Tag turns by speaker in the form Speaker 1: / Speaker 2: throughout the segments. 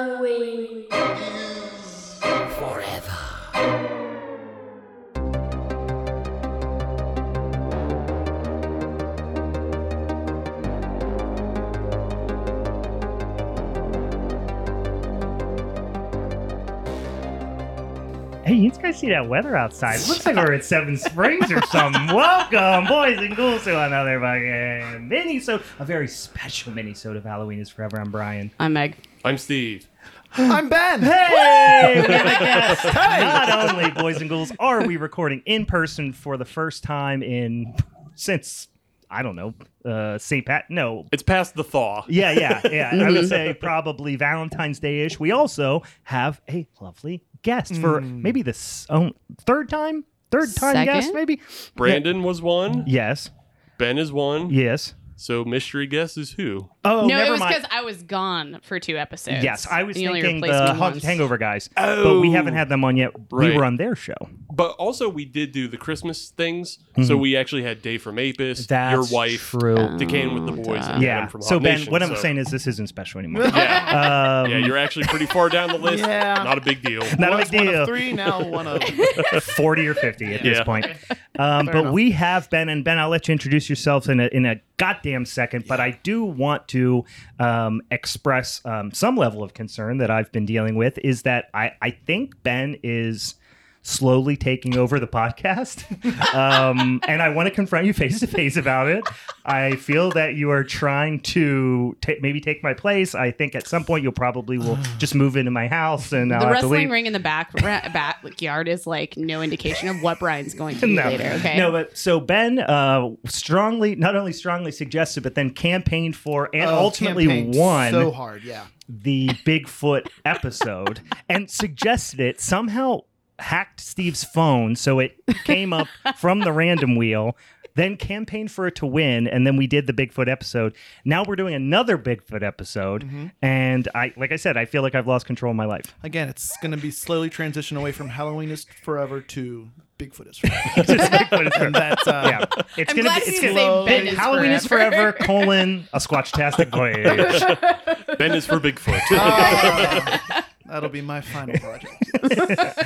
Speaker 1: Halloween.
Speaker 2: Hey, you guys see that weather outside? Looks like we're at Seven Springs or something. Welcome, boys and ghouls, to another fucking mini-sode. A very special mini-sode of Halloween is Forever. I'm Brian.
Speaker 3: I'm Meg.
Speaker 4: I'm Steve.
Speaker 5: I'm Ben.
Speaker 2: Hey, we have a guest. Not only, boys and ghouls, are we recording in person for the first time in, since, I don't know, uh, St. Pat? No,
Speaker 4: It's past the thaw.
Speaker 2: Yeah, yeah, yeah. I
Speaker 3: Mm-hmm.
Speaker 2: would say probably Valentine's Day ish. We also have a lovely guest for maybe the s- oh, third time, third time guest,
Speaker 3: Mm. Second?
Speaker 2: maybe.
Speaker 4: Brandon was one.
Speaker 2: Yes,
Speaker 4: Ben is one.
Speaker 2: yes.
Speaker 4: So mystery guess is who?
Speaker 2: Oh,
Speaker 3: no,
Speaker 2: never
Speaker 3: it was
Speaker 2: mind.
Speaker 3: because I was gone for two episodes.
Speaker 2: Yes, I was
Speaker 3: You only
Speaker 2: thinking
Speaker 3: replaced
Speaker 2: the
Speaker 3: me
Speaker 2: Haunted
Speaker 3: once.
Speaker 2: Hangover guys, but we haven't had them on yet. We
Speaker 4: Right.
Speaker 2: were on their show.
Speaker 4: Oh. But also we did do the Christmas things. So we actually had Dave from Apis,
Speaker 2: Mm-hmm. That's
Speaker 4: your wife,
Speaker 2: true.
Speaker 4: Decaying with the Boys, and
Speaker 2: yeah.
Speaker 4: Adam from
Speaker 2: So
Speaker 4: Hot
Speaker 2: Ben,
Speaker 4: Nation,
Speaker 2: what I'm
Speaker 4: so-
Speaker 2: saying is this isn't special anymore.
Speaker 4: Yeah.
Speaker 2: Um,
Speaker 4: yeah, you're actually pretty far down the list.
Speaker 5: Yeah.
Speaker 4: Not a big deal.
Speaker 2: not a
Speaker 5: Was
Speaker 2: big
Speaker 5: one
Speaker 2: deal.
Speaker 5: of three, now one of.
Speaker 2: 40 or 50 at this
Speaker 4: Yeah.
Speaker 2: point. Um, but
Speaker 5: enough.
Speaker 2: we have Ben, and Ben, I'll let you introduce yourself in a, in a goddamn second. But I do want to um, express um, some level of concern that I've been dealing with is that I, I think Ben is slowly taking over the podcast. um, and I want to confront you face to face about it. I feel that you are trying to ta maybe take my place. I think at some point you'll probably will just move into my house and I'll
Speaker 3: The
Speaker 2: have to
Speaker 3: wrestling
Speaker 2: leave.
Speaker 3: ring in the back ra- backyard is like no indication of what Brian's going to do later. Okay.
Speaker 2: No, but so Ben uh, strongly, not only strongly suggested, but then campaigned for and
Speaker 5: Oh,
Speaker 2: ultimately
Speaker 5: campaigned
Speaker 2: won
Speaker 5: so hard. Yeah,
Speaker 2: the Bigfoot episode and suggested it somehow hacked Steve's phone so it came up from the random wheel. Then campaigned for it to win, and then we did the Bigfoot episode. Now we're doing another Bigfoot episode,
Speaker 5: Mm-hmm.
Speaker 2: and I, like I said, I feel like I've lost control of my life.
Speaker 5: again, it's going to be slowly transition away from Halloween is forever to Bigfoot is forever.
Speaker 2: Just Bigfoot is
Speaker 5: and that's uh,
Speaker 2: yeah, it's
Speaker 3: I'm
Speaker 2: gonna
Speaker 3: glad
Speaker 2: be.
Speaker 3: you
Speaker 2: It's
Speaker 3: didn't
Speaker 2: gonna,
Speaker 3: say Ben is
Speaker 2: Halloween is forever
Speaker 3: forever.
Speaker 2: colon a squatchtastic voyage.
Speaker 4: Ben is for
Speaker 2: Oh.
Speaker 4: Bigfoot.
Speaker 5: that'll be my final project.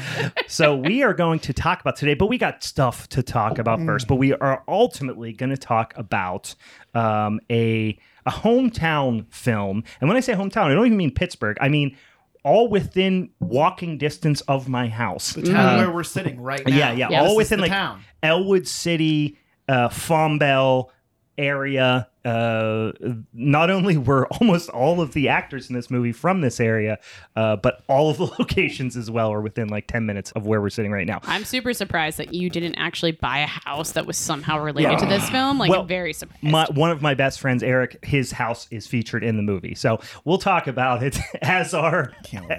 Speaker 2: so we are going to talk about today, but we got stuff to talk about first. But we are ultimately going to talk about um, a a hometown film, and when I say hometown, I don't even mean Pittsburgh. I mean all within walking distance of my house. Uh,
Speaker 5: The town where we're sitting right now.
Speaker 2: Mm. Yeah, yeah,
Speaker 3: Yeah, this
Speaker 2: all
Speaker 5: is
Speaker 2: within
Speaker 5: the
Speaker 2: like
Speaker 5: town.
Speaker 2: Elwood City, uh, Fombelle area. Uh, not only were almost all of the actors in this movie from this area, uh, but all of the locations as well are within like ten minutes of where we're sitting right now.
Speaker 3: I'm super surprised that you didn't actually buy a house that was somehow related to this film. Like,
Speaker 2: Well,
Speaker 3: I'm very surprised.
Speaker 2: My, one of my best friends, Eric, his house is featured in the movie, so we'll talk about it. As are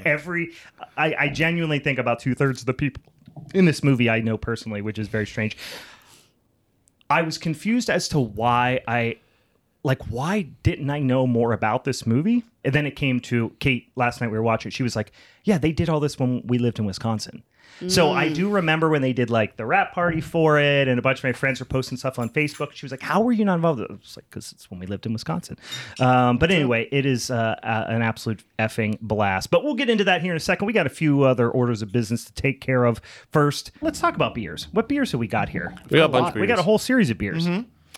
Speaker 2: every, I, I genuinely think about two thirds of the people in this movie I know personally, which is very strange. I was confused as to why I like why didn't I know more about this movie? And then it came to Kate last night we were watching. She was like, "Yeah, they did all this when we lived in Wisconsin." So I do remember when they did like the rap party for it, and a bunch of my friends were posting stuff on Facebook. She was like, "How were you not involved?" I was like, "Cause it's when we lived in Wisconsin." Um, but anyway, it is uh, uh, an absolute effing blast. But we'll get into that here in a second. We got a few other orders of business to take care of first. Let's talk about beers. What beers have we got here?
Speaker 4: We got a bunch of
Speaker 2: We got a
Speaker 4: beers.
Speaker 2: whole series of beers.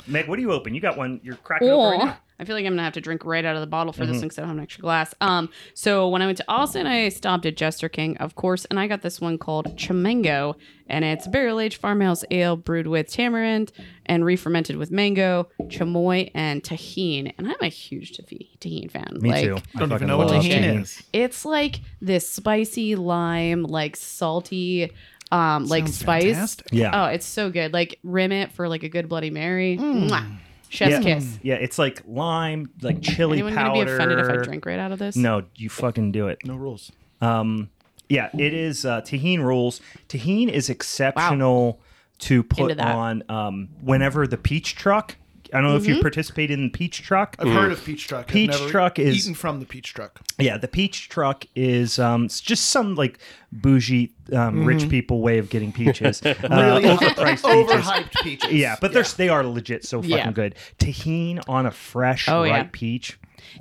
Speaker 2: Meg, what do you open? You got one. You're cracking open. right
Speaker 3: Or
Speaker 2: now.
Speaker 3: I feel like I'm gonna have to drink right out of the bottle for
Speaker 2: Mm-hmm.
Speaker 3: this instead of having an extra glass. Um, so when I went to Austin, I stopped at Jester King, of course, and I got this one called Chimango, and it's barrel aged farmhouse ale brewed with tamarind and re-fermented with mango, chamoy, and tahine. And I'm a huge tahi- tahine fan.
Speaker 2: Me
Speaker 3: like,
Speaker 2: too. I
Speaker 5: Don't
Speaker 2: fucking
Speaker 5: even know what
Speaker 2: love
Speaker 5: tahini
Speaker 2: tahini.
Speaker 5: is.
Speaker 3: It's like this spicy lime, like salty, um, like
Speaker 5: Sounds
Speaker 3: spice.
Speaker 5: fantastic.
Speaker 2: Yeah.
Speaker 3: Oh, it's so good. Like rim it for like a good Bloody Mary.
Speaker 5: Mm.
Speaker 3: Mwah. Chef's
Speaker 2: yeah.
Speaker 3: kiss.
Speaker 2: Yeah, it's like lime, like chili
Speaker 3: Anyone
Speaker 2: powder.
Speaker 3: gonna be offended if I drink right out of this?
Speaker 2: No, you fucking do it.
Speaker 5: No rules.
Speaker 2: Um, yeah, it is uh, tahine rules. Tahine is exceptional to put
Speaker 3: Into that.
Speaker 2: on um, whenever the peach truck. I don't know
Speaker 3: Mm-hmm.
Speaker 2: if you participated in peach truck.
Speaker 5: I've heard of peach truck. I've
Speaker 2: Peach
Speaker 5: never
Speaker 2: truck is-
Speaker 5: eaten from the peach truck.
Speaker 2: Yeah, the peach truck is um, it's just some like bougie um,
Speaker 5: Mm-hmm.
Speaker 2: rich people way of getting peaches. really overpriced peaches.
Speaker 5: Overhyped peaches.
Speaker 2: Yeah, but they're they are legit so fucking
Speaker 3: Yeah.
Speaker 2: good. Tahine on a fresh
Speaker 3: Oh,
Speaker 2: ripe
Speaker 3: yeah.
Speaker 2: peach.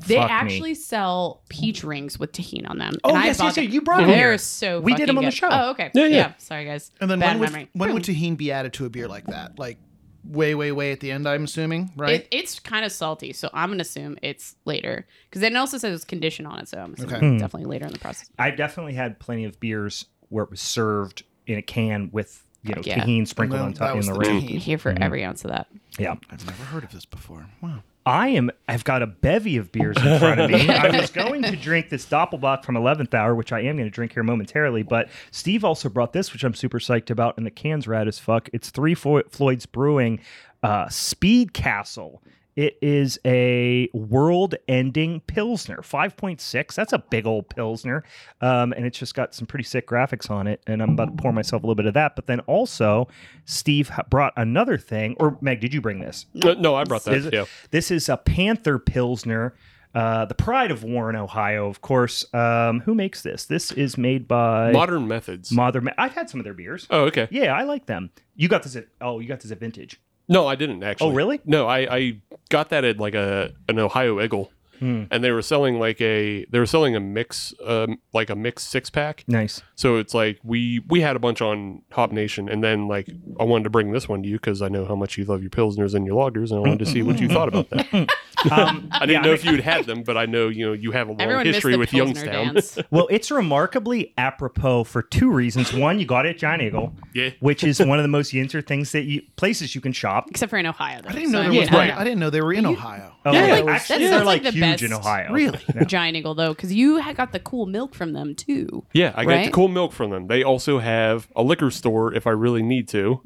Speaker 6: They
Speaker 2: Fuck me.
Speaker 6: actually sell peach rings with tahini on them.
Speaker 2: Oh,
Speaker 6: and I
Speaker 2: yes,
Speaker 6: bought
Speaker 2: yes,
Speaker 6: them.
Speaker 2: yeah, you brought them
Speaker 6: They're
Speaker 2: here.
Speaker 6: so
Speaker 2: We did
Speaker 6: fucking
Speaker 2: them on the
Speaker 6: good.
Speaker 2: show.
Speaker 6: Oh, okay.
Speaker 4: Yeah, yeah.
Speaker 6: Sorry, guys.
Speaker 5: And then
Speaker 6: Bad
Speaker 5: when would,
Speaker 6: memory.
Speaker 5: when would tahini be added to a beer like that? Like way, way, way at the end, I'm assuming, right?
Speaker 6: It, it's kind of salty, so I'm gonna assume it's later because it also says it's conditioned on it, so I'm assuming
Speaker 5: Okay.
Speaker 6: it's definitely later in the process.
Speaker 2: I've definitely had plenty of beers where it was served in a can with you know
Speaker 6: Fuck yeah.
Speaker 2: tahini sprinkled
Speaker 5: And
Speaker 2: on
Speaker 5: then
Speaker 2: top
Speaker 5: that
Speaker 2: in
Speaker 5: was
Speaker 2: the
Speaker 5: the
Speaker 2: rim.
Speaker 5: tahini.
Speaker 6: I'm here for every
Speaker 2: Hmm.
Speaker 6: ounce of that.
Speaker 2: Yeah,
Speaker 5: I've never heard of this before. Wow.
Speaker 2: I am. I've got a bevy of beers in front of me. I was going to drink this Doppelbock from Eleventh Hour, which I am going to drink here momentarily. But Steve also brought this, which I'm super psyched about, and the can's rad as fuck. It's Three Flo- Floyd's Brewing uh, Speed Castle. It is a world-ending pilsner, five point six. That's a big old pilsner, um, and it's just got some pretty sick graphics on it. And I'm about to pour myself a little bit of that. But then also, Steve h- brought another thing. Or Meg, did you bring this?
Speaker 4: No, no, I brought
Speaker 2: Is
Speaker 4: that.
Speaker 2: it-
Speaker 4: Yeah.
Speaker 2: This is a Panther Pilsner, uh, the pride of Warren, Ohio, of course. Um, who makes this? This is made by
Speaker 4: Modern methods.
Speaker 2: Mother. Ma- I've had some of their beers.
Speaker 4: oh, okay.
Speaker 2: Yeah, I like them. You got this at oh, you got this at Vintage.
Speaker 4: No, I didn't actually.
Speaker 2: Oh, really?
Speaker 4: No, I, I got that at like a an Ohio Eggle,
Speaker 2: Hmm.
Speaker 4: and they were selling like a they were selling a mix um, like a mix six pack.
Speaker 2: Nice.
Speaker 4: So it's like we we had a bunch on Hop Nation, and then like I wanted to bring this one to you because I know how much you love your pilsners and your loggers, and I wanted to see what you thought about that.
Speaker 2: Um,
Speaker 4: I
Speaker 2: yeah,
Speaker 4: didn't know
Speaker 2: mean-
Speaker 4: if you'd had them, but I know you know you have a long
Speaker 6: Everyone missed
Speaker 4: history
Speaker 6: the
Speaker 4: with
Speaker 6: Pilsner
Speaker 4: Youngstown.
Speaker 6: dance.
Speaker 2: Well, it's remarkably apropos for two reasons. One, you got it at Giant Eagle,
Speaker 4: Yeah.
Speaker 2: which is one of the most yinzer things that you places you can shop.
Speaker 6: except for in Ohio. Though,
Speaker 5: I
Speaker 6: so
Speaker 5: didn't know there
Speaker 6: mean,
Speaker 5: was
Speaker 6: I
Speaker 5: one.
Speaker 6: don't
Speaker 5: I didn't know they were in Ohio.
Speaker 2: Oh,
Speaker 4: Yeah.
Speaker 2: yeah,
Speaker 4: Like,
Speaker 2: actually,
Speaker 6: that
Speaker 2: they're
Speaker 6: sounds
Speaker 2: like,
Speaker 6: like the
Speaker 2: huge in
Speaker 6: best.
Speaker 2: Ohio.
Speaker 5: Really?
Speaker 2: Yeah.
Speaker 6: Giant Eagle though, because you had got the cool milk from them too.
Speaker 4: Yeah, I
Speaker 6: Right?
Speaker 4: get cool milk from them. They also have a liquor store if I really need to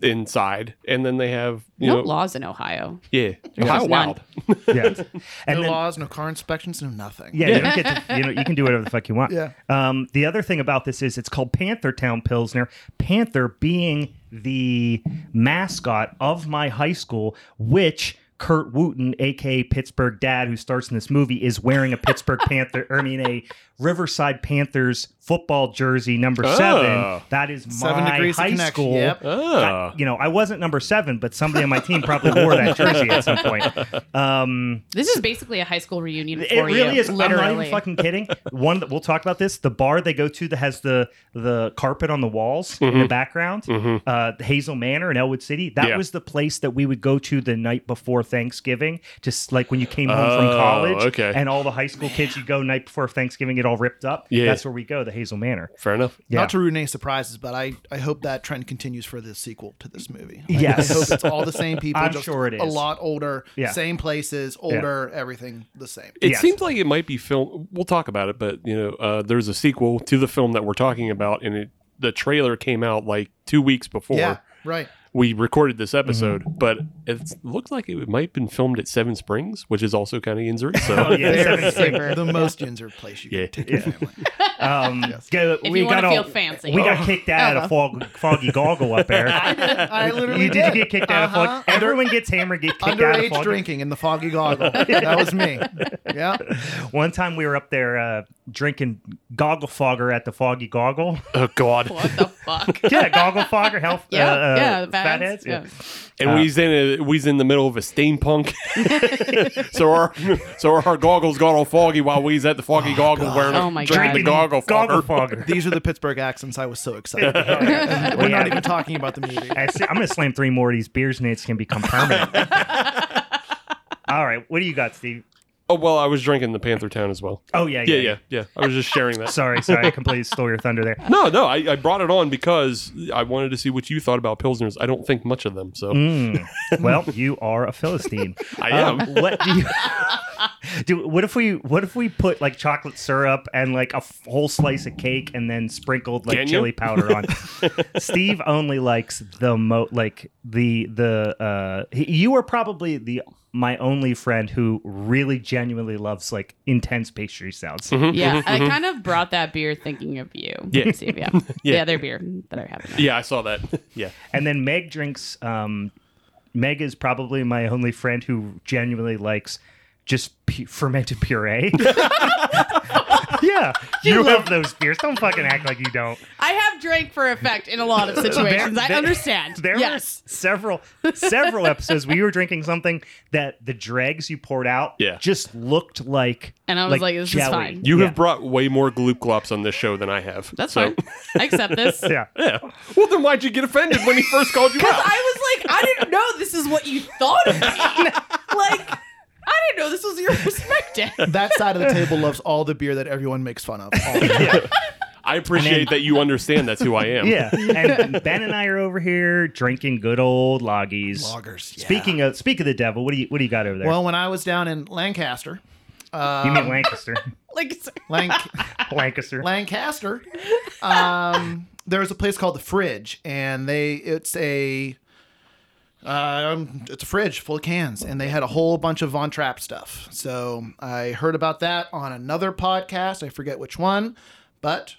Speaker 4: inside, and then they have you
Speaker 6: Mm-hmm. No
Speaker 4: know
Speaker 6: laws in Ohio.
Speaker 4: yeah
Speaker 6: just
Speaker 4: Ohio
Speaker 6: none.
Speaker 4: Wild.
Speaker 2: Yes. And
Speaker 5: No
Speaker 2: then-
Speaker 5: laws, no car inspections, no nothing.
Speaker 2: Yeah, you don't get to, you know you can do whatever the fuck you want.
Speaker 5: Yeah.
Speaker 2: Um, the other thing about this is it's called Panther Town Pilsner. Panther being the mascot of my high school, which Kurt Wooten, aka Pittsburgh Dad, who starts in this movie, is wearing a Pittsburgh Panther. Or I mean, a Riverside Panthers football jersey, number
Speaker 4: Oh.
Speaker 2: seven. That is
Speaker 5: Seven
Speaker 2: my
Speaker 5: degrees of
Speaker 2: high
Speaker 5: connection,
Speaker 2: school.
Speaker 5: yep.
Speaker 4: Oh.
Speaker 2: I- you know, I wasn't number seven, but somebody on my team probably wore that jersey at some point. Um,
Speaker 6: This is basically a high school reunion.
Speaker 2: it
Speaker 6: for
Speaker 2: really
Speaker 6: you,
Speaker 2: is.
Speaker 6: Literally.
Speaker 2: I'm not even fucking kidding. One, that we'll talk about this. The bar they go to that has the the carpet on the walls in the background. Uh, Hazel Manor in Elwood City. That
Speaker 4: Mm-hmm. Yeah.
Speaker 2: was the place that we would go to the night before Thanksgiving. Just like when you came home from
Speaker 4: Oh,
Speaker 2: college,
Speaker 4: okay.
Speaker 2: and all the high school kids, you go night before Thanksgiving, get all ripped up.
Speaker 4: Yeah.
Speaker 2: that's where we go. The Hazel Manor.
Speaker 4: Fair enough.
Speaker 2: Yeah.
Speaker 5: Not to ruin any surprises, but I, I hope that trend continues for the sequel to this movie. Like,
Speaker 2: Yes.
Speaker 5: I hope it's all the same people.
Speaker 2: I'm
Speaker 5: just
Speaker 2: sure it
Speaker 5: A
Speaker 2: is.
Speaker 5: lot older,
Speaker 2: Yeah.
Speaker 5: same places, older, everything the same.
Speaker 4: It
Speaker 2: Yes.
Speaker 4: seems like it might be film. We'll talk about it, but you know, uh, there's a sequel to the film that we're talking about, and it the trailer came out like two weeks before
Speaker 5: yeah, right.
Speaker 4: we recorded this episode. But it looked like it might have been filmed at Seven Springs, which is also kind of Yinzer. So
Speaker 2: Yeah,
Speaker 5: They're
Speaker 2: Seven Springs.
Speaker 6: Super.
Speaker 5: the most Yinzer place you
Speaker 4: Yeah.
Speaker 5: can take your family.
Speaker 2: Um, go-
Speaker 6: If
Speaker 2: we
Speaker 6: you want to
Speaker 2: got
Speaker 6: feel
Speaker 2: all.
Speaker 6: fancy,
Speaker 2: We got kicked out of fog, foggy goggle up there.
Speaker 5: I literally
Speaker 2: You did you get kicked out of
Speaker 5: Uh-huh.
Speaker 2: fog. Everyone gets hammered, get kicked out of
Speaker 5: Underage
Speaker 2: fog.
Speaker 5: drinking in the foggy goggle. that was me. Yeah.
Speaker 2: One time we were up there uh, drinking goggle fogger at the foggy goggle.
Speaker 4: oh god.
Speaker 6: what the fuck?
Speaker 2: yeah, goggle fogger, health.
Speaker 6: Yeah,
Speaker 2: uh, uh,
Speaker 6: yeah, the
Speaker 2: fat
Speaker 6: fatheads,
Speaker 2: heads. Yeah.
Speaker 4: And we's in a, we's in the middle of a steampunk. so our so our goggles got all foggy while we's at the foggy goggle wearing
Speaker 6: Oh my
Speaker 4: drinking the
Speaker 6: God.
Speaker 4: goggle
Speaker 2: Goggle
Speaker 4: fogger.
Speaker 2: fogger.
Speaker 5: These are the Pittsburgh accents I was so excited about. We're
Speaker 2: Yeah.
Speaker 5: not even talking about the movie.
Speaker 2: I see- I'm gonna slam three more of these beers, and it's gonna become permanent. All right, what do you got, Steve?
Speaker 4: Oh well, I was drinking the Panther Town as well.
Speaker 2: Oh yeah, yeah,
Speaker 4: Yeah, yeah, yeah. I was just sharing that.
Speaker 2: Sorry, sorry, I completely stole your thunder there.
Speaker 4: No, no, I, I brought it on because I wanted to see what you thought about pilsners. I don't think much of them, so
Speaker 2: Mm. Well, you are a philistine.
Speaker 4: I
Speaker 2: Um,
Speaker 4: am.
Speaker 2: what do you do? What if we what if we put like chocolate syrup and like a f- whole slice of cake and then sprinkled like
Speaker 4: Can you?
Speaker 2: chili powder on? Steve only likes the mo like the the uh he, you are probably the my only friend who really genuinely loves like intense pastry sounds.
Speaker 4: Mm-hmm.
Speaker 6: Yeah, I kind of brought that beer thinking of you.
Speaker 4: Yeah.
Speaker 6: Steve, yeah.
Speaker 4: Yeah.
Speaker 6: The other beer that I have.
Speaker 4: Yeah, I saw that. Yeah,
Speaker 2: And then Meg drinks. Um, Meg is probably my only friend who genuinely likes just pu- fermented puree. yeah, Yeah, you, love those beers. Don't fucking act like you don't.
Speaker 6: I have drank for effect in a lot of situations. I
Speaker 2: there-
Speaker 6: understand.
Speaker 2: There were
Speaker 6: yes.
Speaker 2: several several episodes we were drinking something that the dregs you poured out
Speaker 4: Yeah.
Speaker 2: just looked like
Speaker 6: And I was like, this is
Speaker 2: jelly.
Speaker 6: fine.
Speaker 4: You
Speaker 2: Yeah.
Speaker 4: have brought way more gloop glops on this show than I have.
Speaker 6: That's
Speaker 4: so,
Speaker 6: fine. I accept this.
Speaker 2: yeah.
Speaker 4: Yeah. Well, then why'd you get offended when he first called you out?
Speaker 6: I was like, I didn't know this is what you thought of me. like, I didn't know this was your perspective.
Speaker 5: That side of the table loves all the beer that everyone makes fun of. All the time.
Speaker 4: I appreciate that you understand that's who I am.
Speaker 2: Yeah, and Ben and I are over here drinking good old loggies.
Speaker 5: Lagers, yeah.
Speaker 2: Speaking of speak of the devil, what do you what do you got over there?
Speaker 5: Well, um, when I was down in Lancaster,
Speaker 2: you mean Lancaster?
Speaker 6: Like, it's-
Speaker 5: Lanc-
Speaker 2: Lancaster.
Speaker 5: Lancaster. Um, there was a place called the Fridge, and they it's a um, it's a fridge full of cans, and they had a whole bunch of Von Trapp stuff. So I heard about that on another podcast. I forget which one, but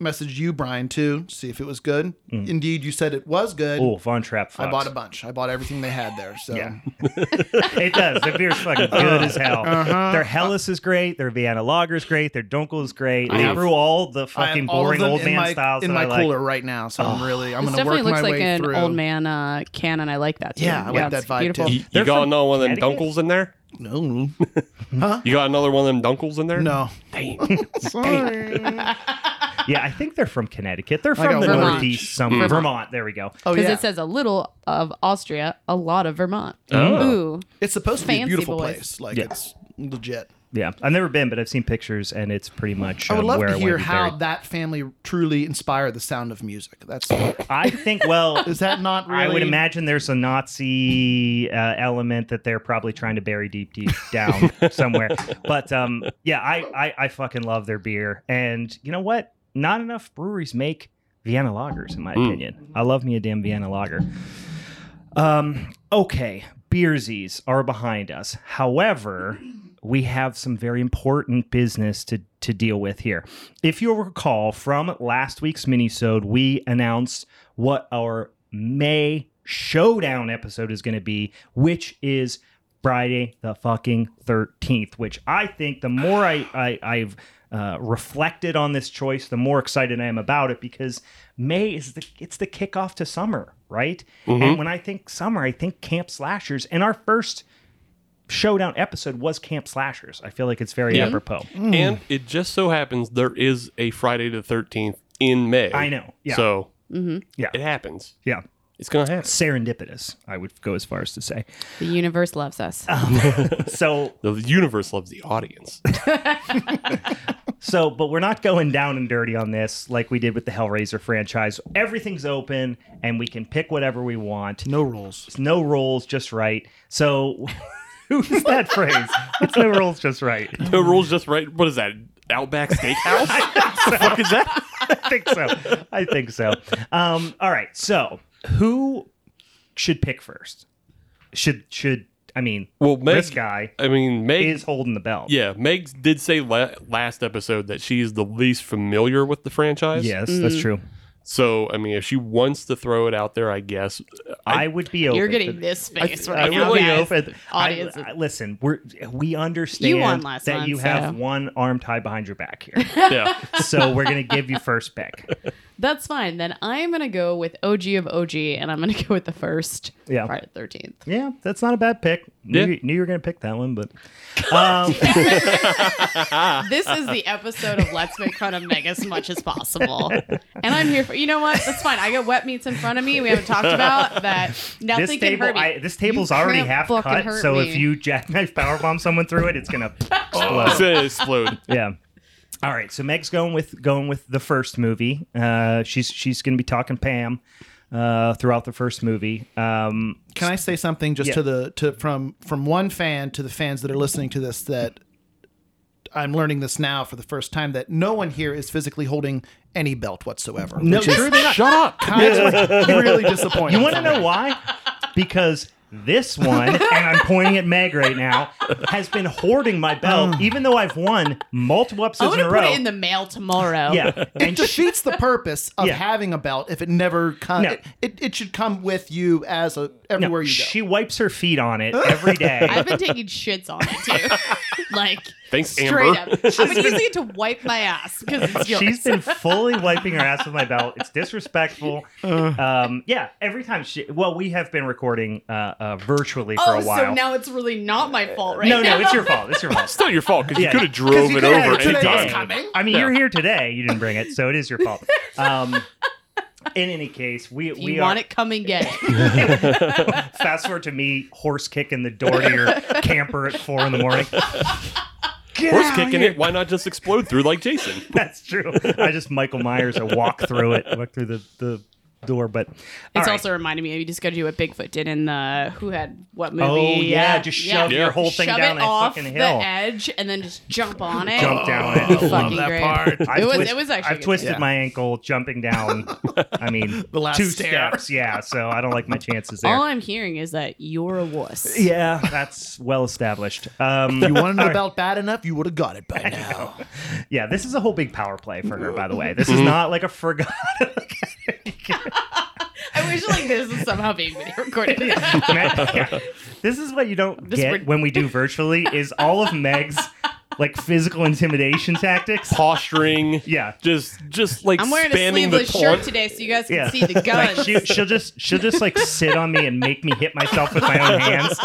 Speaker 5: messaged you, Brian, too, see if it was good.
Speaker 2: Mm.
Speaker 5: Indeed, you said it was good.
Speaker 2: Oh, Von Trapp. Fox.
Speaker 5: I bought a bunch. I bought everything they had there. So
Speaker 2: Yeah. Oh, it does. Their beer's fucking
Speaker 5: Uh-huh.
Speaker 2: good as hell. Their Hellas is great. Their Vienna Lager is great. Their Dunkel is great. They
Speaker 5: have-
Speaker 2: brew all the
Speaker 5: I have
Speaker 2: fucking
Speaker 5: all of
Speaker 2: boring
Speaker 5: them
Speaker 2: old
Speaker 5: in
Speaker 2: man
Speaker 5: my,
Speaker 2: styles
Speaker 5: in
Speaker 2: that
Speaker 5: my
Speaker 2: I like. Oh.
Speaker 5: cooler right now. So I'm really I'm
Speaker 6: this
Speaker 5: gonna work
Speaker 6: definitely looks
Speaker 5: my
Speaker 6: like
Speaker 5: way
Speaker 6: an
Speaker 5: through.
Speaker 6: old man uh, cannon. I like that. Too.
Speaker 5: Yeah, I like that
Speaker 6: it's
Speaker 5: vibe,
Speaker 6: Beautiful.
Speaker 5: too.
Speaker 4: You, you
Speaker 2: They're
Speaker 4: got
Speaker 2: from
Speaker 4: another one of them
Speaker 2: Connecticut?
Speaker 4: dunkles in there?
Speaker 5: No,
Speaker 4: You got another one of them dunkles in there?
Speaker 5: no. Sorry.
Speaker 2: Yeah, I think they're from Connecticut. They're
Speaker 5: Like
Speaker 2: from
Speaker 5: a
Speaker 2: the
Speaker 5: Vermont.
Speaker 2: Northeast somewhere. Vermont. There we go.
Speaker 5: Oh
Speaker 6: Because
Speaker 5: yeah.
Speaker 6: it says a little of Austria, a lot of Vermont.
Speaker 4: Oh.
Speaker 6: Ooh.
Speaker 5: It's supposed to be a
Speaker 6: Fancy
Speaker 5: beautiful
Speaker 6: boys.
Speaker 5: place. Like
Speaker 2: Yeah.
Speaker 5: it's legit.
Speaker 2: Yeah, I've never been, but I've seen pictures, and it's pretty much.
Speaker 5: I would
Speaker 2: um,
Speaker 5: love
Speaker 2: where
Speaker 5: to
Speaker 2: I
Speaker 5: hear
Speaker 2: wanna be
Speaker 5: how
Speaker 2: buried.
Speaker 5: that family truly inspired the sound of music. That's
Speaker 2: I think. Well,
Speaker 5: is that not really?
Speaker 2: I would imagine there's a Nazi uh, element that they're probably trying to bury deep, deep down somewhere. But um, yeah, I, I I fucking love their beer, and you know what? Not enough breweries make Vienna lagers, in my opinion. I love me a damn Vienna lager. Um, okay, beersies are behind us. However, we have some very important business to to deal with here. If you'll recall from last week's minisode, we announced what our May showdown episode is going to be, which is Friday the fucking 13th, which I think the more I, I I've uh, reflected on this choice, the more excited I am about it because May is the it's the kickoff to summer, right? And when I think summer, I think camp slashers. And our first showdown episode was camp slashers. I feel like it's very apropos.
Speaker 4: Mm. And it just so happens there is a Friday the 13th in May.
Speaker 2: I know. Yeah. Mm-hmm.
Speaker 4: So
Speaker 2: Yeah.
Speaker 4: it happens.
Speaker 2: Yeah,
Speaker 4: It's going to happen.
Speaker 2: serendipitous. I would go as far as to say.
Speaker 6: The universe loves us.
Speaker 2: So
Speaker 4: The universe loves the audience.
Speaker 2: So, but we're not going down and dirty on this like we did with the Hellraiser franchise. Everything's open and we can pick whatever we want.
Speaker 5: no rules.
Speaker 2: It's no rules, just right. So, who's that phrase? It's no rules, just right.
Speaker 4: the rules just right. What is that? Outback Steakhouse? what the fuck is that?
Speaker 2: I think so. I think so. Um, all right. So, who should pick first? Should, should, I mean,
Speaker 4: Well, Meg,
Speaker 2: this guy
Speaker 4: I mean, Meg
Speaker 2: is holding the belt.
Speaker 4: Yeah, Meg did say la- last episode that she's the least familiar with the franchise.
Speaker 2: Yes, that's
Speaker 6: Mm.
Speaker 2: true.
Speaker 4: So I mean, if she wants to throw it out there, I guess. I,
Speaker 2: I would be open.
Speaker 6: You're
Speaker 2: to
Speaker 6: getting this face
Speaker 2: I
Speaker 6: right now,
Speaker 2: really
Speaker 6: guys.
Speaker 2: hope it-
Speaker 6: Audience
Speaker 2: I,
Speaker 6: is-
Speaker 2: I- listen, we're we understand
Speaker 6: last
Speaker 2: that
Speaker 6: month,
Speaker 2: you have
Speaker 6: so-
Speaker 2: one arm tied behind your back here,
Speaker 4: yeah.
Speaker 2: so we're gonna give you first pick.
Speaker 6: That's fine. Then I'm gonna go with OG of OG, and I'm gonna go with the first.
Speaker 2: Yeah.
Speaker 6: Friday the thirteenth.
Speaker 2: Yeah, that's not a bad pick. Knew,
Speaker 4: Yeah.
Speaker 2: you- knew you were gonna pick that one, but um,
Speaker 6: This is the episode of Let's Make Fun of Meg as much as possible, and I'm here for. You know what? That's fine. I got wet meats in front of me. We haven't talked about that. Nothing
Speaker 2: this
Speaker 6: can
Speaker 2: table,
Speaker 6: hurt me.
Speaker 2: I, this table's
Speaker 6: You
Speaker 2: already
Speaker 6: can't
Speaker 2: half
Speaker 6: fucking
Speaker 2: cut.
Speaker 6: hurt
Speaker 2: So
Speaker 6: me.
Speaker 2: if you jackknife powerbomb someone through it, it's gonna
Speaker 4: It's
Speaker 2: explode.
Speaker 4: gonna explode.
Speaker 2: Yeah. All right, so Meg's going with going with the first movie. Uh, she's she's gonna be talking Pam uh, throughout the first movie. Um,
Speaker 5: Can I say something just
Speaker 2: Yeah.
Speaker 5: to the to from from one fan to the fans that are listening to this that I'm learning this now for the first time that no one here is physically holding any belt whatsoever. No, which is
Speaker 2: surely not.
Speaker 4: Shut up.
Speaker 5: kind of really disappointing.
Speaker 2: You want to know why? Because this one, and I'm pointing at Meg right now, has been hoarding my belt, even though I've won multiple
Speaker 6: I'm
Speaker 2: episodes in
Speaker 6: gonna
Speaker 2: a
Speaker 6: put
Speaker 2: row.
Speaker 6: it in the mail tomorrow.
Speaker 2: yeah,
Speaker 5: it
Speaker 2: and she,
Speaker 5: defeats the purpose of
Speaker 2: Yeah.
Speaker 5: having a belt if it never comes.
Speaker 2: No.
Speaker 5: It, it should come with you as a
Speaker 2: No,
Speaker 5: everywhere you go.
Speaker 2: she wipes her feet on it every day.
Speaker 3: I've been taking shits on it too. like
Speaker 4: Thanks,
Speaker 3: straight
Speaker 4: Amber.
Speaker 3: up. I've been using it to wipe my ass because it's yours.
Speaker 2: She's been fully wiping her ass with my belt. It's disrespectful. Um, yeah, every time she. Well, we have been recording uh, uh, virtually for
Speaker 3: oh,
Speaker 2: a while. Uh,
Speaker 3: so now it's really not my fault, right?
Speaker 2: no,
Speaker 3: now.
Speaker 2: no, it's your fault. It's your fault.
Speaker 4: It's not your fault because
Speaker 2: Yeah.
Speaker 4: you could have drove it
Speaker 5: coulda- you
Speaker 4: over
Speaker 5: coulda-
Speaker 4: any
Speaker 5: it was
Speaker 4: time.
Speaker 5: coming.
Speaker 2: I mean, you're here today. You didn't bring it, so it is your fault. Um, in any case, we
Speaker 3: If you
Speaker 2: we
Speaker 3: want
Speaker 2: are,
Speaker 3: it, come and get it.
Speaker 2: Fast forward to me horse kicking the door to your camper at four in the morning. Get
Speaker 4: Horse
Speaker 2: out
Speaker 4: kicking
Speaker 2: here.
Speaker 4: it. Why not just explode through like Jason?
Speaker 2: That's true. I just Michael Myers. I walk through it, walk through the the door. But all
Speaker 6: It's
Speaker 2: right.
Speaker 6: also reminded me. You just got to do what Bigfoot did in the who had what movie?
Speaker 2: oh yeah, just shove
Speaker 4: Yeah.
Speaker 2: your whole thing
Speaker 3: Shove
Speaker 2: down
Speaker 3: it
Speaker 2: that
Speaker 3: off
Speaker 2: fucking
Speaker 3: the
Speaker 2: hill.
Speaker 3: edge and then just jump on it.
Speaker 2: Jump
Speaker 4: Oh,
Speaker 2: down it.
Speaker 3: Fucking
Speaker 2: Love
Speaker 3: great.
Speaker 2: I've
Speaker 3: It was-
Speaker 2: twist-
Speaker 3: it was actually
Speaker 2: I've
Speaker 3: good.
Speaker 2: twisted
Speaker 5: Yeah.
Speaker 2: my ankle jumping down. I mean,
Speaker 5: The last
Speaker 2: two
Speaker 5: stair.
Speaker 2: steps. Yeah, so I don't like my chances there.
Speaker 6: All I'm hearing is that you're a wuss.
Speaker 2: Yeah, that's well established. Um,
Speaker 5: you wanted a belt bad enough, you would have got it by now.
Speaker 2: yeah, this is a whole big power play for her, by the way. This is not like a forgotten.
Speaker 3: I wish like this is somehow being video recorded.
Speaker 2: Yeah. This is what you don't
Speaker 3: Just
Speaker 2: get
Speaker 3: weird.
Speaker 2: when we do virtually is all of Meg's like physical intimidation tactics.
Speaker 4: Posturing.
Speaker 2: Yeah.
Speaker 4: Just, just like
Speaker 3: I'm wearing a
Speaker 4: spanning the
Speaker 3: sleeveless shirt
Speaker 4: taunt.
Speaker 3: today, so you guys can
Speaker 2: Yeah.
Speaker 3: see the guns.
Speaker 2: Like she, she'll just she'll just like sit on me and make me hit myself with my own hands.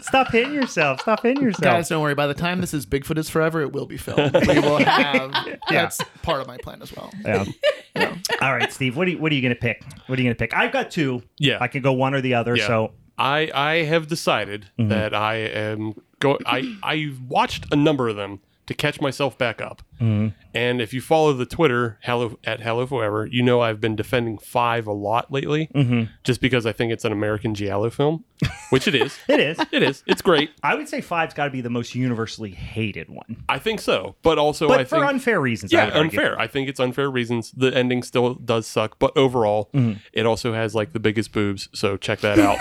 Speaker 2: Stop hitting yourself. Stop hitting
Speaker 5: Guys,
Speaker 2: yourself.
Speaker 5: don't worry. By the time this is Bigfoot is Forever, it will be filmed. We will have. That's part of my plan as well.
Speaker 2: Yeah. All right, Steve. What are you, what are you gonna pick? What are you gonna pick? I've got two.
Speaker 4: Yeah.
Speaker 2: I can go one or the other.
Speaker 4: Yeah.
Speaker 2: So
Speaker 4: I I have decided
Speaker 2: Mm-hmm.
Speaker 4: that I am go. I I watched a number of them to catch myself back up.
Speaker 2: Mm-hmm.
Speaker 4: And if you follow the Twitter hello at hello forever, you know I've been defending Five a lot lately,
Speaker 2: Mm-hmm.
Speaker 4: just because I think it's an American Giallo film, which it is.
Speaker 2: it is.
Speaker 4: it is. It's great.
Speaker 2: I would say five's got to be the most universally hated one,
Speaker 4: I think so, but also
Speaker 2: but
Speaker 4: I
Speaker 2: for
Speaker 4: think
Speaker 2: unfair reasons. I
Speaker 4: yeah,
Speaker 2: would argue.
Speaker 4: unfair. I think it's unfair reasons. The ending still does suck, but overall,
Speaker 2: Mm-hmm.
Speaker 4: it also has like the biggest boobs. So check that out.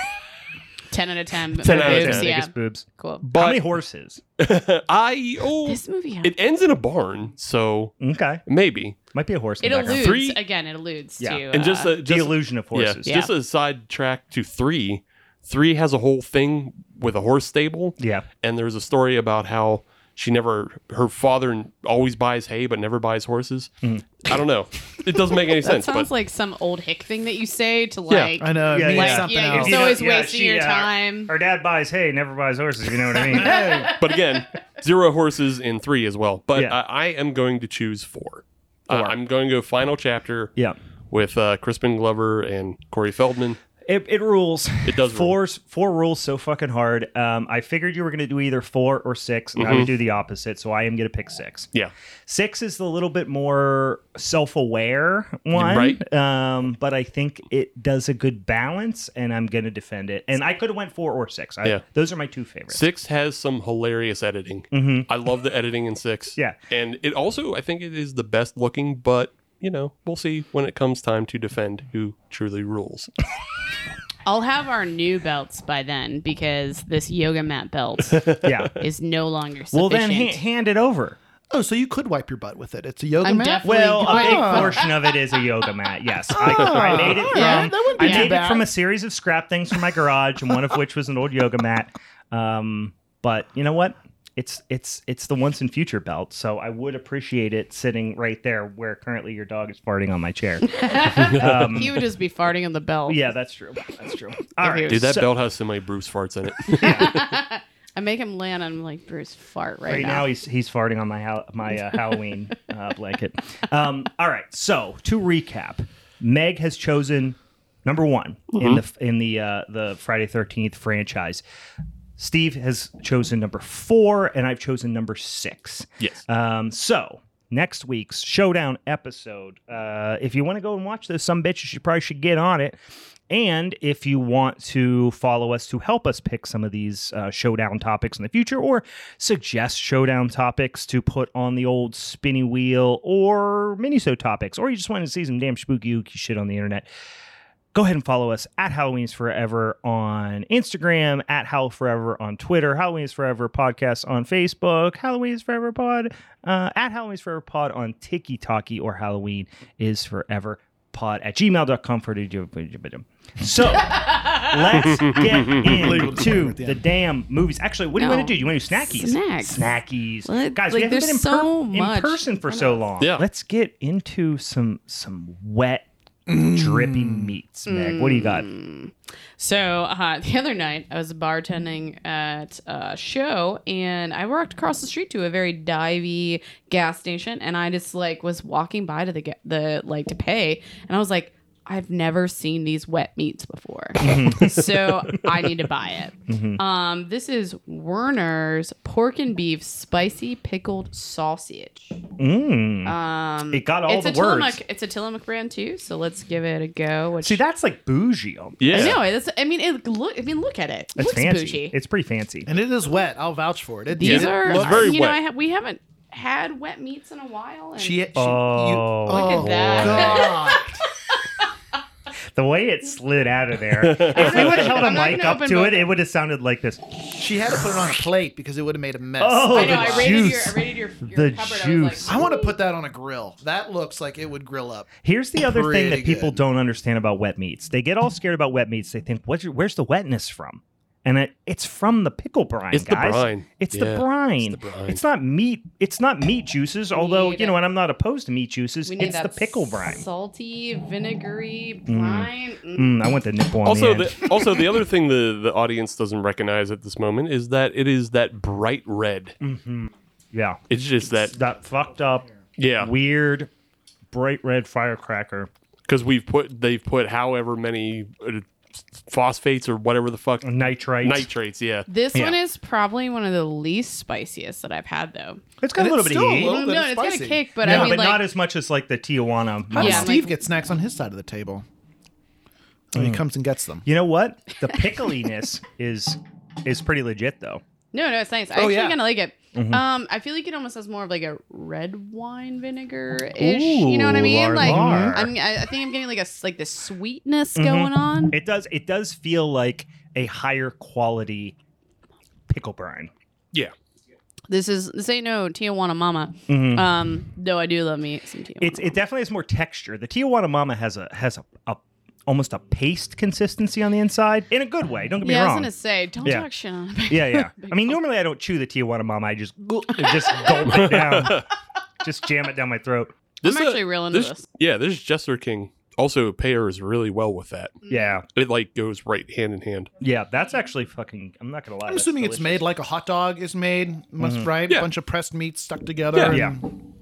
Speaker 3: ten out of ten.
Speaker 4: 10 out of
Speaker 3: Boobs,
Speaker 4: 10.
Speaker 3: Yeah,
Speaker 2: Biggest boobs.
Speaker 3: cool.
Speaker 2: How many
Speaker 4: But
Speaker 2: horses?
Speaker 4: I oh,
Speaker 3: This movie,
Speaker 4: it ends in a barn, so
Speaker 2: Okay,
Speaker 4: maybe.
Speaker 2: might be a horse. in
Speaker 3: it
Speaker 2: the background.
Speaker 3: alludes
Speaker 4: Three-
Speaker 3: again. It alludes
Speaker 2: Yeah.
Speaker 3: to
Speaker 4: And just
Speaker 3: uh,
Speaker 4: a, just
Speaker 2: the illusion of
Speaker 4: yeah,
Speaker 2: horses.
Speaker 4: just a side track to three. Three has a whole thing with a horse stable,
Speaker 2: Yeah.
Speaker 4: and there's a story about how she never her father always buys hay but never buys horses.
Speaker 2: Mm.
Speaker 4: I don't know. It doesn't make any
Speaker 3: that
Speaker 4: sense.
Speaker 3: sounds
Speaker 4: But
Speaker 3: like some old hick thing that you say to
Speaker 4: Yeah.
Speaker 3: like.
Speaker 5: I know. It
Speaker 2: Yeah,
Speaker 5: means
Speaker 2: yeah.
Speaker 5: something
Speaker 3: Yeah,
Speaker 5: else.
Speaker 3: It's
Speaker 2: you know-
Speaker 3: always wasting your
Speaker 2: our-
Speaker 3: time.
Speaker 2: Our, dad buys hay, never buys horses. You know what I mean?
Speaker 4: but again, zero horses in three as well. But
Speaker 2: Yeah.
Speaker 4: I, I am going to choose four. I- I'm going to go final chapter.
Speaker 2: Yeah.
Speaker 4: With uh, Crispin Glover and Corey Feldman.
Speaker 2: It, it rules.
Speaker 4: It does rule.
Speaker 2: Fours, four rules so fucking hard. Um, I figured you were going to do either four or 6 and I
Speaker 4: Mm-hmm.
Speaker 2: would do the opposite. So I am going to pick six.
Speaker 4: Yeah.
Speaker 2: Six is the little bit more self-aware one,
Speaker 4: Right.
Speaker 2: Um, but I think it does a good balance, and I'm going to defend it. And I could have went four or six. I,
Speaker 4: Yeah.
Speaker 2: those are my two favorites.
Speaker 4: Six has some hilarious editing. I love the editing in Six.
Speaker 2: Mm-hmm. Yeah.
Speaker 4: And it also, I think it is the best looking, but, you know, we'll see when it comes time to defend who truly rules.
Speaker 6: I'll have our new belts by then because this yoga mat belt
Speaker 2: Yeah.
Speaker 6: is no longer sufficient.
Speaker 2: well, then ha- hand it over.
Speaker 5: Oh, so you could wipe your butt with it. It's a yoga
Speaker 3: I'm
Speaker 5: mat.
Speaker 3: definitely-
Speaker 2: Well, a
Speaker 3: Wait,
Speaker 2: big
Speaker 5: what?
Speaker 2: portion of it is a yoga mat. Yes, I, I made it from
Speaker 5: Uh-huh. Yeah, that wouldn't be
Speaker 2: I
Speaker 5: too
Speaker 2: made it
Speaker 5: bad.
Speaker 2: from a series of scrap things from my garage, and one of which was an old yoga mat. Um, but you know what? It's it's it's the once in future belt, so I would appreciate it sitting right there where currently your dog is farting on my chair. um,
Speaker 3: He would just be farting on the belt.
Speaker 2: yeah, that's true. That's true. All right,
Speaker 4: Dude, that
Speaker 2: so-
Speaker 4: belt has so many Bruce farts in it.
Speaker 3: I make him land on him like Bruce fart right,
Speaker 2: Right now, he's he's farting on my hal- my uh, Halloween uh, blanket. Um, all right, so to recap, Meg has chosen number one in the in the uh, the Friday Thirteenth franchise. Steve has chosen number four, and I've chosen number six.
Speaker 4: yes.
Speaker 2: Um, so next week's showdown episode, uh, if you want to go and watch this, some bitches you probably should get on it. And if you want to follow us to help us pick some of these uh, showdown topics in the future, or suggest showdown topics to put on the old spinny wheel, or miniso topics, or you just want to see some damn spooky ooky shit on the internet, go ahead and follow us at Halloween is Forever on Instagram, at Howl Forever on Twitter, Halloween is Forever podcast on Facebook, Halloween is Forever pod, uh, at Halloween is Forever pod on Tiki Talkie, or Halloween is Forever pod at gmail.com for so let's get
Speaker 5: Legal disclaimer
Speaker 2: into
Speaker 5: at the
Speaker 2: the
Speaker 5: end.
Speaker 2: damn movies. Actually, what do you
Speaker 3: No.
Speaker 2: want to do? Do you want to do snackies?
Speaker 3: Snacks.
Speaker 2: Snackies.
Speaker 3: Let-
Speaker 2: Guys, we
Speaker 3: like,
Speaker 2: haven't been in,
Speaker 3: there's
Speaker 2: per-
Speaker 3: so
Speaker 2: in
Speaker 3: much.
Speaker 2: person for so long.
Speaker 4: Yeah.
Speaker 2: Let's get into some some wet,
Speaker 3: Mm.
Speaker 2: drippy meats, Meg. What do you got?
Speaker 3: So uh, the other night, I was bartending at a show, and I walked across the street to a very divey gas station, and I just like was walking by to the ga- the like to pay, and I was like. I've never seen these wet meats before,
Speaker 2: Mm-hmm.
Speaker 3: so I need to buy it. Um, this is Werner's pork and beef spicy pickled sausage.
Speaker 2: Mm.
Speaker 3: Um,
Speaker 2: It got all
Speaker 3: it's
Speaker 2: the
Speaker 3: a
Speaker 2: words.
Speaker 3: Tillamook, it's a Tillamook brand too, so let's give it a go. Which
Speaker 2: See, that's like bougie. almost.
Speaker 3: I
Speaker 4: Yeah.
Speaker 3: know. It's, I mean, it look. I mean, look at it. it
Speaker 2: It's
Speaker 3: looks
Speaker 2: fancy.
Speaker 3: bougie.
Speaker 2: It's pretty fancy.
Speaker 5: And it is wet. I'll vouch for it. it
Speaker 3: These
Speaker 5: it
Speaker 4: Yeah.
Speaker 3: are
Speaker 4: It's very
Speaker 3: you know
Speaker 4: wet.
Speaker 3: I ha- we haven't had wet meats in a while. And
Speaker 5: She, she,
Speaker 2: Oh.
Speaker 5: you,
Speaker 2: Look
Speaker 3: at that.
Speaker 5: God.
Speaker 2: The way it slid out of there. if we would have held a
Speaker 3: I'm not
Speaker 2: mic
Speaker 3: gonna
Speaker 2: up
Speaker 3: open
Speaker 2: to
Speaker 3: both.
Speaker 2: it, it would have sounded like this.
Speaker 5: she had to put it on a plate because it would have made a mess.
Speaker 2: Oh,
Speaker 3: I know.
Speaker 2: the
Speaker 3: I rated your.
Speaker 2: juice.
Speaker 3: I rated your. your
Speaker 2: The juice.
Speaker 3: cupboard.
Speaker 5: I
Speaker 3: I was like,
Speaker 5: want to put that on a grill. That looks like it would grill up.
Speaker 2: Here's the other thing
Speaker 5: Pretty
Speaker 2: that people
Speaker 5: good.
Speaker 2: don't understand about wet meats. They get all scared about wet meats. They think, "What's your, where's the wetness from?" And it, it's from the pickle brine,
Speaker 4: It's the
Speaker 2: guys.
Speaker 4: brine.
Speaker 2: It's,
Speaker 4: Yeah,
Speaker 2: the
Speaker 4: it's
Speaker 2: brine.
Speaker 4: the brine.
Speaker 2: It's not meat. It's not meat juices. Although
Speaker 3: need
Speaker 2: you know,
Speaker 3: it.
Speaker 2: and I'm not opposed to meat juices.
Speaker 3: we need
Speaker 2: It's the
Speaker 3: that
Speaker 2: pickle brine.
Speaker 3: Salty, vinegary, brine. Mm.
Speaker 2: Mm, I want the nipple on
Speaker 4: Also,
Speaker 2: the,
Speaker 4: the,
Speaker 2: end.
Speaker 4: also the other thing the, the audience doesn't recognize at this moment is that it is that bright red.
Speaker 2: yeah,
Speaker 4: It's just that
Speaker 2: Mm-hmm. that fucked up,
Speaker 4: yeah,
Speaker 2: weird, bright red firecracker.
Speaker 4: because we've put they've put however many uh, phosphates or whatever the fuck
Speaker 2: Mm-hmm. Nitrite.
Speaker 4: nitrates. Yeah,
Speaker 3: This
Speaker 2: Yeah.
Speaker 3: one is probably one of the least spiciest that I've had though.
Speaker 2: It's got
Speaker 5: And
Speaker 2: a little
Speaker 5: it's
Speaker 2: bit of
Speaker 5: still a
Speaker 2: heat.
Speaker 5: little-
Speaker 3: no,
Speaker 5: bit
Speaker 3: it's got
Speaker 5: spicy.
Speaker 3: a kick, but
Speaker 2: no,
Speaker 3: I mean,
Speaker 2: but
Speaker 3: like,
Speaker 2: not as much as like the Tijuana.
Speaker 5: How
Speaker 3: Yeah,
Speaker 5: does
Speaker 3: like-
Speaker 5: Steve get snacks on his side of the table? Oh, He comes and gets them.
Speaker 2: You know what? The pickliness is is pretty legit though.
Speaker 3: no, no, it's nice.
Speaker 2: Oh,
Speaker 3: I actually
Speaker 5: yeah.
Speaker 3: kind of like it.
Speaker 2: Mm-hmm.
Speaker 3: Um, I feel like it almost has more of like a red wine vinegar ish. You know what I
Speaker 2: Ooh,
Speaker 3: mean?
Speaker 2: Lord,
Speaker 3: Like,
Speaker 2: Lord.
Speaker 3: I'm, I I think I'm getting like a s- like the sweetness
Speaker 2: Mm-hmm.
Speaker 3: going on.
Speaker 2: It does. It does feel like a higher quality pickle brine.
Speaker 4: yeah.
Speaker 3: This is this ain't no Tijuana Mama.
Speaker 5: Mm-hmm.
Speaker 3: Um, though I do love me some Tijuana.
Speaker 2: Mm. Uh, It's it definitely has more texture. The Tijuana Mama has a has a, a almost a paste consistency on the inside in a good way. Don't get me
Speaker 3: yeah, I was
Speaker 2: wrong.
Speaker 3: gonna say, don't
Speaker 2: Yeah.
Speaker 3: talk shit on it.
Speaker 2: yeah, yeah. I mean, normally I don't chew the Tijuana Mama. I just gulp- just gulp it down, just jam it down my throat.
Speaker 4: This,
Speaker 3: I'm actually real into this.
Speaker 4: Yeah, this Jester King also pairs really well with that.
Speaker 2: Yeah,
Speaker 4: It like goes right hand in hand.
Speaker 2: yeah. That's actually fucking. I'm not gonna lie.
Speaker 5: I'm assuming it's made like a hot dog is made, must right?
Speaker 4: Yeah.
Speaker 5: A bunch of pressed meats stuck together,
Speaker 2: Yeah.
Speaker 5: and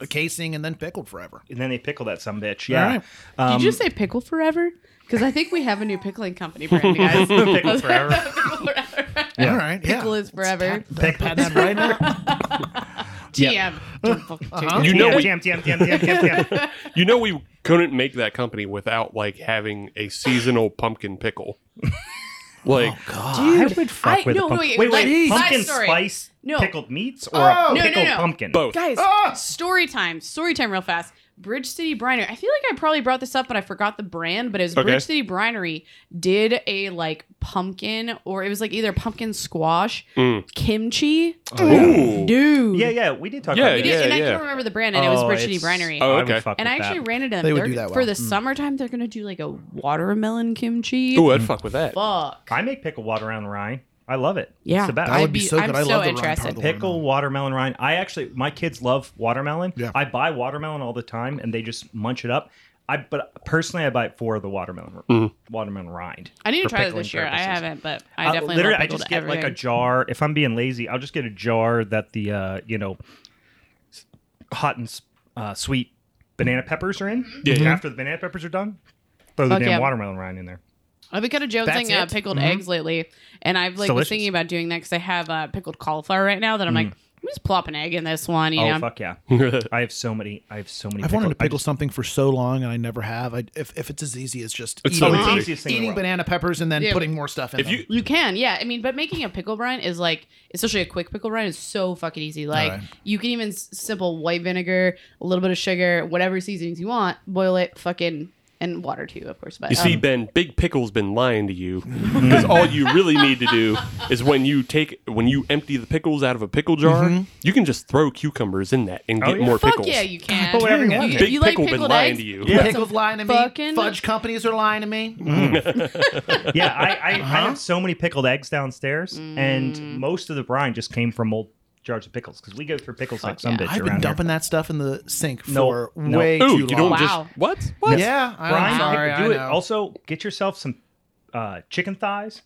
Speaker 5: a casing, and then pickled forever.
Speaker 2: And then they pickle that some bitch. Yeah.
Speaker 5: right.
Speaker 2: Um,
Speaker 3: Did you say pickle forever? Because I think we have a new pickling company brand, guys.
Speaker 2: pickle forever?
Speaker 3: pickle forever.
Speaker 5: All right, yeah.
Speaker 3: Pickle is forever.
Speaker 5: Pat that right now.
Speaker 3: TM.
Speaker 2: yeah.
Speaker 3: Don't fucking take it.
Speaker 4: You know we
Speaker 2: jam, jam, jam, jam, jam, jam.
Speaker 4: you know we couldn't make that company without like having a seasonal pumpkin pickle. Like
Speaker 2: I would fuck
Speaker 3: I-
Speaker 2: with
Speaker 3: no,
Speaker 2: a
Speaker 3: no,
Speaker 2: pumpkin.
Speaker 3: wait,
Speaker 2: wait,
Speaker 3: like,
Speaker 2: wait,
Speaker 3: side
Speaker 2: pumpkin
Speaker 3: story.
Speaker 2: spice
Speaker 3: No.
Speaker 2: pickled meats or
Speaker 5: Oh!
Speaker 2: a
Speaker 5: No,
Speaker 3: no,
Speaker 2: pickled
Speaker 3: no.
Speaker 2: pumpkin?
Speaker 4: both.
Speaker 3: Guys, story time. Story time, real fast. Bridge City Brinery. I feel like I probably brought this up, but I forgot the brand. But it was
Speaker 4: Okay.
Speaker 3: Bridge City Brinery did a like pumpkin, or it was like either pumpkin squash,
Speaker 4: Mm.
Speaker 3: kimchi.
Speaker 4: Ooh.
Speaker 3: Dude.
Speaker 2: Yeah, yeah, we did talk
Speaker 4: Yeah,
Speaker 2: about
Speaker 3: We
Speaker 2: that.
Speaker 3: did, and I
Speaker 4: yeah.
Speaker 3: can't remember the brand, and it was
Speaker 2: Oh,
Speaker 3: Bridge City
Speaker 2: it's-
Speaker 3: Brinery.
Speaker 4: Oh,
Speaker 2: I
Speaker 4: okay.
Speaker 2: would fuck
Speaker 3: and
Speaker 2: with
Speaker 3: I actually
Speaker 2: that. Mm.
Speaker 3: ran it up
Speaker 5: They would
Speaker 3: They're-
Speaker 5: do that well.
Speaker 3: for the summertime. They're gonna do like a watermelon kimchi.
Speaker 4: Ooh, I'd fuck with that.
Speaker 3: Fuck.
Speaker 2: I make pickle water on rye. I love it.
Speaker 3: Yeah.
Speaker 2: It's the best.
Speaker 5: That
Speaker 2: I
Speaker 5: would
Speaker 3: I'd
Speaker 5: be
Speaker 3: be-
Speaker 5: so good.
Speaker 3: I'm
Speaker 5: I love
Speaker 3: so
Speaker 5: the rind
Speaker 3: interested.
Speaker 5: part of the
Speaker 2: pickle
Speaker 5: watermelon.
Speaker 2: watermelon rind. I actually my kids love watermelon.
Speaker 5: Yeah.
Speaker 2: I buy watermelon all the time and they just munch it up. I but personally I buy it for the watermelon watermelon rind.
Speaker 3: I need to
Speaker 2: for
Speaker 3: try that
Speaker 2: pickling
Speaker 3: this year.
Speaker 2: purposes.
Speaker 3: I haven't, but I
Speaker 2: I'll-
Speaker 3: definitely.
Speaker 2: literally
Speaker 3: love
Speaker 2: I
Speaker 3: pickled
Speaker 2: just get like a
Speaker 3: everything.
Speaker 2: jar. If I'm being lazy, I'll just get a jar that the uh, you know s- hot and s- uh, sweet banana peppers are in.
Speaker 4: Yeah, yeah.
Speaker 2: After the banana peppers are done, throw the
Speaker 3: Fuck
Speaker 2: damn
Speaker 3: yeah.
Speaker 2: watermelon rind in there.
Speaker 3: I've been kind of jonesing
Speaker 2: That's
Speaker 3: uh,
Speaker 2: it? Mm-hmm.
Speaker 3: pickled eggs lately, and I've like
Speaker 2: delicious. Mm.
Speaker 3: was thinking about doing that because I have uh, pickled cauliflower right now that I'm like, I'm just plop an egg in this one, you
Speaker 2: Oh
Speaker 3: know.
Speaker 2: fuck yeah! I have so many. I have so many.
Speaker 5: I've wanted to
Speaker 2: pickle- I
Speaker 5: pickle something for so long, and I never have. I, if, if it's as easy as just
Speaker 4: It's so
Speaker 5: eating,
Speaker 4: easy.
Speaker 2: It's the easiest thing in the
Speaker 5: eating
Speaker 2: world.
Speaker 5: banana peppers and then
Speaker 3: Yeah.
Speaker 5: putting more stuff in
Speaker 4: If
Speaker 5: them.
Speaker 4: you
Speaker 3: You can, yeah. I mean, but making a pickle brine is like, especially a quick pickle brine, is so fucking easy. Like,
Speaker 5: Alright.
Speaker 3: you can even s- simple white vinegar, a little bit of sugar, whatever seasonings you want, boil it, fucking,
Speaker 7: and water too, of course. But
Speaker 4: You see,
Speaker 7: um,
Speaker 4: Ben, Big Pickle's been lying to you because all you really need to do is when you take when you empty the pickles out of a pickle jar, you can just throw cucumbers in that and get
Speaker 2: yeah.
Speaker 4: more
Speaker 7: fuck
Speaker 4: pickles.
Speaker 7: yeah, you can.
Speaker 2: Put whatever you
Speaker 5: Dang,
Speaker 2: want.
Speaker 7: You-
Speaker 2: in.
Speaker 4: Big
Speaker 7: like
Speaker 4: Pickle been
Speaker 7: pickled
Speaker 4: lying
Speaker 7: eggs?
Speaker 4: to you.
Speaker 7: That's
Speaker 5: Pickles
Speaker 7: a
Speaker 5: lying to me.
Speaker 7: fucking-
Speaker 5: Fudge companies are lying to me.
Speaker 2: Mm-hmm. Yeah, I I, I have so many pickled eggs downstairs,
Speaker 3: Mm.
Speaker 2: and most of the brine just came from old jars of pickles because we go through pickles like some bitch
Speaker 5: I've been
Speaker 2: around here.
Speaker 5: dumping that stuff in the sink
Speaker 2: No,
Speaker 5: for
Speaker 2: no.
Speaker 5: way
Speaker 4: Ooh,
Speaker 5: too
Speaker 4: you
Speaker 5: long.
Speaker 4: don't
Speaker 7: Wow.
Speaker 4: just what? What?
Speaker 5: yeah,
Speaker 2: brine.
Speaker 5: I'm sorry.
Speaker 2: do
Speaker 5: I
Speaker 2: it.
Speaker 5: know.
Speaker 2: Also, get yourself some uh, chicken thighs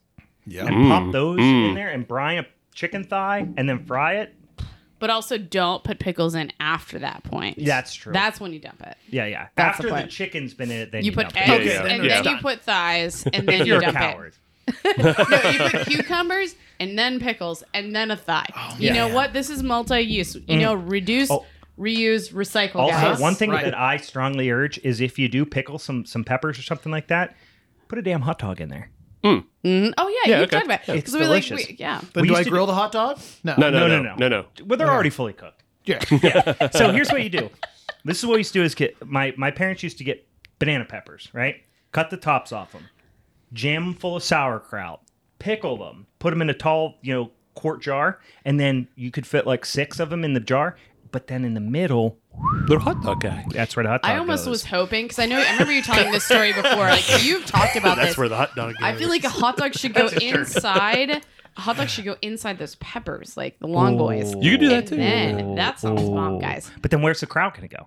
Speaker 5: yeah.
Speaker 2: and pop those
Speaker 4: mm.
Speaker 2: in there and brine a chicken thigh and then fry it.
Speaker 3: But also, don't put pickles in after that point.
Speaker 2: That's true.
Speaker 3: That's when you dump it.
Speaker 2: yeah, yeah.
Speaker 3: That's the
Speaker 2: After the,
Speaker 3: point.
Speaker 2: chicken's been in it, then
Speaker 3: You put
Speaker 2: dump it.
Speaker 3: eggs,
Speaker 4: Yeah, yeah,
Speaker 3: and
Speaker 4: yeah.
Speaker 3: then you
Speaker 2: Done.
Speaker 3: put thighs, and then you
Speaker 2: You're a
Speaker 3: dump
Speaker 2: coward.
Speaker 3: it. No, you put cucumbers, and then pickles, and then a thigh. you know what? This is multi-use. You know, reduce,
Speaker 2: Oh.
Speaker 3: reuse, recycle.
Speaker 2: Also,
Speaker 3: guys.
Speaker 2: one thing
Speaker 5: Right.
Speaker 2: that I strongly urge is if you do pickle some some peppers or something like that, put a damn hot dog in there.
Speaker 3: Mm, oh yeah,
Speaker 4: Yeah,
Speaker 3: you
Speaker 4: okay.
Speaker 3: talked about. it.
Speaker 2: It's
Speaker 3: 'Cause we, like,
Speaker 2: delicious.
Speaker 3: we- yeah.
Speaker 5: But
Speaker 2: We
Speaker 5: do
Speaker 2: used
Speaker 5: I
Speaker 2: to-
Speaker 5: grill the hot dog? No.
Speaker 4: No, no,
Speaker 2: No,
Speaker 4: no,
Speaker 2: no,
Speaker 4: no, no,
Speaker 2: Well, they're already fully cooked.
Speaker 5: Yeah.
Speaker 2: So here's what you do. This is what we used to do as kid. My my parents used to get banana peppers, right? Cut the tops off them, jam them full of sauerkraut, pickle them, put them in a tall, you know, quart jar, and then you could fit like six of them in the jar. But then in the middle,
Speaker 4: They're hot dog guy.
Speaker 2: that's where the hot dog
Speaker 3: I almost
Speaker 2: goes.
Speaker 3: was hoping because I know I remember you telling this story before. Like you've talked about
Speaker 4: That's
Speaker 3: this.
Speaker 4: where the hot dog.
Speaker 3: I feel like a hot dog should go inside. A hot dog should go inside those peppers, like the long boys.
Speaker 4: You could do that
Speaker 3: And
Speaker 4: too.
Speaker 3: Then that sounds bomb, guys.
Speaker 2: But then where's the crowd gonna go?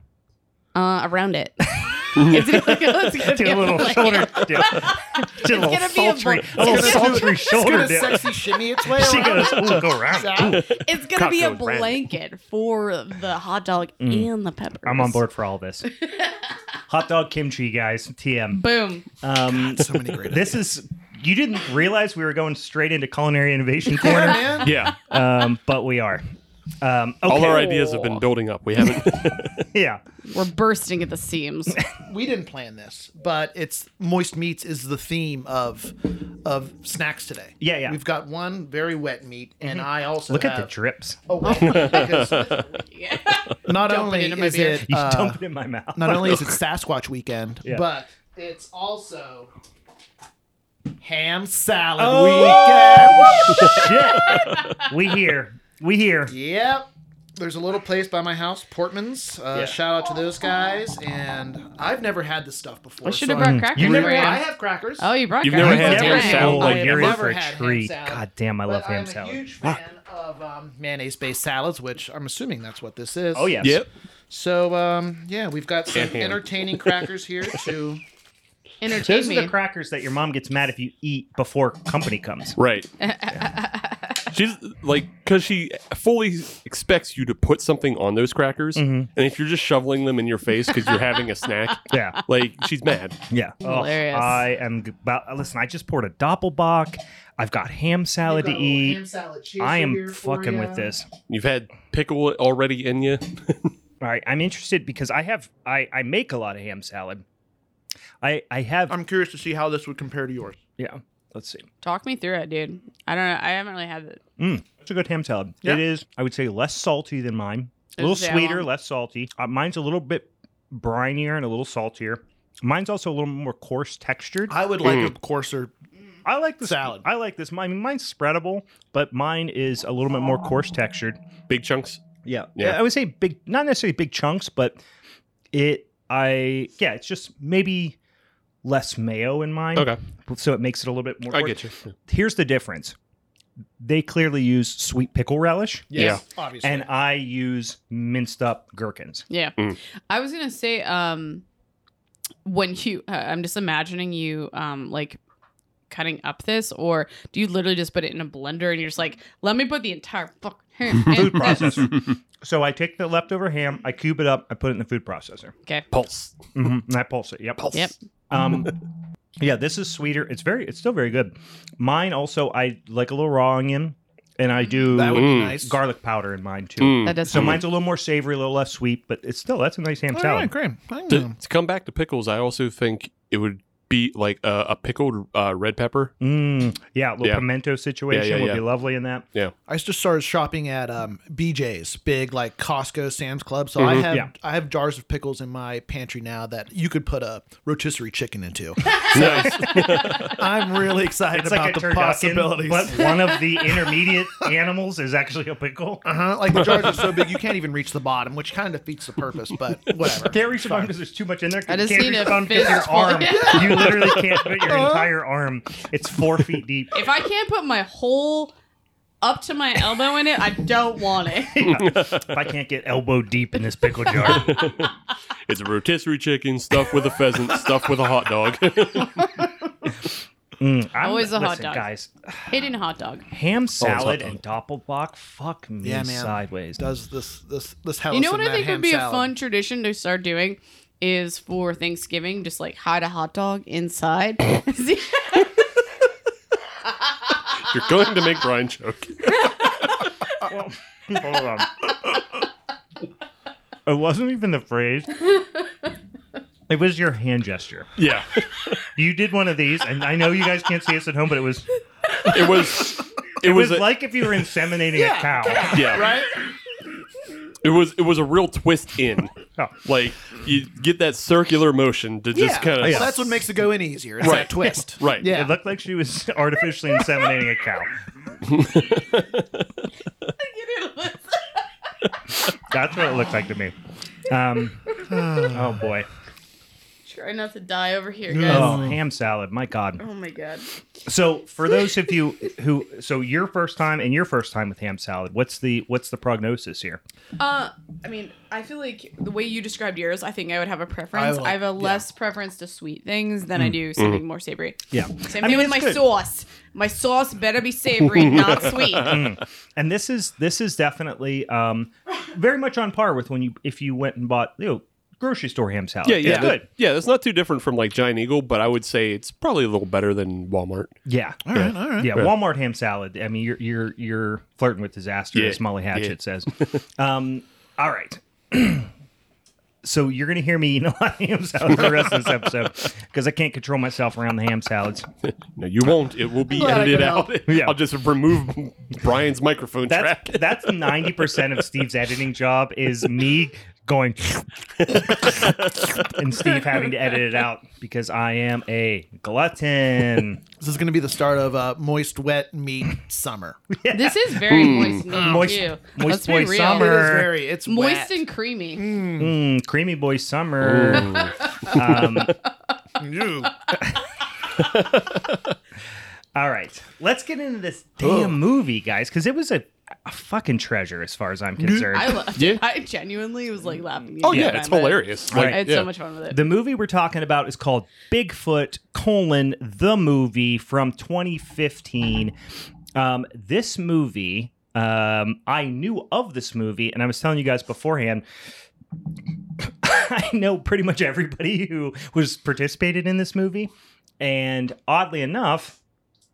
Speaker 3: Uh, around it. it's gonna go, it's gonna
Speaker 2: Did a
Speaker 3: be
Speaker 2: little
Speaker 3: like-
Speaker 2: shoulder dip. Did a little
Speaker 3: gonna be a
Speaker 2: sultry,
Speaker 3: bl-
Speaker 2: a little
Speaker 5: it's gonna-
Speaker 2: sultry
Speaker 5: It's
Speaker 2: shoulder
Speaker 5: gonna
Speaker 2: dip.
Speaker 5: sexy shimmy its way
Speaker 2: She
Speaker 5: around.
Speaker 2: goes, ooh, go around. Ooh,
Speaker 3: It's gonna be a
Speaker 4: Cocktail brand.
Speaker 3: blanket for the hot dog and the peppers.
Speaker 2: Mm. I'm on board for all this. Hot dog kimchi, guys. TM.
Speaker 3: Boom.
Speaker 2: Um,
Speaker 5: So many great.
Speaker 2: this is you didn't realize we were going straight into culinary innovation
Speaker 5: Yeah,
Speaker 2: corner,
Speaker 5: man.
Speaker 4: Yeah, Uh,
Speaker 2: um, but we are. Um, okay.
Speaker 4: all our ideas have been building up. We haven't.
Speaker 2: Yeah.
Speaker 3: We're bursting at the seams.
Speaker 5: we didn't plan this, but it's moist meats is the theme of of snacks today.
Speaker 2: Yeah, yeah. Mm-hmm.
Speaker 5: We've got one very wet meat, and I also
Speaker 2: Look at
Speaker 5: have
Speaker 2: the drips.
Speaker 5: a wet meat because not only
Speaker 3: it into my
Speaker 5: is
Speaker 3: beer.
Speaker 5: it
Speaker 2: You
Speaker 5: uh,
Speaker 2: dump it in my mouth.
Speaker 5: not only is it Sasquatch weekend,
Speaker 2: Yeah.
Speaker 5: but it's also ham salad
Speaker 2: Oh,
Speaker 5: weekend.
Speaker 2: Shit. We here. We here.
Speaker 5: Yep. There's a little place by my house, Portman's. Uh,
Speaker 2: Yeah.
Speaker 5: Shout out to those guys. And I've never had this stuff before.
Speaker 3: I should
Speaker 5: so
Speaker 3: have
Speaker 5: I'm-
Speaker 3: brought crackers.
Speaker 2: You never
Speaker 3: for you.
Speaker 5: I have crackers.
Speaker 3: Oh, you brought
Speaker 4: You've
Speaker 3: crackers.
Speaker 4: never had
Speaker 3: That's
Speaker 2: Never
Speaker 4: ham
Speaker 3: right.
Speaker 4: salad
Speaker 2: oh,
Speaker 4: like
Speaker 2: you're in
Speaker 5: never
Speaker 2: for a
Speaker 5: had ham
Speaker 2: treat.
Speaker 5: salad.
Speaker 2: God damn, I love
Speaker 5: But
Speaker 2: ham
Speaker 5: I'm
Speaker 2: salad.
Speaker 5: a huge fan of um, mayonnaise-based salads, which I'm assuming that's what this is.
Speaker 2: oh yes.
Speaker 4: yep.
Speaker 5: So um, yeah, we've got some
Speaker 4: And ham.
Speaker 5: entertaining crackers here to
Speaker 3: Entertain
Speaker 2: Those are
Speaker 3: me.
Speaker 2: the crackers that your mom gets mad if you eat before company comes.
Speaker 4: Right. She's like, because she fully expects you to put something on those crackers, and if you're just shoveling them in your face because you're having a snack,
Speaker 2: Yeah.
Speaker 4: like she's mad.
Speaker 2: Yeah.
Speaker 3: Hilarious.
Speaker 2: I am g- about listen, I just poured a doppelbock. I've got ham salad to eat.
Speaker 5: ham salad chaser
Speaker 2: I
Speaker 5: here
Speaker 2: am
Speaker 5: for
Speaker 2: fucking
Speaker 5: ya.
Speaker 2: with this.
Speaker 4: You've had pickle already in you.
Speaker 2: All right, I'm interested because I have I I make a lot of ham salad. I I have
Speaker 5: I'm curious to see how this would compare to yours.
Speaker 2: yeah. Let's see.
Speaker 3: Talk me through it, dude. I don't know. I haven't really had it.
Speaker 2: Mm, it's a good ham salad.
Speaker 5: Yeah.
Speaker 2: It is. I would say less salty than mine. A little
Speaker 3: Is that
Speaker 2: sweeter,
Speaker 3: one?
Speaker 2: less salty. Uh, mine's a little bit brinier and a little saltier. Mine's also a little more coarse textured.
Speaker 5: I would like
Speaker 2: Mm.
Speaker 5: a coarser.
Speaker 2: I like this
Speaker 5: Salad.
Speaker 2: I like this. I mean, mine's spreadable, but mine is a little bit more coarse textured.
Speaker 4: Big chunks.
Speaker 2: Yeah.
Speaker 4: Yeah.
Speaker 2: I would say big, not necessarily big chunks, but it, I, yeah, it's just maybe less mayo in mine.
Speaker 4: Okay,
Speaker 2: So it makes it a little bit more.
Speaker 4: I get you.
Speaker 2: Here's the difference they clearly use sweet pickle relish,
Speaker 5: Yes, obviously.
Speaker 2: and I use minced up gherkins.
Speaker 3: Yeah. I was gonna say, um, when you, uh, I'm just imagining you, um, like cutting up this, or do you literally just put it in a blender and you're just like, let me put the entire fucking ham in
Speaker 2: Food
Speaker 3: this?"
Speaker 2: processor. so I take the leftover ham, I cube it up, I put it in the food processor,
Speaker 3: Okay.
Speaker 4: Pulse.
Speaker 2: Mhm, and I pulse it. Yep.
Speaker 3: Yep.
Speaker 2: Um, yeah, this is sweeter. It's very, it's still very good. Mine also, I like a little raw onion, and I do
Speaker 5: that would
Speaker 4: Mm.
Speaker 5: be nice.
Speaker 2: garlic powder in mine too.
Speaker 4: Mm.
Speaker 3: That does.
Speaker 2: So
Speaker 3: sound-
Speaker 2: mine's a little more savory, a little less sweet, but it's still that's a nice ham
Speaker 5: All
Speaker 2: salad.
Speaker 5: right, great. Oh, I can do
Speaker 4: To,
Speaker 5: them.
Speaker 4: to come back to pickles, I also think it would be like a, a pickled uh, red pepper.
Speaker 2: Mm, yeah, little
Speaker 4: Yeah.
Speaker 2: pimento situation
Speaker 4: Yeah, yeah,
Speaker 2: would
Speaker 4: yeah.
Speaker 2: be lovely in that.
Speaker 4: Yeah.
Speaker 5: I just started shopping at um, BJ's, big like Costco, Sam's Club. So I have
Speaker 2: Mm-hmm. Yeah.
Speaker 5: I have jars of pickles in my pantry now that you could put a rotisserie chicken into.
Speaker 4: nice.
Speaker 5: I'm really excited
Speaker 2: It's
Speaker 5: about
Speaker 2: like a
Speaker 5: the
Speaker 2: turducken,
Speaker 5: possibilities.
Speaker 2: but one of the intermediate animals is actually a pickle.
Speaker 5: Uh-huh. Like the jars are so big you can't even reach the bottom, which kind of defeats the purpose. But whatever.
Speaker 2: Can't reach the bottom because there's too much in there.
Speaker 3: I just
Speaker 2: can't
Speaker 3: need
Speaker 2: reach
Speaker 3: a
Speaker 2: the bottom 'cause your
Speaker 3: fistful.
Speaker 2: arm. You literally can't put
Speaker 3: Uh-huh.
Speaker 2: your entire arm. It's four feet deep.
Speaker 3: If I can't put my whole up to my elbow in it, I don't want it.
Speaker 2: If I can't get elbow deep in this pickle jar,
Speaker 4: It's a rotisserie chicken stuffed with a pheasant, stuffed with a hot dog.
Speaker 2: I'm,
Speaker 3: Always a hot
Speaker 2: listen,
Speaker 3: dog.
Speaker 2: guys.
Speaker 3: Hidden hot dog.
Speaker 2: Ham salad
Speaker 4: dog.
Speaker 2: and doppelbock. Fuck me
Speaker 5: Yeah, man.
Speaker 2: sideways.
Speaker 5: Does this this this house?
Speaker 3: You know what
Speaker 5: and
Speaker 3: I
Speaker 5: that
Speaker 3: think
Speaker 5: ham
Speaker 3: would be
Speaker 5: salad.
Speaker 3: a fun tradition to start doing is for Thanksgiving, just like hide a hot dog inside. See-
Speaker 4: You're going to make Brian choke.
Speaker 2: Well, hold on. It wasn't even the phrase. It was your hand gesture.
Speaker 4: Yeah.
Speaker 2: You did one of these, and I know you guys can't see us at home, but it was it
Speaker 4: It was. It, was,
Speaker 2: was,
Speaker 4: a-
Speaker 2: like if you were inseminating a cow.
Speaker 4: yeah. Right. It was. It was a real twist in.
Speaker 2: Oh.
Speaker 4: Like you get that circular motion to just
Speaker 5: Yeah.
Speaker 4: kind of.
Speaker 5: Well, that's what makes it go in easier. It's
Speaker 4: Right.
Speaker 5: that twist.
Speaker 4: Right.
Speaker 5: Yeah.
Speaker 2: It looked like she was artificially inseminating a cow. That's what it looked like to me. Um, oh boy.
Speaker 3: Try not to die over here, guys.
Speaker 2: Oh, ham salad. My God.
Speaker 3: Oh my god.
Speaker 2: So for those of you who, so your first time and your first time with ham salad, what's the what's the prognosis here?
Speaker 3: Uh, I mean, I feel like the way you described yours, I think I would have a preference. I,
Speaker 5: I will-
Speaker 3: have a less preference to sweet things than I do something more savory.
Speaker 2: Mm. Mm-hmm. Yeah.
Speaker 3: Same
Speaker 2: I mean,
Speaker 3: thing with
Speaker 2: it's
Speaker 3: my
Speaker 2: good.
Speaker 3: sauce. My sauce better be savory, not sweet.
Speaker 2: And this is this is definitely um, very much on par with when you if you went and bought you know, grocery store ham salad.
Speaker 4: Yeah, yeah,
Speaker 2: It's
Speaker 4: that-
Speaker 2: good.
Speaker 4: Yeah, that's not too different from like Giant Eagle, but I would say it's probably a little better than Walmart.
Speaker 2: Yeah.
Speaker 5: All right. All right.
Speaker 2: Yeah, Walmart ham salad. I mean, you're you're you're flirting with disaster,
Speaker 4: Yeah,
Speaker 2: as Molly
Speaker 4: yeah.
Speaker 2: Hatchet says. Um, all right. so you're gonna hear me eat a lot of ham salad for the rest of this episode because I can't control myself around the ham salads.
Speaker 4: No, you won't. It will be
Speaker 3: Let it
Speaker 4: edited
Speaker 3: go.
Speaker 4: out.
Speaker 2: Yeah.
Speaker 4: I'll just remove Brian's microphone
Speaker 2: That's
Speaker 4: track.
Speaker 2: that's ninety percent of Steve's editing job is me going and Steve having to edit it out because I am a glutton.
Speaker 5: This is going to be the start of uh, moist, wet meat summer. It
Speaker 3: This is very
Speaker 4: Hmm.
Speaker 3: moist. meat,
Speaker 2: Moist-
Speaker 3: too.
Speaker 2: moist
Speaker 3: Let's be
Speaker 2: boy
Speaker 3: real.
Speaker 5: is
Speaker 2: summer.
Speaker 5: very. It's
Speaker 3: Moist
Speaker 5: wet.
Speaker 3: and creamy.
Speaker 2: Mm, creamy boy summer. Um,
Speaker 5: Ew.
Speaker 2: All right, let's get into this damn movie, guys, because it was a, a fucking treasure as far as I'm concerned.
Speaker 3: I loved
Speaker 4: Yeah.
Speaker 3: it. I genuinely was like laughing.
Speaker 4: Oh yeah, it's hilarious.
Speaker 3: I
Speaker 4: Like,
Speaker 3: had
Speaker 4: yeah.
Speaker 3: so much fun with it.
Speaker 2: the movie we're talking about is called Bigfoot: colon the movie from 2015. Um, this movie, um, I knew of this movie, and I was telling you guys beforehand. I know pretty much everybody who was participated in this movie, and oddly enough,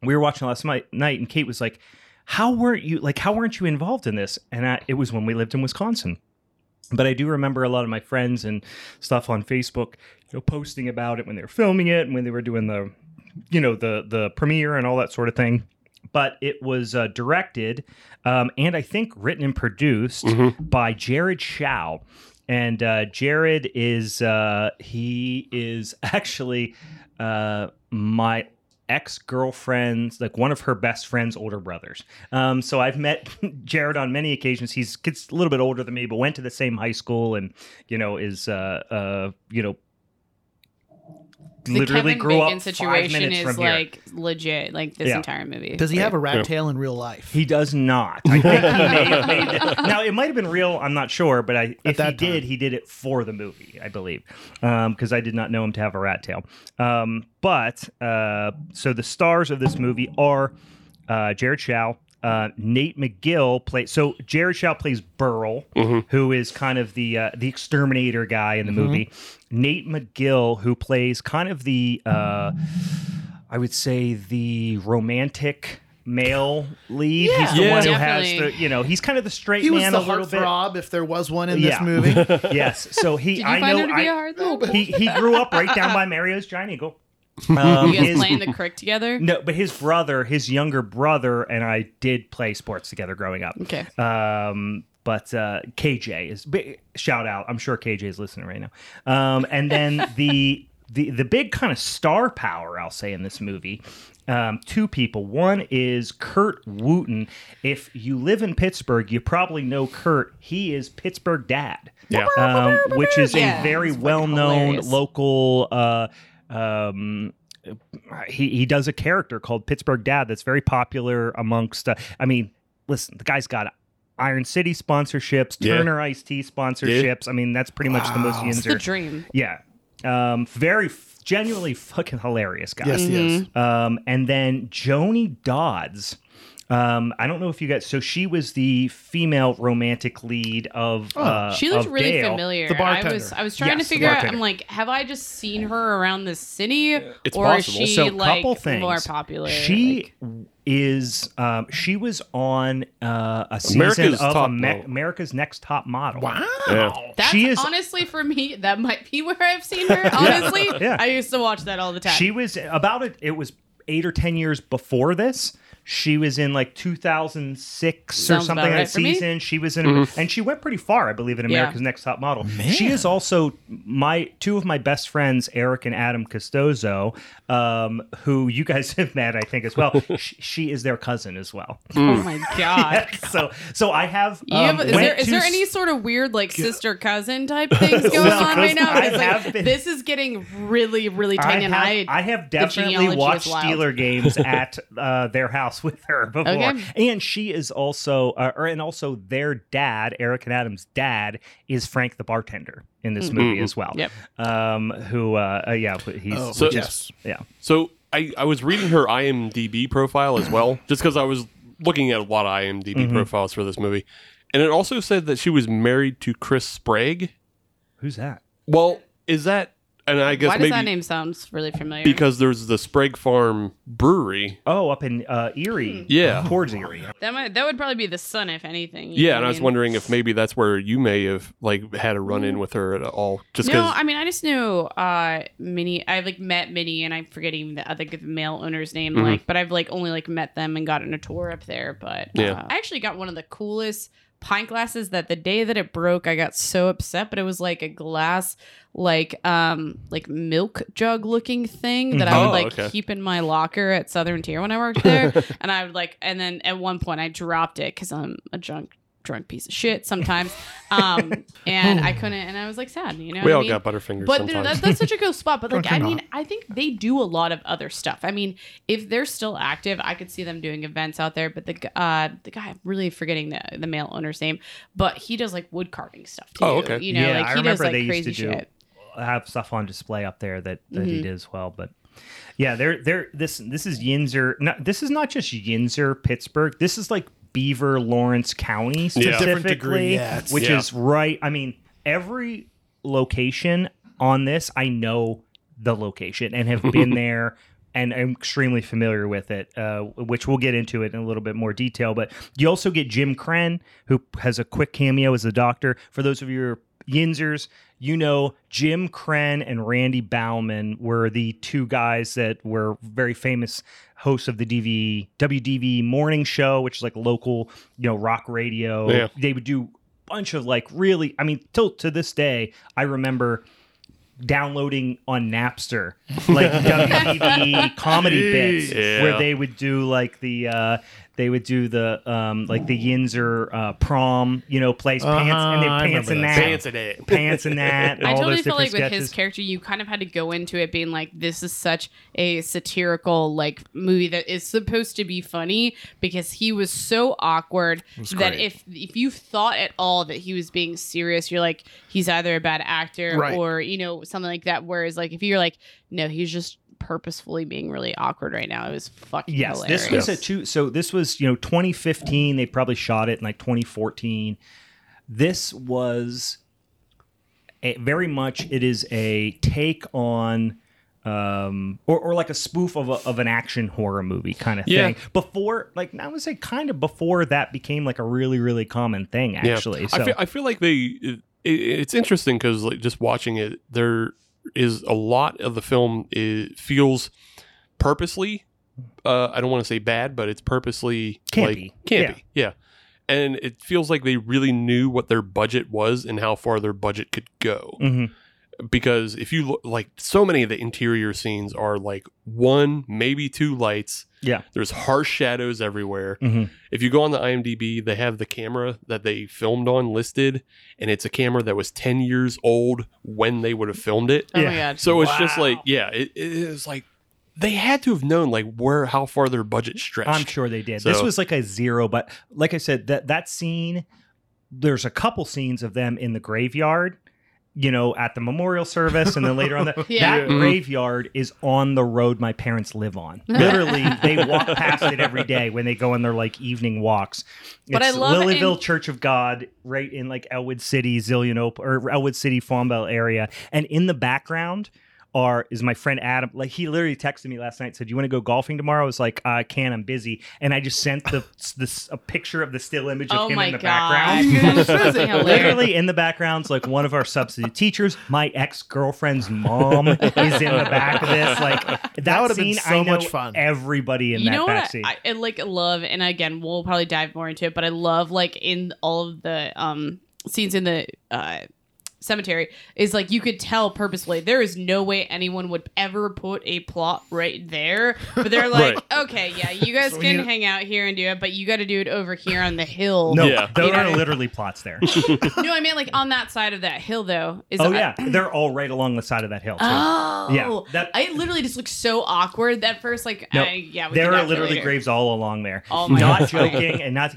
Speaker 2: we were watching last mi- night, and Kate was like, "How weren't you like? How weren't you involved in this?" And I, it was when we lived in Wisconsin. But I do remember a lot of my friends and stuff on Facebook, you know, posting about it when they were filming it and when they were doing the, you know, the the premiere and all that sort of thing. But it was uh, directed um, and I think written and produced by Jared Shaw. And uh, Jared is uh, he is actually uh, my ex girlfriend's, like one of her best friend's older brothers. Um, so I've met Jared on many occasions. He's gets a little bit older than me, but went to the same high school and, you know, is, uh, uh, you know,
Speaker 3: The
Speaker 2: literally
Speaker 3: Kevin
Speaker 2: grew
Speaker 3: Bacon
Speaker 2: up five
Speaker 3: situation
Speaker 2: minutes
Speaker 3: is
Speaker 2: from here.
Speaker 3: like legit. Like this
Speaker 2: Yeah.
Speaker 3: entire movie.
Speaker 5: Does he have a rat
Speaker 4: Yeah.
Speaker 5: tail in real life?
Speaker 2: He does not. I think he may have made it. Now it might have been real. I'm not sure, but I, if he
Speaker 5: that
Speaker 2: did, he did it for the movie, I believe, because I did not know him to have a rat tail. Um, but uh, so the stars of this movie are uh, Jared Shaw. Uh, Nate McGill plays so Jared Shaw plays Burl, who is kind of the uh, the exterminator guy in the movie. Nate McGill, who plays kind of the uh, I would say the romantic male lead. he's the
Speaker 4: Yeah.
Speaker 2: one who
Speaker 3: Definitely.
Speaker 2: has the you know he's kind of the straight
Speaker 5: He was
Speaker 2: man a
Speaker 5: the
Speaker 2: little bit.
Speaker 5: heartthrob, if there was one in
Speaker 2: Yeah.
Speaker 5: this movie.
Speaker 2: Yes, so he
Speaker 3: Did you
Speaker 2: I
Speaker 3: find
Speaker 2: know
Speaker 3: her to be
Speaker 2: I-
Speaker 3: a hard though?
Speaker 2: he he grew up right down by Mario's giant eagle. Um,
Speaker 3: You guys
Speaker 2: his-
Speaker 3: playing the crick together?
Speaker 2: no, but his brother, his younger brother, and I did play sports together growing up.
Speaker 3: Okay.
Speaker 2: Um, but uh, KJ is big, shout out. I'm sure KJ is listening right now. Um, and then the the the big kind of star power I'll say in this movie. Um, two people. One is Kurt Wooten. If you live in Pittsburgh, you probably know Kurt. He is Pittsburgh Dad,
Speaker 4: Yeah.
Speaker 2: um, which is
Speaker 3: Yeah,
Speaker 2: a very
Speaker 3: he's fucking
Speaker 2: well known
Speaker 3: hilarious.
Speaker 2: local. Uh, um, he he does a character called Pittsburgh Dad that's very popular amongst. Uh, I mean, listen, the guy's got Iron City sponsorships,
Speaker 4: Yeah.
Speaker 2: Turner Ice Tea sponsorships. I mean, that's pretty much the most
Speaker 3: It's the
Speaker 2: yinzer.
Speaker 3: dream.
Speaker 2: yeah, um, very f- genuinely fucking hilarious guy.
Speaker 5: Yes, yes.
Speaker 2: Um, and then Joni Dodds. Um, I don't know if you guys. So she was the female romantic lead of.
Speaker 4: Oh.
Speaker 2: uh,
Speaker 3: She looked
Speaker 2: of
Speaker 3: really
Speaker 2: Dale.
Speaker 3: familiar.
Speaker 5: The
Speaker 3: I was
Speaker 5: bartender.
Speaker 3: I was
Speaker 2: Yes,
Speaker 3: trying to
Speaker 2: the
Speaker 3: figure out.
Speaker 2: bartender.
Speaker 3: I'm like, have I just seen her around the city,
Speaker 4: It's
Speaker 3: or
Speaker 4: possible.
Speaker 3: is she
Speaker 2: so
Speaker 3: like
Speaker 2: couple things.
Speaker 3: more popular?
Speaker 2: She
Speaker 3: Like,
Speaker 2: is. Um, she was on uh, a season
Speaker 4: America's
Speaker 2: of
Speaker 4: Top
Speaker 2: Ame-
Speaker 4: Model.
Speaker 2: America's Next Top Model. Wow.
Speaker 4: Yeah.
Speaker 3: that's
Speaker 2: she is-
Speaker 3: honestly for me. That might be where I've seen her. Honestly,
Speaker 2: Yeah.
Speaker 3: I used to watch that all the time.
Speaker 2: She was about it. It was eight or ten years before this. She was in like 2006 or
Speaker 3: Sounds
Speaker 2: something.
Speaker 3: about
Speaker 2: that
Speaker 3: right for me.
Speaker 2: season. She was in, and she went pretty far, I believe, in
Speaker 3: Yeah.
Speaker 2: America's Next Top Model. She is also my two of my best friends, Eric and Adam Costozo, um, who you guys have met, I think, as well. she, she is their cousin as well.
Speaker 4: Mm.
Speaker 3: oh my god.
Speaker 2: so, so I have.
Speaker 3: You have,
Speaker 2: um,
Speaker 3: is, there,
Speaker 2: went
Speaker 3: is
Speaker 2: to
Speaker 3: there
Speaker 2: s-
Speaker 3: any sort of weird like sister cousin type things going
Speaker 2: Well,
Speaker 3: on right now?
Speaker 2: I
Speaker 3: It's like,
Speaker 2: have been-
Speaker 3: this is getting really, really
Speaker 2: I
Speaker 3: tight, and
Speaker 2: have,
Speaker 3: I,
Speaker 2: I have
Speaker 3: the
Speaker 2: definitely
Speaker 3: genealogy is
Speaker 2: watched
Speaker 3: wild.
Speaker 2: Steeler games at uh, their house with her before,
Speaker 3: Okay.
Speaker 2: and she is also, uh, or and also their dad, Eric and Adam's dad, is Frank the bartender in this movie as well.
Speaker 3: Hmm. Mm-hmm. Yep.
Speaker 2: Um, who, uh, uh, yeah, he's
Speaker 5: Oh,
Speaker 4: So-
Speaker 5: yes.
Speaker 2: yeah.
Speaker 4: So I, I was reading her IMDb profile as well, just because I was looking at a lot of IMDb profiles for this movie. And it also said that she was married to Chris Sprague.
Speaker 2: Who's that?
Speaker 4: Well, is that, and I guess
Speaker 3: Why does
Speaker 4: maybe
Speaker 3: that name sounds really familiar?
Speaker 4: because there's the Sprague Farm Brewery.
Speaker 2: Oh, up in uh, Erie.
Speaker 4: Yeah.
Speaker 3: Oh,
Speaker 2: Towards Erie.
Speaker 3: that might that would probably be the son, if anything. you
Speaker 4: Yeah,
Speaker 3: know
Speaker 4: and
Speaker 3: what
Speaker 4: I was
Speaker 3: mean?
Speaker 4: wondering if maybe that's where you may have like had a run in with her at all, just
Speaker 3: Mm. No,
Speaker 4: because.
Speaker 3: I mean I just knew uh Minnie. I like met Minnie, and I'm forgetting the other male owner's name.
Speaker 4: Mm-hmm.
Speaker 3: Like, but I've like only like met them and gotten a tour up there. But
Speaker 4: Yeah.
Speaker 3: uh, I actually got one of the coolest pint glasses. That the day that it broke, I got so upset. But it was like a glass, like um like milk jug looking thing that I
Speaker 4: Oh,
Speaker 3: would like
Speaker 4: okay.
Speaker 3: keep in my locker at Southern Tier when I worked there. and I would like, and then at one point I dropped it because I'm a junk. Drunk piece of shit sometimes, um, and I couldn't, and I was like sad, you know.
Speaker 4: we
Speaker 3: what I
Speaker 4: all
Speaker 3: mean?
Speaker 4: got butterfingers
Speaker 3: But there-
Speaker 4: sometimes.
Speaker 3: that, that's such a cool spot. But like,
Speaker 5: Drunk or
Speaker 3: I mean,
Speaker 5: not.
Speaker 3: I think they do a lot of other stuff. I mean, if they're still active, I could see them doing events out there. But the gu- uh, the guy, I'm really forgetting the the male owner's name, but he does like wood carving stuff too.
Speaker 4: Oh, okay.
Speaker 3: You know,
Speaker 2: Yeah,
Speaker 3: like
Speaker 2: I
Speaker 3: he does
Speaker 2: remember
Speaker 3: like
Speaker 2: they used
Speaker 3: crazy
Speaker 2: to do-
Speaker 3: shit. Mm-hmm.
Speaker 2: have stuff on display up there that that he did as well. But yeah, there there this this is Yinzer. No, this is not just Yinzer, Pittsburgh. This is like Beaver, Lawrence County
Speaker 4: a different
Speaker 2: specifically,
Speaker 5: degree, yeah, it's-
Speaker 2: which
Speaker 4: Yeah.
Speaker 2: is right. I mean, every location on this, I know the location and have been there. And I'm extremely familiar with it, uh, which we'll get into it in a little bit more detail. But you also get Jim Crenn, who has a quick cameo as a doctor. For those of you who are Yinzers, you know Jim Crenn and Randy Bauman were the two guys that were very famous hosts of the DV WDV morning show, which is like local, you know, rock radio.
Speaker 4: Yeah.
Speaker 2: They would do a bunch of like really I mean, till to this day, I remember downloading on Napster like WDV E comedy bits
Speaker 4: Yeah.
Speaker 2: where they would do like the uh they would do the um like the Yinzer uh, prom, you know, place pants and
Speaker 5: Uh-huh, I
Speaker 2: they pants and
Speaker 5: remember that.
Speaker 2: that
Speaker 4: Pants and it.
Speaker 2: pants and that and
Speaker 3: I
Speaker 2: all
Speaker 3: totally
Speaker 2: those
Speaker 3: feel
Speaker 2: different
Speaker 3: like with
Speaker 2: sketches.
Speaker 3: his character, you kind of had to go into it being like, this is such a satirical like movie that is supposed to be funny because he was so awkward that
Speaker 5: great.
Speaker 3: if if you thought at all that he was being serious, you're like, he's either a bad actor
Speaker 5: Right.
Speaker 3: or you know something like that. Whereas like if you're like, no, he's just purposefully being really awkward right now, it was fucking
Speaker 2: Yes,
Speaker 3: hilarious.
Speaker 2: this was a two. So this was you know 2015. They probably shot it in like 2014. This was a, very much. It is a take on. Um, or, or like a spoof of, a, of an action horror movie kind of
Speaker 4: Yeah.
Speaker 2: thing before like I would say kind of before that became like a really really common thing actually so
Speaker 4: I feel, I feel like they. It, it's interesting because like just watching it, there is a lot of the film is, feels purposely. Uh, I don't want to say bad, but it's purposely
Speaker 2: Campy.
Speaker 4: Like, campy, yeah. And it feels like they really knew what their budget was and how far their budget could go.
Speaker 2: Mhm.
Speaker 4: Because if you look, like, so many of the interior scenes are like one, maybe two lights.
Speaker 2: Yeah.
Speaker 4: There's harsh shadows everywhere.
Speaker 2: Mhm.
Speaker 4: If you go on the IMDb, they have the camera that they filmed on listed, and it's a camera that was 10 years old when they would have filmed it.
Speaker 3: Oh my
Speaker 2: Yeah.
Speaker 3: god.
Speaker 4: So it's just like, yeah, it, it is like they had to have known like where how far their budget stretched.
Speaker 2: I'm sure they did. This
Speaker 4: So-
Speaker 2: was like a zero, but like I said, that that scene, there's a couple scenes of them in the graveyard, you know, at the memorial service, and then later on the
Speaker 8: Yeah.
Speaker 2: that graveyard is on the road my parents live on. Literally, they walk past it every day when they go on their like evening walks.
Speaker 3: But I
Speaker 2: It's
Speaker 3: love in-
Speaker 2: Lilyville Church of God, right in like Elwood City, Zillionope or Elwood City, Farmville area, and in the background are is my friend Adam. Like he literally texted me last night, said, "You want to go golfing tomorrow?" I was like, "I can, I'm busy." And I just sent the this a picture of the still image of
Speaker 8: Oh
Speaker 2: him
Speaker 8: my
Speaker 2: in the
Speaker 8: God.
Speaker 2: background.
Speaker 3: That's
Speaker 8: Hilarious.
Speaker 2: Literally in the background's like one of our substitute teachers. My ex girlfriend's mom is in the back of this. Like that,
Speaker 5: would have
Speaker 2: scene,
Speaker 5: been so
Speaker 2: I know
Speaker 5: much fun.
Speaker 2: Everybody in
Speaker 3: you
Speaker 2: that
Speaker 3: know
Speaker 2: back
Speaker 3: what
Speaker 2: seat.
Speaker 3: I, I like love and again we'll probably dive more into it but i love like in all of the um scenes in the uh cemetery is like you could tell purposefully there is no way anyone would ever put a plot right there but they're like okay yeah you guys
Speaker 5: So we
Speaker 3: can
Speaker 5: need-
Speaker 3: hang out here and do it but you got to do it over here on the hill
Speaker 2: no,
Speaker 4: Yeah.
Speaker 2: there
Speaker 3: You know-
Speaker 2: are literally plots there.
Speaker 3: no i mean like on that side of that hill though is
Speaker 2: oh yeah, they're all right along the side of that hill. Too.
Speaker 3: oh
Speaker 2: Yeah, that-
Speaker 3: i literally just looked so awkward that first like
Speaker 2: No,
Speaker 3: I, yeah we
Speaker 2: there
Speaker 3: can
Speaker 2: are
Speaker 3: talk
Speaker 2: literally
Speaker 3: later.
Speaker 2: graves all along there.
Speaker 3: Oh my
Speaker 2: not
Speaker 3: God.
Speaker 2: joking and not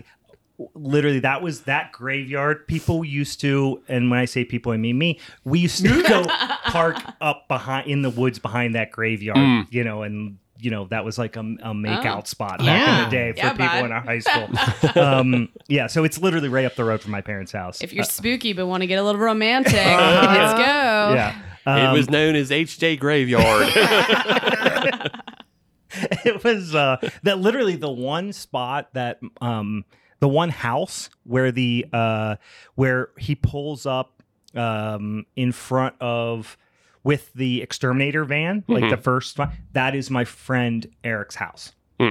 Speaker 2: literally that was that graveyard people used to and when I say people I mean me, we used to go park up behind in the woods behind that graveyard,
Speaker 4: Mm.
Speaker 2: you know, and you know, that was like a, a makeout spot back in
Speaker 5: Yeah.
Speaker 2: the day for
Speaker 3: Oh. Yeah,
Speaker 2: people
Speaker 3: bud.
Speaker 2: in our high school. um, yeah, so it's literally right up the road from my parents' house.
Speaker 3: if you're spooky but want to get a little romantic let's go
Speaker 2: Uh, yeah.
Speaker 4: it
Speaker 2: Um,
Speaker 4: was known as HJ Graveyard.
Speaker 2: it was uh that literally the one spot that um the one house where the uh where he pulls up um in front of with the exterminator van like
Speaker 4: Mm-hmm.
Speaker 2: the first one that is my friend eric's house
Speaker 4: Hmm.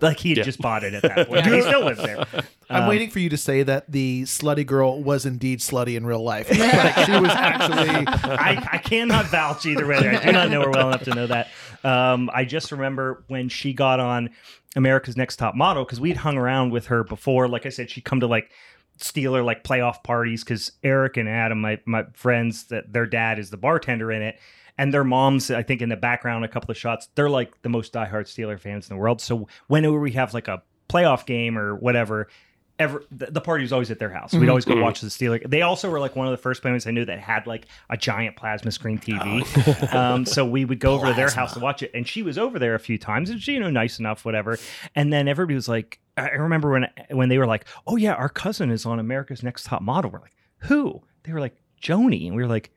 Speaker 2: like he had
Speaker 4: Yeah.
Speaker 2: just bought it at that point he still lives there
Speaker 5: I'm
Speaker 2: Um,
Speaker 5: waiting for you to say that the slutty girl was indeed slutty in real life. like she was actually.
Speaker 2: I, I cannot vouch either way. I do not know her well enough to know that. Um, I just remember when she got on America's Next Top Model because we'd hung around with her before. Like I said, she'd come to like Steeler like playoff parties because Eric and Adam, my my friends, that their dad is the bartender in it. And their moms, I think, in the background, a couple of shots. They're like the most diehard Steeler fans in the world. So whenever we have like a playoff game or whatever, ever the, the party was always at their house. We'd always go watch the Steelers. They also were like one of the first families I knew that had like a giant plasma screen TV. um, so we would go over to their house to watch it, and she was over there a few times, and she you know nice enough, whatever. And then everybody was like, I I remember when when they were like, "Oh yeah, our cousin is on America's Next Top Model." We're like, "Who?" They were like, "Joni," and we were like,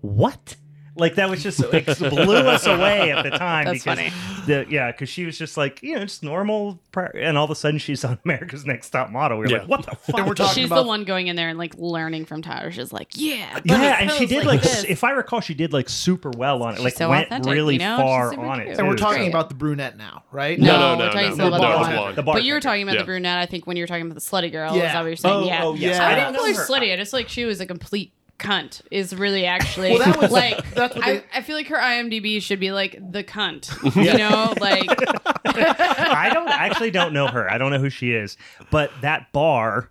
Speaker 2: "What?" Like that was just like blew us away at the time
Speaker 3: That's
Speaker 2: because
Speaker 3: funny.
Speaker 2: the, yeah, because she was just like you know just normal, pri- and all of a sudden she's on America's Next Top Model. We were
Speaker 4: Yeah.
Speaker 2: like, what the fuck?
Speaker 5: And we're talking
Speaker 3: She's
Speaker 5: about
Speaker 3: the one going in there and like learning from Tyler. She's like, yeah, but
Speaker 2: yeah,
Speaker 3: it
Speaker 2: and she
Speaker 3: goes
Speaker 2: did like,
Speaker 3: this.
Speaker 2: s if I recall, she did like super well on it,
Speaker 3: She's
Speaker 2: like
Speaker 3: so
Speaker 2: went
Speaker 3: authentic,
Speaker 2: really
Speaker 3: you know?
Speaker 2: far
Speaker 3: She's super
Speaker 2: on it.
Speaker 3: cute.
Speaker 5: and we're
Speaker 2: too,
Speaker 5: talking
Speaker 2: so-
Speaker 5: about the brunette now, right?
Speaker 3: No, we're
Speaker 4: no, no,
Speaker 3: talking
Speaker 4: no,
Speaker 3: still
Speaker 4: no,
Speaker 3: about
Speaker 4: no,
Speaker 3: the
Speaker 4: it's
Speaker 5: blonde.
Speaker 4: blonde.
Speaker 2: the
Speaker 3: but you were talking about
Speaker 4: Yeah.
Speaker 3: the brunette. I think when you were talking about the slutty girl,
Speaker 5: Yeah.
Speaker 3: is that what you're saying?
Speaker 2: Oh,
Speaker 3: yeah.
Speaker 2: oh, yeah.
Speaker 5: Yeah.
Speaker 3: I
Speaker 5: I
Speaker 3: didn't
Speaker 2: know
Speaker 3: call her
Speaker 2: her.
Speaker 3: slutty. I just like she was a complete cunt. Is really actually
Speaker 5: Well, that was
Speaker 3: like.
Speaker 5: like that's what
Speaker 3: I,
Speaker 5: they,
Speaker 3: I feel like her IMDb should be like the cunt,
Speaker 2: Yeah.
Speaker 3: you know, like
Speaker 2: I don't I actually don't know her. I don't know who she is, but that bar.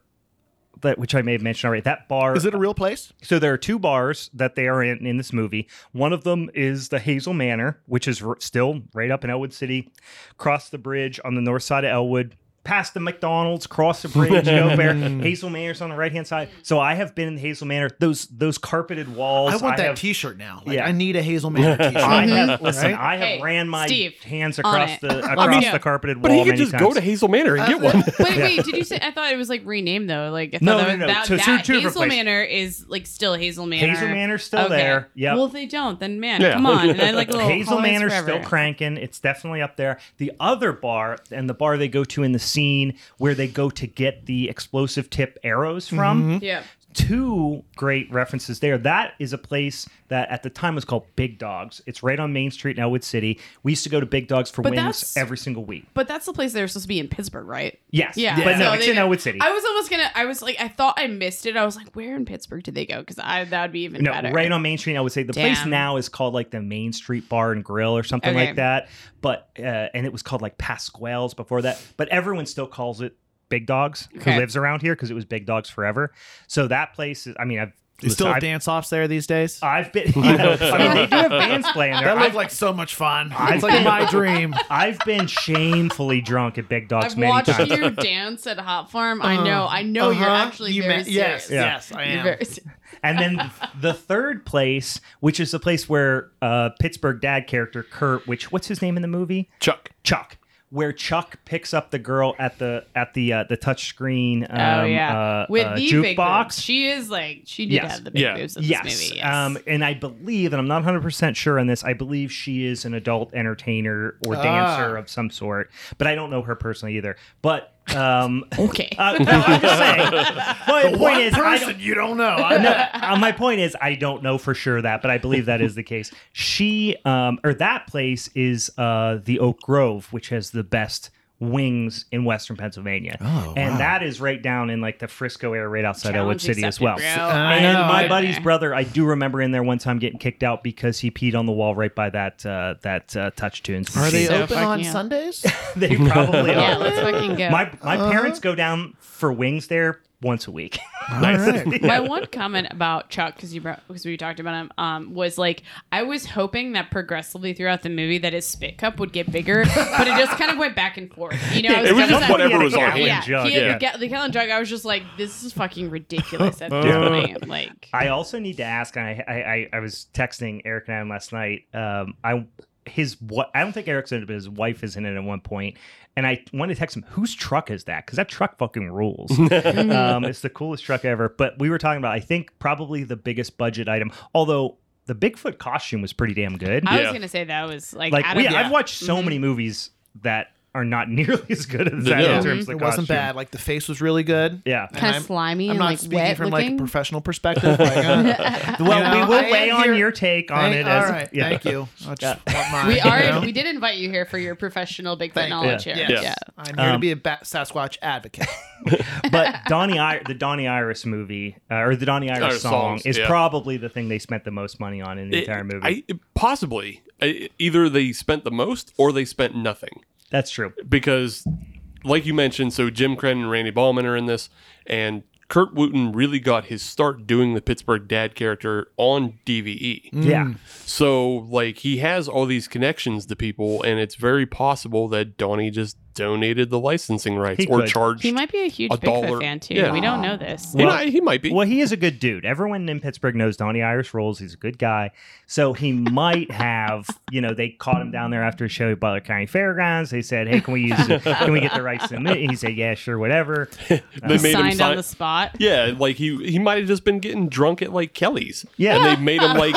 Speaker 2: That, which I may have mentioned already. That bar
Speaker 5: is it a real place?
Speaker 2: So there are two bars that they are in in this movie. One of them is the Hazel Manor, which is r- still right up in Elwood City, across the bridge on the north side of Elwood, past the McDonald's, cross the bridge, go there. Hazel Manor's on the right hand side. So I have been in Hazel Manor. Those those carpeted walls.
Speaker 5: I want that
Speaker 2: have-
Speaker 5: T-shirt now. Like,
Speaker 2: Yeah.
Speaker 5: I need a Hazel Manor T-shirt.
Speaker 2: I have listen.
Speaker 5: Right?
Speaker 2: I have
Speaker 3: Hey,
Speaker 2: ran my
Speaker 3: Steve,
Speaker 2: hands
Speaker 3: on
Speaker 2: across
Speaker 3: it.
Speaker 2: the across
Speaker 3: go.
Speaker 2: the carpeted wall.
Speaker 4: but he could
Speaker 2: many
Speaker 4: just
Speaker 2: times.
Speaker 4: go to Hazel Manor and get one.
Speaker 3: Wait, wait, did you say? I thought it was like renamed though. Like, I thought
Speaker 2: No,
Speaker 3: that
Speaker 2: no,
Speaker 3: was-
Speaker 2: no.
Speaker 3: That,
Speaker 2: So it's
Speaker 3: that
Speaker 2: two different
Speaker 3: Hazel
Speaker 2: places.
Speaker 3: Manor is like still Hazel Manor.
Speaker 2: Hazel Manor's still
Speaker 3: Okay.
Speaker 2: there. Yep.
Speaker 3: Well, if they don't, then man,
Speaker 4: Yeah.
Speaker 3: come on. And I like little
Speaker 2: Hazel
Speaker 3: Hallmarks
Speaker 2: Manor's
Speaker 3: forever.
Speaker 2: still cranking. It's definitely up there. The other bar and the bar they go to in the scene where they go to get the explosive tip arrows from
Speaker 3: Yeah.
Speaker 2: two great references there. That is a place that at the time was called Big Dogs. It's right on Main Street in Elwood City. We used to go to Big Dogs for
Speaker 3: But
Speaker 2: wings
Speaker 3: that's-
Speaker 2: every single week.
Speaker 3: But that's the place they're supposed to be in Pittsburgh, right?
Speaker 2: Yes.
Speaker 3: Yeah.
Speaker 2: But no,
Speaker 3: so
Speaker 2: it's
Speaker 3: they-
Speaker 2: in Elwood City.
Speaker 3: I was almost gonna. I was like, I thought I missed it. I was like, where in Pittsburgh did they go? Because I that would be even
Speaker 2: no,
Speaker 3: better.
Speaker 2: right on Main Street. I would say the place
Speaker 3: Damn.
Speaker 2: now is called like the Main Street Bar and Grill or something
Speaker 3: Okay.
Speaker 2: like that. But uh, and it was called like Pasquale's before that. But everyone still calls it Big Dogs
Speaker 3: Okay.
Speaker 2: who lives around here because it was Big Dogs forever. So that place is. I mean, I've
Speaker 5: You still
Speaker 2: listen,
Speaker 5: have
Speaker 2: I've,
Speaker 5: dance offs there these days?
Speaker 2: I've been. I mean, they do have bands playing there.
Speaker 5: that
Speaker 2: I've-
Speaker 5: looked like so much fun.
Speaker 2: I've
Speaker 5: It's like
Speaker 2: been-
Speaker 5: my dream.
Speaker 2: I've been shamefully drunk at Big Dogs
Speaker 3: I've
Speaker 2: many
Speaker 3: watched
Speaker 2: times.
Speaker 3: you dance at Hop Farm. I know. I know you're
Speaker 5: Uh-huh.
Speaker 3: actually
Speaker 5: You
Speaker 3: very
Speaker 5: ma-
Speaker 3: serious.
Speaker 5: Yes,
Speaker 2: Yeah.
Speaker 5: yes, I
Speaker 3: You're
Speaker 5: am.
Speaker 3: very serious.
Speaker 2: And then the third place, which is the place where uh, Pittsburgh dad character Kurt, which what's his name in the movie?
Speaker 4: Chuck.
Speaker 2: Chuck. Where Chuck picks up the girl at the at the uh, the touchscreen um,
Speaker 3: oh yeah,
Speaker 2: uh,
Speaker 3: with
Speaker 2: uh,
Speaker 3: the big boobs.
Speaker 2: jukebox.
Speaker 3: She is like she did
Speaker 2: Yes.
Speaker 3: have the big
Speaker 4: Yeah.
Speaker 3: boobs in this
Speaker 2: Yes.
Speaker 3: movie. Yes.
Speaker 2: Um, and I believe, and I'm not 100% sure on this, I believe she is an adult entertainer or dancer
Speaker 5: Ah.
Speaker 2: of some sort, but I don't know her personally either. But um,
Speaker 3: okay.
Speaker 2: uh, no, I'm just saying. My point
Speaker 5: One
Speaker 2: is, I don't,
Speaker 5: person you don't know. I know.
Speaker 2: uh, my point is I don't know for sure that, but I believe that is the case. She um or that place is uh the Oak Grove, which has the best wings in western Pennsylvania.
Speaker 5: Oh,
Speaker 2: and
Speaker 5: wow.
Speaker 2: that is right down in like the Frisco area right outside Elwood
Speaker 3: Challenge
Speaker 2: City as
Speaker 3: accepted,
Speaker 2: well. Uh,
Speaker 3: bro.
Speaker 5: I
Speaker 2: And
Speaker 5: know.
Speaker 2: my
Speaker 5: I've
Speaker 2: buddy's
Speaker 3: there.
Speaker 2: brother, I do remember in there one time getting kicked out because he peed on the wall right by that uh, that uh, touch tunes.
Speaker 5: Are
Speaker 2: machine.
Speaker 5: they
Speaker 3: So
Speaker 5: open
Speaker 3: fucking
Speaker 5: on
Speaker 3: yeah.
Speaker 5: Sundays?
Speaker 2: they probably
Speaker 3: yeah,
Speaker 2: are.
Speaker 3: let's fucking go.
Speaker 2: My my
Speaker 5: Uh-huh.
Speaker 2: parents go down for wings there once a week.
Speaker 3: My one comment about Chuck, because you because we talked about him, um, was like I was hoping that progressively throughout the movie that his spit cup would get bigger, but it just kind of went back and forth. You know, I
Speaker 4: It was
Speaker 3: kind of
Speaker 4: just
Speaker 3: like-
Speaker 4: whatever was on
Speaker 2: Yeah,
Speaker 4: hand.
Speaker 3: Yeah,
Speaker 2: jug,
Speaker 3: he had
Speaker 4: yeah.
Speaker 3: the ga- the gallon jug. I was just like, this is fucking ridiculous at this
Speaker 2: Yeah.
Speaker 3: point. Like,
Speaker 2: I also need to ask, and I I, I, I was texting Eric and Adam last night. Um, I his what I don't think Eric's in it, but his wife is in it at one point, and I wanted to text him whose truck is that because that truck fucking rules. um, it's the coolest truck ever. But we were talking about I think probably the biggest budget item, although the Bigfoot costume was pretty damn good.
Speaker 3: I was
Speaker 4: Yeah.
Speaker 3: gonna say that was like,
Speaker 2: like
Speaker 3: out
Speaker 2: we,
Speaker 3: of
Speaker 2: I've watched so
Speaker 3: Mm-hmm.
Speaker 2: many movies that are not nearly as good as
Speaker 4: They
Speaker 2: that
Speaker 4: don't.
Speaker 2: in terms of the
Speaker 5: it wasn't
Speaker 2: costume.
Speaker 5: bad. Like the face was really good.
Speaker 2: Yeah.
Speaker 5: And
Speaker 3: kind
Speaker 5: I'm-
Speaker 3: of slimy
Speaker 5: I'm
Speaker 3: and
Speaker 5: not
Speaker 3: like
Speaker 5: speaking
Speaker 3: wet
Speaker 5: from like
Speaker 3: looking.
Speaker 5: a professional perspective. Like, uh,
Speaker 2: Well,
Speaker 5: you know,
Speaker 2: we will
Speaker 5: I am
Speaker 2: weigh on
Speaker 5: here-
Speaker 2: your take on
Speaker 5: thank,
Speaker 2: it. As,
Speaker 5: all right,
Speaker 2: yeah.
Speaker 5: thank you. I just want mine,
Speaker 3: we
Speaker 5: you
Speaker 3: are.
Speaker 5: know?
Speaker 3: We did invite you here for your professional big
Speaker 5: Thank-
Speaker 3: foot knowledge
Speaker 2: yeah,
Speaker 3: here.
Speaker 5: Yes.
Speaker 3: Yeah.
Speaker 5: I'm here to
Speaker 2: Um,
Speaker 5: be a ba- Sasquatch advocate.
Speaker 2: but Donnie, I- the Donnie Iris movie uh, or the Donnie Iris
Speaker 4: Iris
Speaker 2: song
Speaker 4: songs,
Speaker 2: is
Speaker 4: yeah.
Speaker 2: probably the thing they spent the most money on in the entire movie.
Speaker 4: I, possibly. I, either they spent the most or they spent nothing.
Speaker 2: That's true.
Speaker 4: because, like you mentioned, so Jim Crennan and Randy Ballman are in this, and Kurt Wooten really got his start doing the Pittsburgh dad character on DVE.
Speaker 2: Yeah,
Speaker 4: So, like, he has all these connections to people, and it's very possible that Donnie just donated the licensing rights
Speaker 2: He
Speaker 4: or
Speaker 2: could.
Speaker 4: charged.
Speaker 3: He might be a huge
Speaker 4: A
Speaker 3: Bigfoot
Speaker 4: dollar-
Speaker 3: fan too.
Speaker 4: yeah.
Speaker 3: We don't know this.
Speaker 4: He
Speaker 2: Well-
Speaker 4: might- he might be.
Speaker 2: Well, he is a good dude. Everyone in Pittsburgh knows Donnie Iris rolls. He's a good guy. So he might have, you know, they caught him down there after a show at Butler County Fairgrounds. They said, "Hey, can we use? it? Can we get the rights to the movie?" He said, "Yeah, sure, whatever."
Speaker 4: They made him
Speaker 3: Signed on
Speaker 4: sign.
Speaker 3: the spot.
Speaker 4: yeah, like he he might have just been getting drunk at like Kelly's.
Speaker 2: Yeah.
Speaker 4: and they made him like,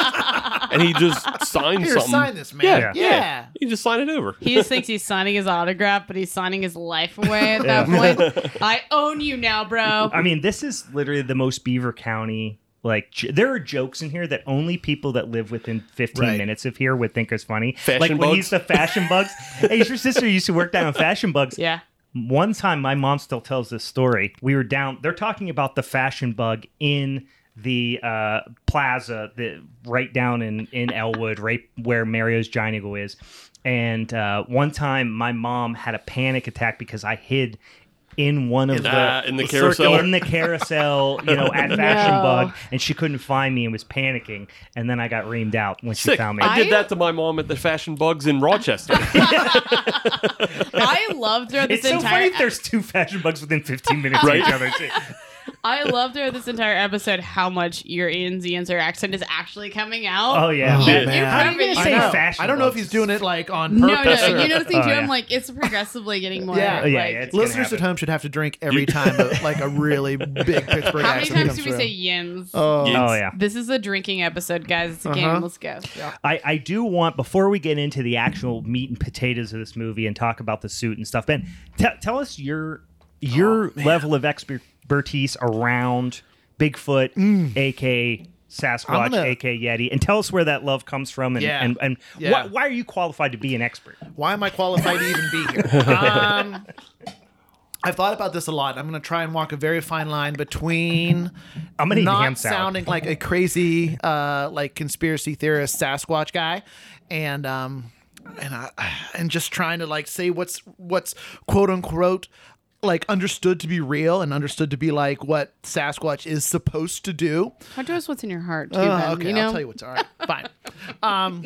Speaker 4: and he just signed
Speaker 5: Here,
Speaker 4: something.
Speaker 5: sign this, man.
Speaker 4: Yeah,
Speaker 5: Yeah.
Speaker 4: he just signed it over.
Speaker 3: He just thinks he's signing his autograph, but he's signing his life away at that point. I own you now, bro.
Speaker 2: I mean, this is literally the most Beaver County. Like, j- there are jokes in here that only people that live within 15
Speaker 5: Right.
Speaker 2: minutes of here would think is funny.
Speaker 4: Fashion
Speaker 2: like when
Speaker 4: bugs.
Speaker 2: he's the fashion bugs. hey, your sister used to work down on fashion bugs.
Speaker 3: Yeah.
Speaker 2: One time, my mom still tells this story. We were down. They're talking about the fashion bug in the uh, plaza, the right down in in Elwood, right where Mario's Giant Eagle is. And uh, one time, my mom had a panic attack because I hid in one of the,
Speaker 4: Ah, in the
Speaker 2: circle-
Speaker 4: carousel?
Speaker 2: in the carousel, you know, at Fashion
Speaker 3: No.
Speaker 2: Bug, and she couldn't find me and was panicking. And then I got reamed out when she
Speaker 4: Sick.
Speaker 2: found me.
Speaker 4: I did
Speaker 3: I-
Speaker 4: that to my mom at the Fashion Bugs in Rochester.
Speaker 3: I love throughout this
Speaker 2: it's so funny
Speaker 3: entire
Speaker 2: if there's two fashion bugs within 15 minutes
Speaker 4: Right?
Speaker 2: of each other. Too.
Speaker 3: I love throughout this entire episode how much your Ian Zian's accent is actually coming out.
Speaker 2: Oh yeah,
Speaker 5: Oh,
Speaker 2: That-
Speaker 5: man.
Speaker 2: How are you gonna
Speaker 3: I
Speaker 2: say
Speaker 3: know.
Speaker 2: fashion?
Speaker 5: I don't know if
Speaker 2: bugs?
Speaker 5: he's doing it like on
Speaker 3: no, no,
Speaker 5: purpose. or-
Speaker 3: you know the thing
Speaker 2: Oh,
Speaker 3: too.
Speaker 2: yeah.
Speaker 3: I'm like, it's progressively getting more.
Speaker 5: Yeah.
Speaker 3: like,
Speaker 5: Oh,
Speaker 2: yeah, yeah, it's- gonna
Speaker 5: Listeners at
Speaker 2: happen.
Speaker 5: home should have to drink every time a, like a really big Pittsburgh
Speaker 3: How many
Speaker 5: accent
Speaker 3: times
Speaker 5: comes
Speaker 3: do we
Speaker 5: through.
Speaker 3: say yins?
Speaker 5: Oh,
Speaker 4: Yeah.
Speaker 2: Oh yeah,
Speaker 3: This is a drinking episode, guys. It's a
Speaker 5: Uh-huh.
Speaker 3: game. Let's go.
Speaker 2: I, I do want before we get into the actual meat and potatoes of this movie and talk about the suit and stuff.
Speaker 5: Oh,
Speaker 2: Ben, t- tell us your your level of expertise around Bigfoot, AK Sasquatch,
Speaker 5: Mm. I'm gonna-
Speaker 2: AK Yeti, and tell us where that love comes from and
Speaker 5: Yeah.
Speaker 2: and, and
Speaker 5: Yeah.
Speaker 2: why, why are you qualified to be an expert?
Speaker 5: Why am I qualified to even be here? Um, I've thought about this a lot. I'm going to try and walk a very fine line between
Speaker 2: I'm gonna eat
Speaker 5: not
Speaker 2: ham salad.
Speaker 5: sounding like a crazy, uh, like conspiracy theorist Sasquatch guy, and um, and I, and just trying to like say what's what's quote unquote like understood to be real and understood to be like what Sasquatch is supposed to do.
Speaker 6: Talk to us what's in your heart, too,
Speaker 5: Oh,
Speaker 6: Ben.
Speaker 5: okay,
Speaker 6: you know?
Speaker 5: I'll tell you what's all right. Fine. Um,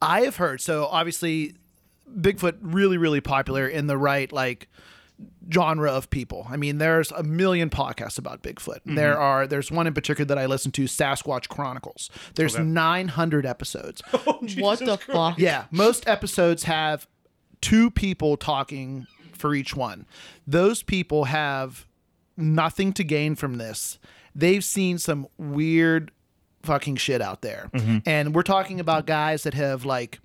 Speaker 5: I have heard so obviously Bigfoot really really popular in the right like genre of people. I mean, there's a million podcasts about Bigfoot.
Speaker 6: Mm-hmm.
Speaker 5: There are there's one in particular that I listen to, Sasquatch Chronicles. There's 900 episodes.
Speaker 6: what the fuck?
Speaker 5: Yeah, most episodes have two people talking for each one. Those people have nothing to gain from this. They've seen some weird fucking shit out there. And we're talking about guys that have like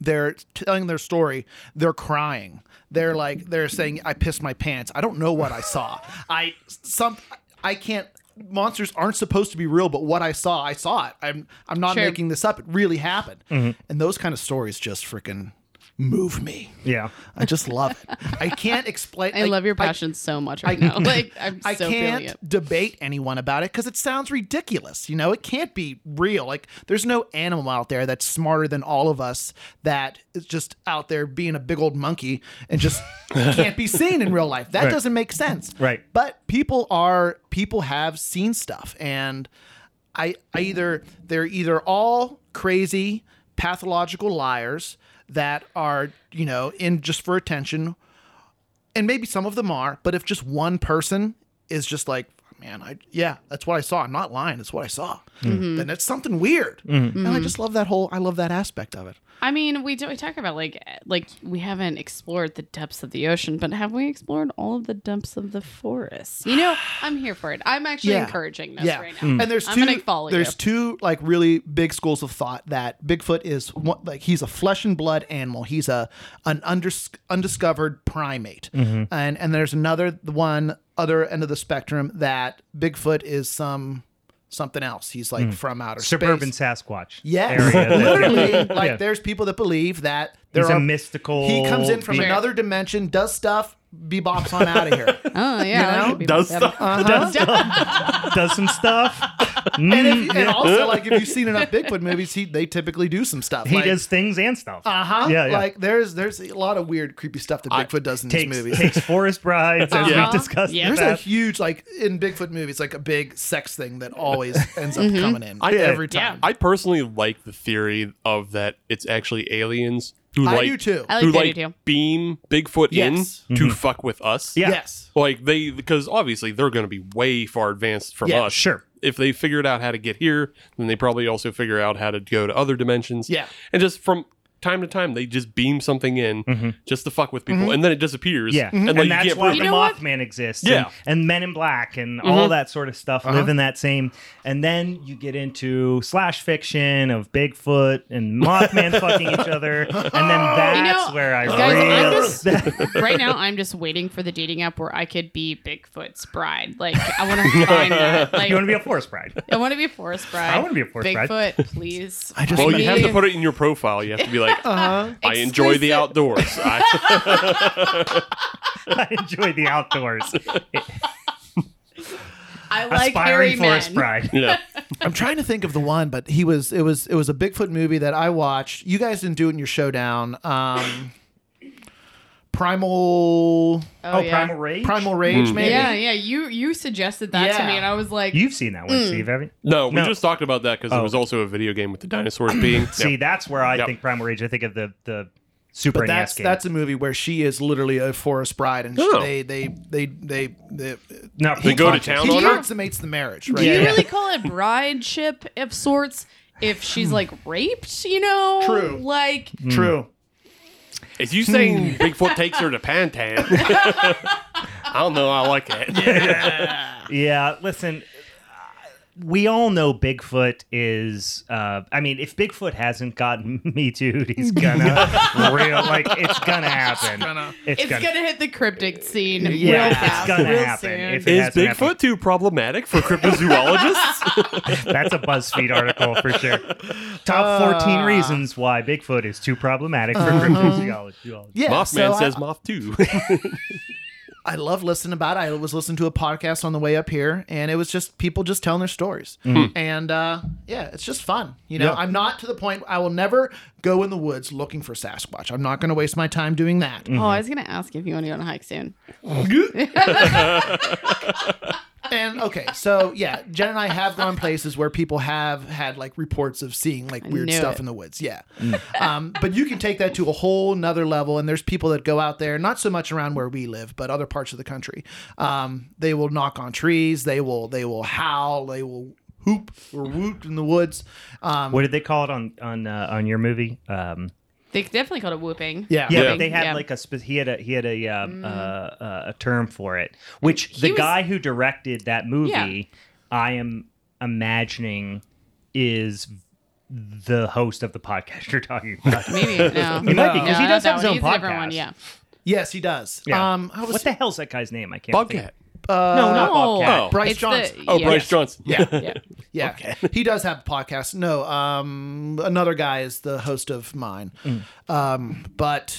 Speaker 5: they're telling their story, they're crying. They're like they're saying I pissed my pants. I don't know what I saw. I some I can't monsters aren't supposed to be real, but what I saw, I saw it. I'm I'm not
Speaker 6: Sure.
Speaker 5: making this up. It really happened. And those kind of stories just freaking move me.
Speaker 2: Yeah.
Speaker 5: I just love it. I can't explain.
Speaker 6: I
Speaker 5: like,
Speaker 6: love your
Speaker 5: I-
Speaker 6: passion so much right now. Like, I'm so
Speaker 5: I
Speaker 6: feeling
Speaker 5: can't
Speaker 6: it.
Speaker 5: debate anyone about it because it sounds ridiculous. You know, it can't be real. Like, there's no animal out there that's smarter than all of us that is just out there being a big old monkey and just can't be seen in real life. That doesn't make sense.
Speaker 2: Right.
Speaker 5: But people are, people have seen stuff. And I, I either, they're either all crazy, pathological liars that are, you know, in just for attention and maybe some of them are, but if just one person is just like, man, I yeah, that's what I saw. I'm not lying. That's what I saw.
Speaker 6: Mm-hmm.
Speaker 5: Then that's something weird. And I just love that whole. I love that aspect of it.
Speaker 6: I mean, we do, we talk about like eh, like we haven't explored the depths of the ocean, but have we explored all of the depths of the forest? You know, I'm here for it. I'm actually
Speaker 5: Yeah.
Speaker 6: encouraging this
Speaker 5: Yeah. Hmm.
Speaker 6: right now.
Speaker 5: And there's
Speaker 6: I'm
Speaker 5: 2
Speaker 6: gonna follow you.
Speaker 5: there's two like really big schools of thought that Bigfoot is one, like he's a flesh and blood animal. He's a an unders- undiscovered primate. And and there's another one other end of the spectrum that Bigfoot is some something else. He's like from outer
Speaker 2: Suburban
Speaker 5: space.
Speaker 2: Sasquatch.
Speaker 5: Yes,
Speaker 2: area.
Speaker 5: literally. Like
Speaker 2: Yeah.
Speaker 5: there's people that believe that there
Speaker 2: He's a
Speaker 5: are
Speaker 2: mystical
Speaker 5: He comes in from
Speaker 2: being.
Speaker 5: another dimension, does stuff, bebops on out of here.
Speaker 6: Oh yeah, that
Speaker 5: know?
Speaker 6: could be
Speaker 4: Does
Speaker 6: better.
Speaker 4: stuff.
Speaker 2: does, does some stuff.
Speaker 5: and, if, and also, like if you've seen enough Bigfoot movies, he they typically do some stuff.
Speaker 2: He
Speaker 5: like,
Speaker 2: does things and stuff.
Speaker 5: Uh huh.
Speaker 2: Yeah, yeah.
Speaker 5: Like there's there's a lot of weird creepy stuff that Bigfoot does in
Speaker 2: takes
Speaker 5: these movies.
Speaker 2: takes forest rides as
Speaker 4: Yeah.
Speaker 2: we discussed. in the
Speaker 5: there's a
Speaker 2: past.
Speaker 5: huge like in Bigfoot movies, like a big sex thing that always ends up coming in
Speaker 4: I-
Speaker 5: Mm-hmm. every time.
Speaker 4: I personally like the theory of that it's actually aliens who
Speaker 5: I
Speaker 4: like
Speaker 5: do too.
Speaker 6: I like
Speaker 4: who
Speaker 6: the
Speaker 4: like
Speaker 6: idea too.
Speaker 4: beam Bigfoot
Speaker 5: Yes.
Speaker 4: in to fuck with us.
Speaker 2: Mm-hmm. Yeah.
Speaker 5: Yes.
Speaker 4: Like they because obviously they're going to be way far advanced from
Speaker 5: Yeah,
Speaker 4: us.
Speaker 2: sure.
Speaker 4: If they figured out how to get here, then they probably also figure out how to go to other dimensions.
Speaker 5: Yeah.
Speaker 4: And just from time to time they just beam something in just to fuck with people and then it disappears.
Speaker 2: Mm-hmm. Yeah,
Speaker 4: And,
Speaker 2: and,
Speaker 4: like, you
Speaker 2: that's
Speaker 4: can't
Speaker 2: why
Speaker 4: prove
Speaker 2: the
Speaker 4: it.
Speaker 2: Mothman exists. and-
Speaker 4: Yeah. Uh-huh.
Speaker 2: and, Men in Black and all that sort of stuff live in that same. And then you get into slash fiction of Bigfoot and Mothman fucking each other, and then that's
Speaker 6: know,
Speaker 2: where I
Speaker 6: guys, I
Speaker 2: really.
Speaker 6: just- right now, I'm just waiting for the dating app where I could be Bigfoot's bride. Like I want to find that. Like
Speaker 2: you want to be a forest bride?
Speaker 6: I want to be a forest bride.
Speaker 2: wanna be a forest bride.
Speaker 6: Bigfoot, please.
Speaker 5: I just
Speaker 4: Well,
Speaker 5: Maybe-
Speaker 4: you have to put it in your profile. You have to be like, I enjoy the
Speaker 6: Exclusive.
Speaker 4: outdoors. I,
Speaker 2: I enjoy the outdoors.
Speaker 6: I like
Speaker 2: Aspiring
Speaker 6: hairy
Speaker 2: forest
Speaker 6: men.
Speaker 2: bride.
Speaker 4: yeah.
Speaker 5: I'm trying to think of the one, but he was it was it was a Bigfoot movie that I watched. You guys didn't do it in your showdown. Um, Primal
Speaker 2: Oh,
Speaker 6: yeah.
Speaker 2: Primal Rage.
Speaker 5: Primal
Speaker 4: Hmm.
Speaker 5: Rage, maybe.
Speaker 6: Yeah, yeah. You you suggested that to
Speaker 5: Yeah.
Speaker 6: me, and I was like,
Speaker 2: You've seen that one, Steve, haven't you?
Speaker 4: No, Oh. we
Speaker 2: No.
Speaker 4: just talked about that because it was also a video game with the dinosaurs being.
Speaker 2: See,
Speaker 4: Yep.
Speaker 2: that's where I
Speaker 4: Yep.
Speaker 2: think Primal Rage. I think of the the Super
Speaker 5: But that's
Speaker 2: NES game.
Speaker 5: that's a movie where she is literally a forest bride, and
Speaker 4: Oh.
Speaker 5: they they they they they,
Speaker 2: no,
Speaker 4: They go to
Speaker 2: fucking-
Speaker 4: town
Speaker 5: he
Speaker 4: on her.
Speaker 5: consummates the marriage, right?
Speaker 6: do you
Speaker 2: Yeah.
Speaker 6: really call it brideship of sorts? If she's like
Speaker 2: Hmm.
Speaker 6: raped, you know,
Speaker 5: True.
Speaker 6: Like
Speaker 5: True.
Speaker 4: Is you saying Bigfoot takes her to Pantan? I don't know. I like it.
Speaker 2: Yeah, listen, Hmm. we all know Bigfoot is. Uh, I mean, if Bigfoot hasn't gotten me too, he's gonna real like it's gonna happen.
Speaker 5: gonna-
Speaker 2: It's,
Speaker 9: It's gonna hit the cryptic scene.
Speaker 2: yeah,
Speaker 9: real
Speaker 2: it's
Speaker 9: fast,
Speaker 2: gonna
Speaker 9: real
Speaker 2: happen.
Speaker 9: soon.
Speaker 2: If it
Speaker 4: Is
Speaker 2: hasn't happened.
Speaker 4: Bigfoot too problematic for cryptozoologists?
Speaker 2: That's a BuzzFeed article for sure.
Speaker 5: Uh,
Speaker 2: Top 14 reasons why Bigfoot is too problematic for cryptozoology.
Speaker 5: uh-huh. Yeah,
Speaker 4: Mothman
Speaker 5: so I-
Speaker 4: says Moth too.
Speaker 5: I love listening about it. I was listening to a podcast on the way up here, and it was just people just telling their stories. And uh, yeah, it's just fun. You know,
Speaker 2: Yeah.
Speaker 5: I'm not to the point, I will never go in the woods looking for Sasquatch. I'm not going to waste my time doing that.
Speaker 3: Oh, I was gonna ask if you want to go on a hike soon.
Speaker 5: And okay, so yeah, Jen and I have gone places where people have had like reports of seeing like weird
Speaker 3: knew
Speaker 5: stuff
Speaker 3: it.
Speaker 5: in the woods. Yeah.
Speaker 2: Mm.
Speaker 5: Um, but you can take that to a whole nother level. And there's people that go out there, not so much around where we live, but other parts of the country. Um, they will knock on trees. They will, they will howl. They will hoop or woot in the woods. Um,
Speaker 2: What did they call it on on uh, on your movie? Um,
Speaker 3: They definitely called it whooping.
Speaker 5: yeah.
Speaker 2: yeah,
Speaker 4: Yeah.
Speaker 2: but they had
Speaker 3: Yeah.
Speaker 2: like a spe- he had a he had a uh, uh, uh, a term for it, which the
Speaker 3: was-
Speaker 2: guy who directed that movie,
Speaker 3: Yeah.
Speaker 2: I am imagining, is the host of the podcast you're talking about.
Speaker 3: Maybe no.
Speaker 2: He might be because he
Speaker 3: No,
Speaker 2: does
Speaker 3: not
Speaker 2: have his own
Speaker 3: that one. He's a
Speaker 2: podcast.
Speaker 3: different one, yeah.
Speaker 5: Yes, he does.
Speaker 2: Yeah.
Speaker 5: Um, I was,
Speaker 2: what the hell's that guy's name? I can't. think
Speaker 4: Bobcat.
Speaker 2: of- No, not
Speaker 3: no.
Speaker 2: Bobcat.
Speaker 4: Oh.
Speaker 5: Uh, Bryce
Speaker 3: It's
Speaker 5: Johnson.
Speaker 3: the-
Speaker 4: Oh,
Speaker 3: yeah.
Speaker 4: Bryce Johnson.
Speaker 5: Yeah.
Speaker 3: Yeah.
Speaker 5: Yeah. he does have a podcast. No, um, another guy is the host of mine.
Speaker 3: Mm.
Speaker 5: Um, but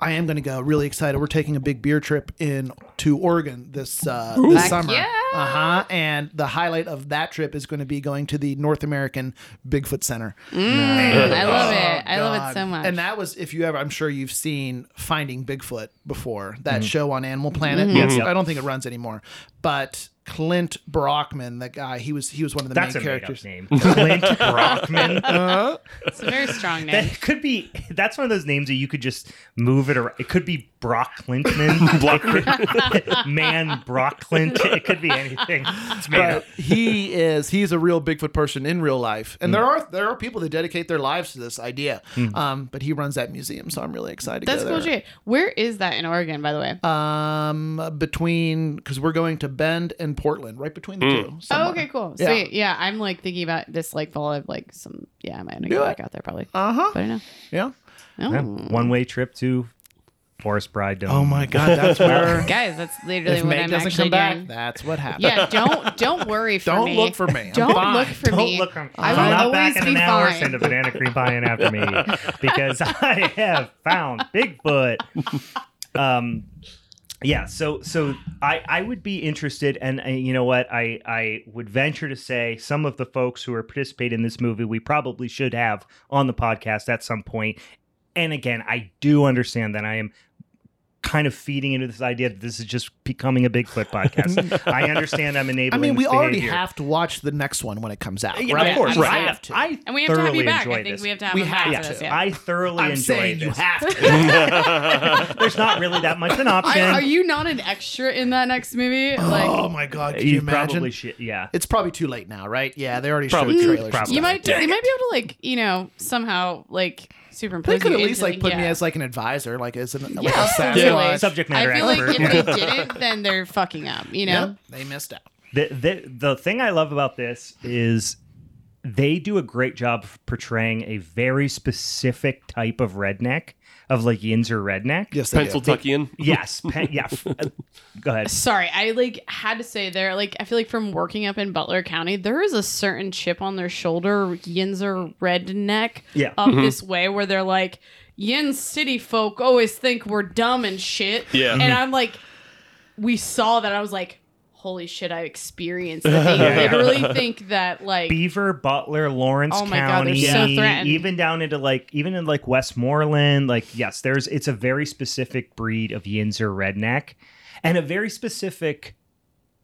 Speaker 5: I am going to go. Really excited. We're taking a big beer trip in to Oregon this uh, this summer.
Speaker 3: yeah.
Speaker 5: Uh huh. And the highlight of that trip is going to be going to the North American Bigfoot Center. Oh,
Speaker 3: I love it. I love
Speaker 5: God.
Speaker 3: it so much.
Speaker 5: And that was, if you ever, I'm sure you've seen Finding Bigfoot before, that
Speaker 3: Mm-hmm.
Speaker 5: show on Animal Planet. Yes, I don't think it runs anymore. But Clint Brockman, the guy, he was he was one of the
Speaker 2: That's a
Speaker 5: main characters.
Speaker 2: character's name. Clint Brockman.
Speaker 3: Uh-huh. it's a very strong name.
Speaker 2: That could be. That's one of those names that you could just move it around. It could be Brock Clinton, Brock man Brock Clinton. It could be anything. It's made up.
Speaker 5: but he is he's a real Bigfoot person in real life, and there are there are people that dedicate their lives to this idea. Um, but he runs that museum, so I'm really excited.
Speaker 3: That's
Speaker 5: to go
Speaker 3: cool
Speaker 5: there.
Speaker 3: shit. Where is that in Oregon, by the way?
Speaker 5: Um, between because we're going to Bend and Portland, right between the two.
Speaker 3: oh, okay, cool.
Speaker 5: Yeah.
Speaker 3: Sweet. Yeah, I'm like thinking about this like fall of like some yeah, I might wanna
Speaker 5: Do
Speaker 3: go
Speaker 5: it.
Speaker 3: back out there probably.
Speaker 5: Uh huh.
Speaker 3: but I know.
Speaker 5: Yeah.
Speaker 3: Oh.
Speaker 2: Yeah, One way trip to Forest Bride Dome.
Speaker 5: Oh my God, that's where
Speaker 3: Guys, that's literally
Speaker 5: if
Speaker 3: what
Speaker 5: Meg
Speaker 3: I'm
Speaker 5: doesn't
Speaker 3: actually
Speaker 5: come back,
Speaker 3: doing.
Speaker 5: that's what happens.
Speaker 3: Yeah, don't don't worry for
Speaker 5: Don't
Speaker 3: me.
Speaker 5: look for me. I'm
Speaker 3: Don't
Speaker 5: fine.
Speaker 3: look for
Speaker 2: Don't
Speaker 3: me.
Speaker 2: look. I'm,
Speaker 3: I
Speaker 2: I'm
Speaker 3: will
Speaker 2: not
Speaker 3: always
Speaker 2: back in
Speaker 3: be
Speaker 2: an hour.
Speaker 3: fine.
Speaker 2: Send a banana cream pie in after me because I have found Bigfoot. Um, yeah. So so I I would be interested, and uh, you know what I I would venture to say some of the folks who are participating in this movie we probably should have on the podcast at some point. And again, I do understand that I am kind of feeding into this idea that this is just becoming a Bigfoot podcast. I understand I'm
Speaker 5: I
Speaker 2: enabling.
Speaker 5: mean, we
Speaker 2: this
Speaker 5: already
Speaker 2: behavior.
Speaker 5: have to watch the next one when it comes out,
Speaker 2: Yeah,
Speaker 5: right?
Speaker 2: Of course,
Speaker 5: We
Speaker 2: right.
Speaker 5: have to.
Speaker 2: I
Speaker 3: and we have to have
Speaker 2: thoroughly
Speaker 3: you back. I
Speaker 2: enjoyed
Speaker 3: think
Speaker 2: this.
Speaker 3: we have to have
Speaker 5: We
Speaker 3: him
Speaker 5: have
Speaker 3: back
Speaker 5: to.
Speaker 3: to this. Yeah.
Speaker 2: I thoroughly
Speaker 5: I'm saying
Speaker 2: enjoyed
Speaker 5: you
Speaker 2: this.
Speaker 5: have to.
Speaker 2: There's not really that much an option.
Speaker 3: I- are you not an extra in that next movie? Like
Speaker 5: oh my God, could
Speaker 2: You
Speaker 5: you, imagine?
Speaker 2: probably should. Yeah.
Speaker 5: It's probably too late now, right? Yeah, they already
Speaker 4: Probably
Speaker 5: showed
Speaker 4: too-
Speaker 5: trailers.
Speaker 2: probably.
Speaker 3: you
Speaker 5: You might.
Speaker 3: might they might be able to like you know somehow like superimpose.
Speaker 5: They could at
Speaker 3: you
Speaker 5: least
Speaker 3: into
Speaker 5: like
Speaker 3: the-
Speaker 5: put me
Speaker 3: yeah.
Speaker 5: as like an advisor, like as an like
Speaker 3: Yeah,
Speaker 5: a Sasquatch.
Speaker 3: absolutely.
Speaker 2: Yeah, subject matter
Speaker 3: I feel
Speaker 2: expert.
Speaker 3: like if they didn't, then they're fucking up. You know.
Speaker 5: Yep, they missed out.
Speaker 2: The, the the thing I love about this is they do a great job of portraying a very specific type of redneck of like Yinzer redneck.
Speaker 5: Yes, they
Speaker 4: Pencil
Speaker 5: did.
Speaker 4: Tuckian.
Speaker 2: Yes. Pe- yeah. f- uh, Go ahead.
Speaker 3: Sorry, I like had to say there. Like, I feel like from working up in Butler County, there is a certain chip on their shoulder, Yinzer redneck,
Speaker 2: Yeah.
Speaker 3: up
Speaker 4: Mm-hmm.
Speaker 3: this way, where they're like, Yin city folk always think we're dumb and shit.
Speaker 4: Yeah. Mm-hmm.
Speaker 3: and I'm like, we saw that. I was like, holy shit, I experienced that. They literally think that like
Speaker 2: Beaver, Butler, Lawrence
Speaker 3: Oh my God, they're
Speaker 2: County,
Speaker 3: so threatened.
Speaker 2: even down into like even in like Westmoreland, like yes, there's it's a very specific breed of Yinzer redneck and a very specific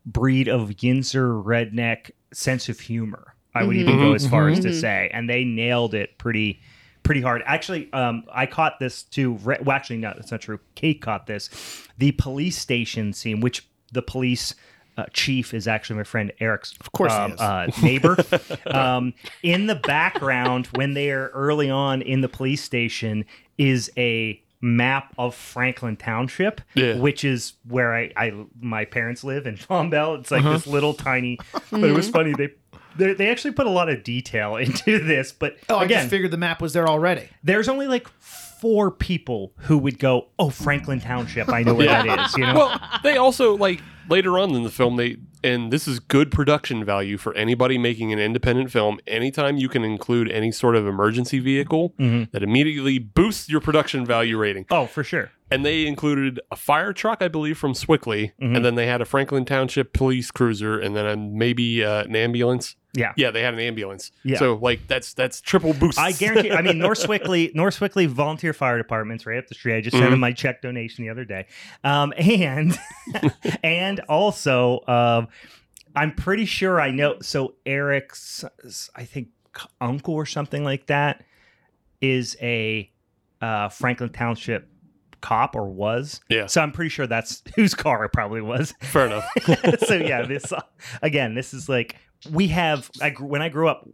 Speaker 2: breed of Yinzer redneck sense of humor. I would even
Speaker 5: Mm-hmm.
Speaker 2: go as far as to say, and they nailed it pretty pretty hard. Actually, um, I caught this too. Re- well, actually, no, that's not true. Kate caught this. The police station scene, which the police. Uh, chief is actually my friend Eric's of
Speaker 5: course he
Speaker 2: um,
Speaker 5: is.
Speaker 2: uh, neighbor. um, in the background, when they are early on in the police station, is a map of Franklin Township,
Speaker 4: Yeah.
Speaker 2: which is where I, I my parents live in Palmbell. It's like this little tiny, but it was funny they. They they actually put a lot of detail into this, but
Speaker 5: Oh, I
Speaker 2: again,
Speaker 5: just figured the map was there already.
Speaker 2: there's only like four people who would go, "Oh, Franklin Township, I know where
Speaker 4: Yeah.
Speaker 2: that is." You know,
Speaker 4: well, they also like later on in the film they and this is good production value for anybody making an independent film. Anytime you can include any sort of emergency vehicle that immediately boosts your production value rating.
Speaker 2: Mm-hmm. oh, for sure.
Speaker 4: And they included a fire truck, I believe, from Swickley,
Speaker 2: Mm-hmm.
Speaker 4: and then they had a Franklin Township police cruiser, and then a, maybe uh, an ambulance.
Speaker 2: Yeah.
Speaker 4: Yeah, they had an ambulance.
Speaker 2: Yeah.
Speaker 4: So like that's that's triple boost.
Speaker 2: I guarantee. I mean, North Swickley, North Swickley Volunteer Fire Department's right up the street. I just sent them my check donation the other day, um, and and also, um, I'm pretty sure I know. So Eric's, I think, uncle or something like that, is a uh, Franklin Township cop or was.
Speaker 4: Yeah.
Speaker 2: So I'm pretty sure that's whose car it probably was.
Speaker 4: Fair enough.
Speaker 2: so yeah, this uh, again, this is like we have. I gr- when I grew up,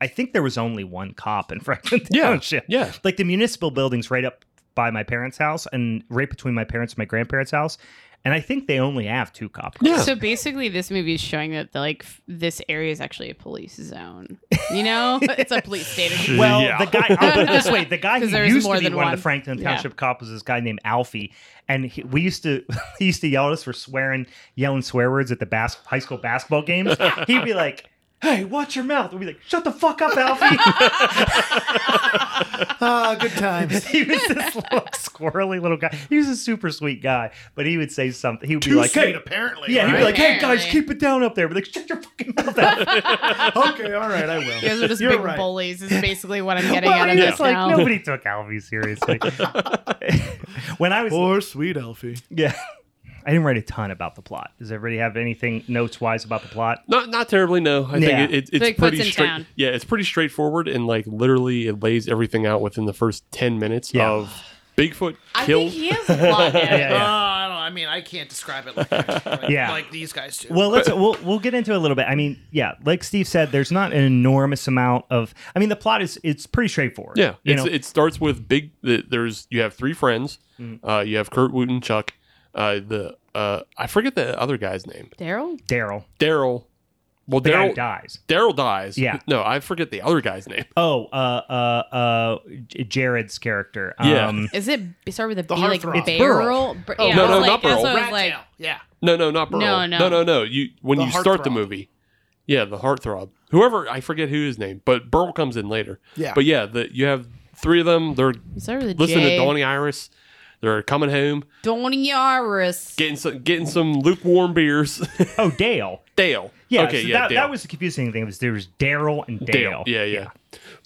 Speaker 2: I think there was only one cop in Franklin
Speaker 4: Yeah,
Speaker 2: Township.
Speaker 4: yeah.
Speaker 2: like the municipal building's right up by my parents' house and right between my parents and my grandparents' house, and I think they only have two cops.
Speaker 4: Yeah.
Speaker 3: So basically, this movie is showing that like f- this area is actually a police zone. You know, it's a police state. It's a
Speaker 2: Well,
Speaker 4: Yeah.
Speaker 2: the guy. I'll put it this way: the guy who
Speaker 3: 'Cause there is
Speaker 2: used
Speaker 3: more
Speaker 2: to be
Speaker 3: than
Speaker 2: one, of
Speaker 3: one.
Speaker 2: the Franklin
Speaker 3: Yeah.
Speaker 2: Township cops was this guy named Alfie, and he, we used to he used to yell at us for swearing, yelling swear words at the bas- high school basketball games. He'd be like. Hey, watch your mouth. We'd be like, shut the fuck up, Alfie.
Speaker 5: Ah, good times.
Speaker 2: he was this little squirrely little guy. He was a super sweet guy, but he would say something. He would be like,
Speaker 5: Two-State,
Speaker 2: hey,
Speaker 5: apparently.
Speaker 2: yeah, he'd be
Speaker 5: right?
Speaker 2: like, hey guys,
Speaker 3: Apparently.
Speaker 2: keep it down up there. But like, shut your fucking mouth up.
Speaker 5: okay, all right, I
Speaker 3: You
Speaker 5: will.
Speaker 3: guys are just
Speaker 5: You're
Speaker 3: big
Speaker 5: right.
Speaker 3: bullies. Is basically what I'm getting
Speaker 2: well,
Speaker 3: out of
Speaker 2: and
Speaker 3: this
Speaker 2: it's like
Speaker 3: now.
Speaker 2: nobody took Alfie seriously. when I was,
Speaker 5: Poor sweet Elfie.
Speaker 2: yeah, I didn't write a ton about the plot. Does everybody have anything notes wise about the plot?
Speaker 4: Not not terribly. No, I
Speaker 2: Yeah.
Speaker 4: think it, it, it's
Speaker 3: Like puts
Speaker 4: pretty
Speaker 3: in
Speaker 4: straight.
Speaker 3: town.
Speaker 4: Yeah, it's pretty straightforward and like literally it lays everything out within the first ten minutes
Speaker 2: Yeah.
Speaker 4: of Bigfoot
Speaker 3: I
Speaker 4: killed.
Speaker 3: think he is a lot.
Speaker 2: Yeah, yeah.
Speaker 5: Oh, I don't know. I mean, I can't describe it like, like,
Speaker 2: Yeah.
Speaker 5: like these guys do.
Speaker 2: Well, let's we'll we'll get into it a little bit. I mean, yeah, like Steve said, there's not an enormous amount of. I mean, the plot is it's pretty straightforward.
Speaker 4: yeah,
Speaker 2: you
Speaker 4: it's,
Speaker 2: know,
Speaker 4: it starts with big. The, there's you have three friends.
Speaker 2: Mm.
Speaker 4: Uh, you have Kurt Wooten, Chuck. Uh, the uh, I forget the other guy's name.
Speaker 3: Daryl.
Speaker 2: Daryl,
Speaker 4: Daryl. Well,
Speaker 2: the guy who
Speaker 4: Daryl.
Speaker 2: dies.
Speaker 4: Daryl dies.
Speaker 2: Yeah.
Speaker 4: No, I forget the other guy's name.
Speaker 2: Oh, uh, uh, uh, J- Jared's character. Um,
Speaker 4: Yeah.
Speaker 3: Is it it start with a B like
Speaker 5: heartthrob. It's
Speaker 3: barrel? Bur- yeah, I
Speaker 4: No,
Speaker 3: was
Speaker 4: no,
Speaker 3: like,
Speaker 4: not
Speaker 3: that's
Speaker 4: Burl.
Speaker 3: what I
Speaker 5: Rat
Speaker 3: was like,
Speaker 5: tail. Yeah.
Speaker 4: No, no, not Burl.
Speaker 3: No, no.
Speaker 4: no, no, no. You when
Speaker 5: The
Speaker 4: you start the
Speaker 5: heartthrob.
Speaker 4: movie, yeah, the heartthrob, whoever I forget who his name, but Burl comes in later.
Speaker 5: Yeah.
Speaker 4: but yeah, the, you have three of them. They're
Speaker 3: start with a
Speaker 4: listening
Speaker 3: J.
Speaker 4: to Donny Iris. They're coming home,
Speaker 3: Donny Yaris.
Speaker 4: getting some getting some lukewarm beers.
Speaker 2: Oh, Dale.
Speaker 4: Dale.
Speaker 2: Yeah,
Speaker 4: Okay.
Speaker 2: so
Speaker 4: yeah.
Speaker 2: that,
Speaker 4: Dale.
Speaker 2: that was the confusing thing. Was there was Daryl and Dale.
Speaker 4: Dale. Yeah, yeah.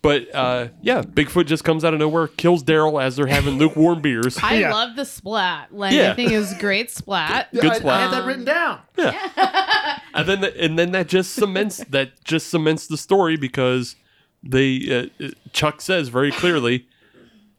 Speaker 4: But uh, yeah, Bigfoot just comes out of nowhere, kills Daryl as they're having lukewarm beers.
Speaker 3: I
Speaker 2: Yeah.
Speaker 3: love the splat. Like,
Speaker 4: Yeah.
Speaker 3: I think it was great splat.
Speaker 4: Good
Speaker 5: I, I
Speaker 4: splat.
Speaker 5: had that written down.
Speaker 4: and then the, and then that just cements that just cements the story because they uh, uh, Chuck says very clearly,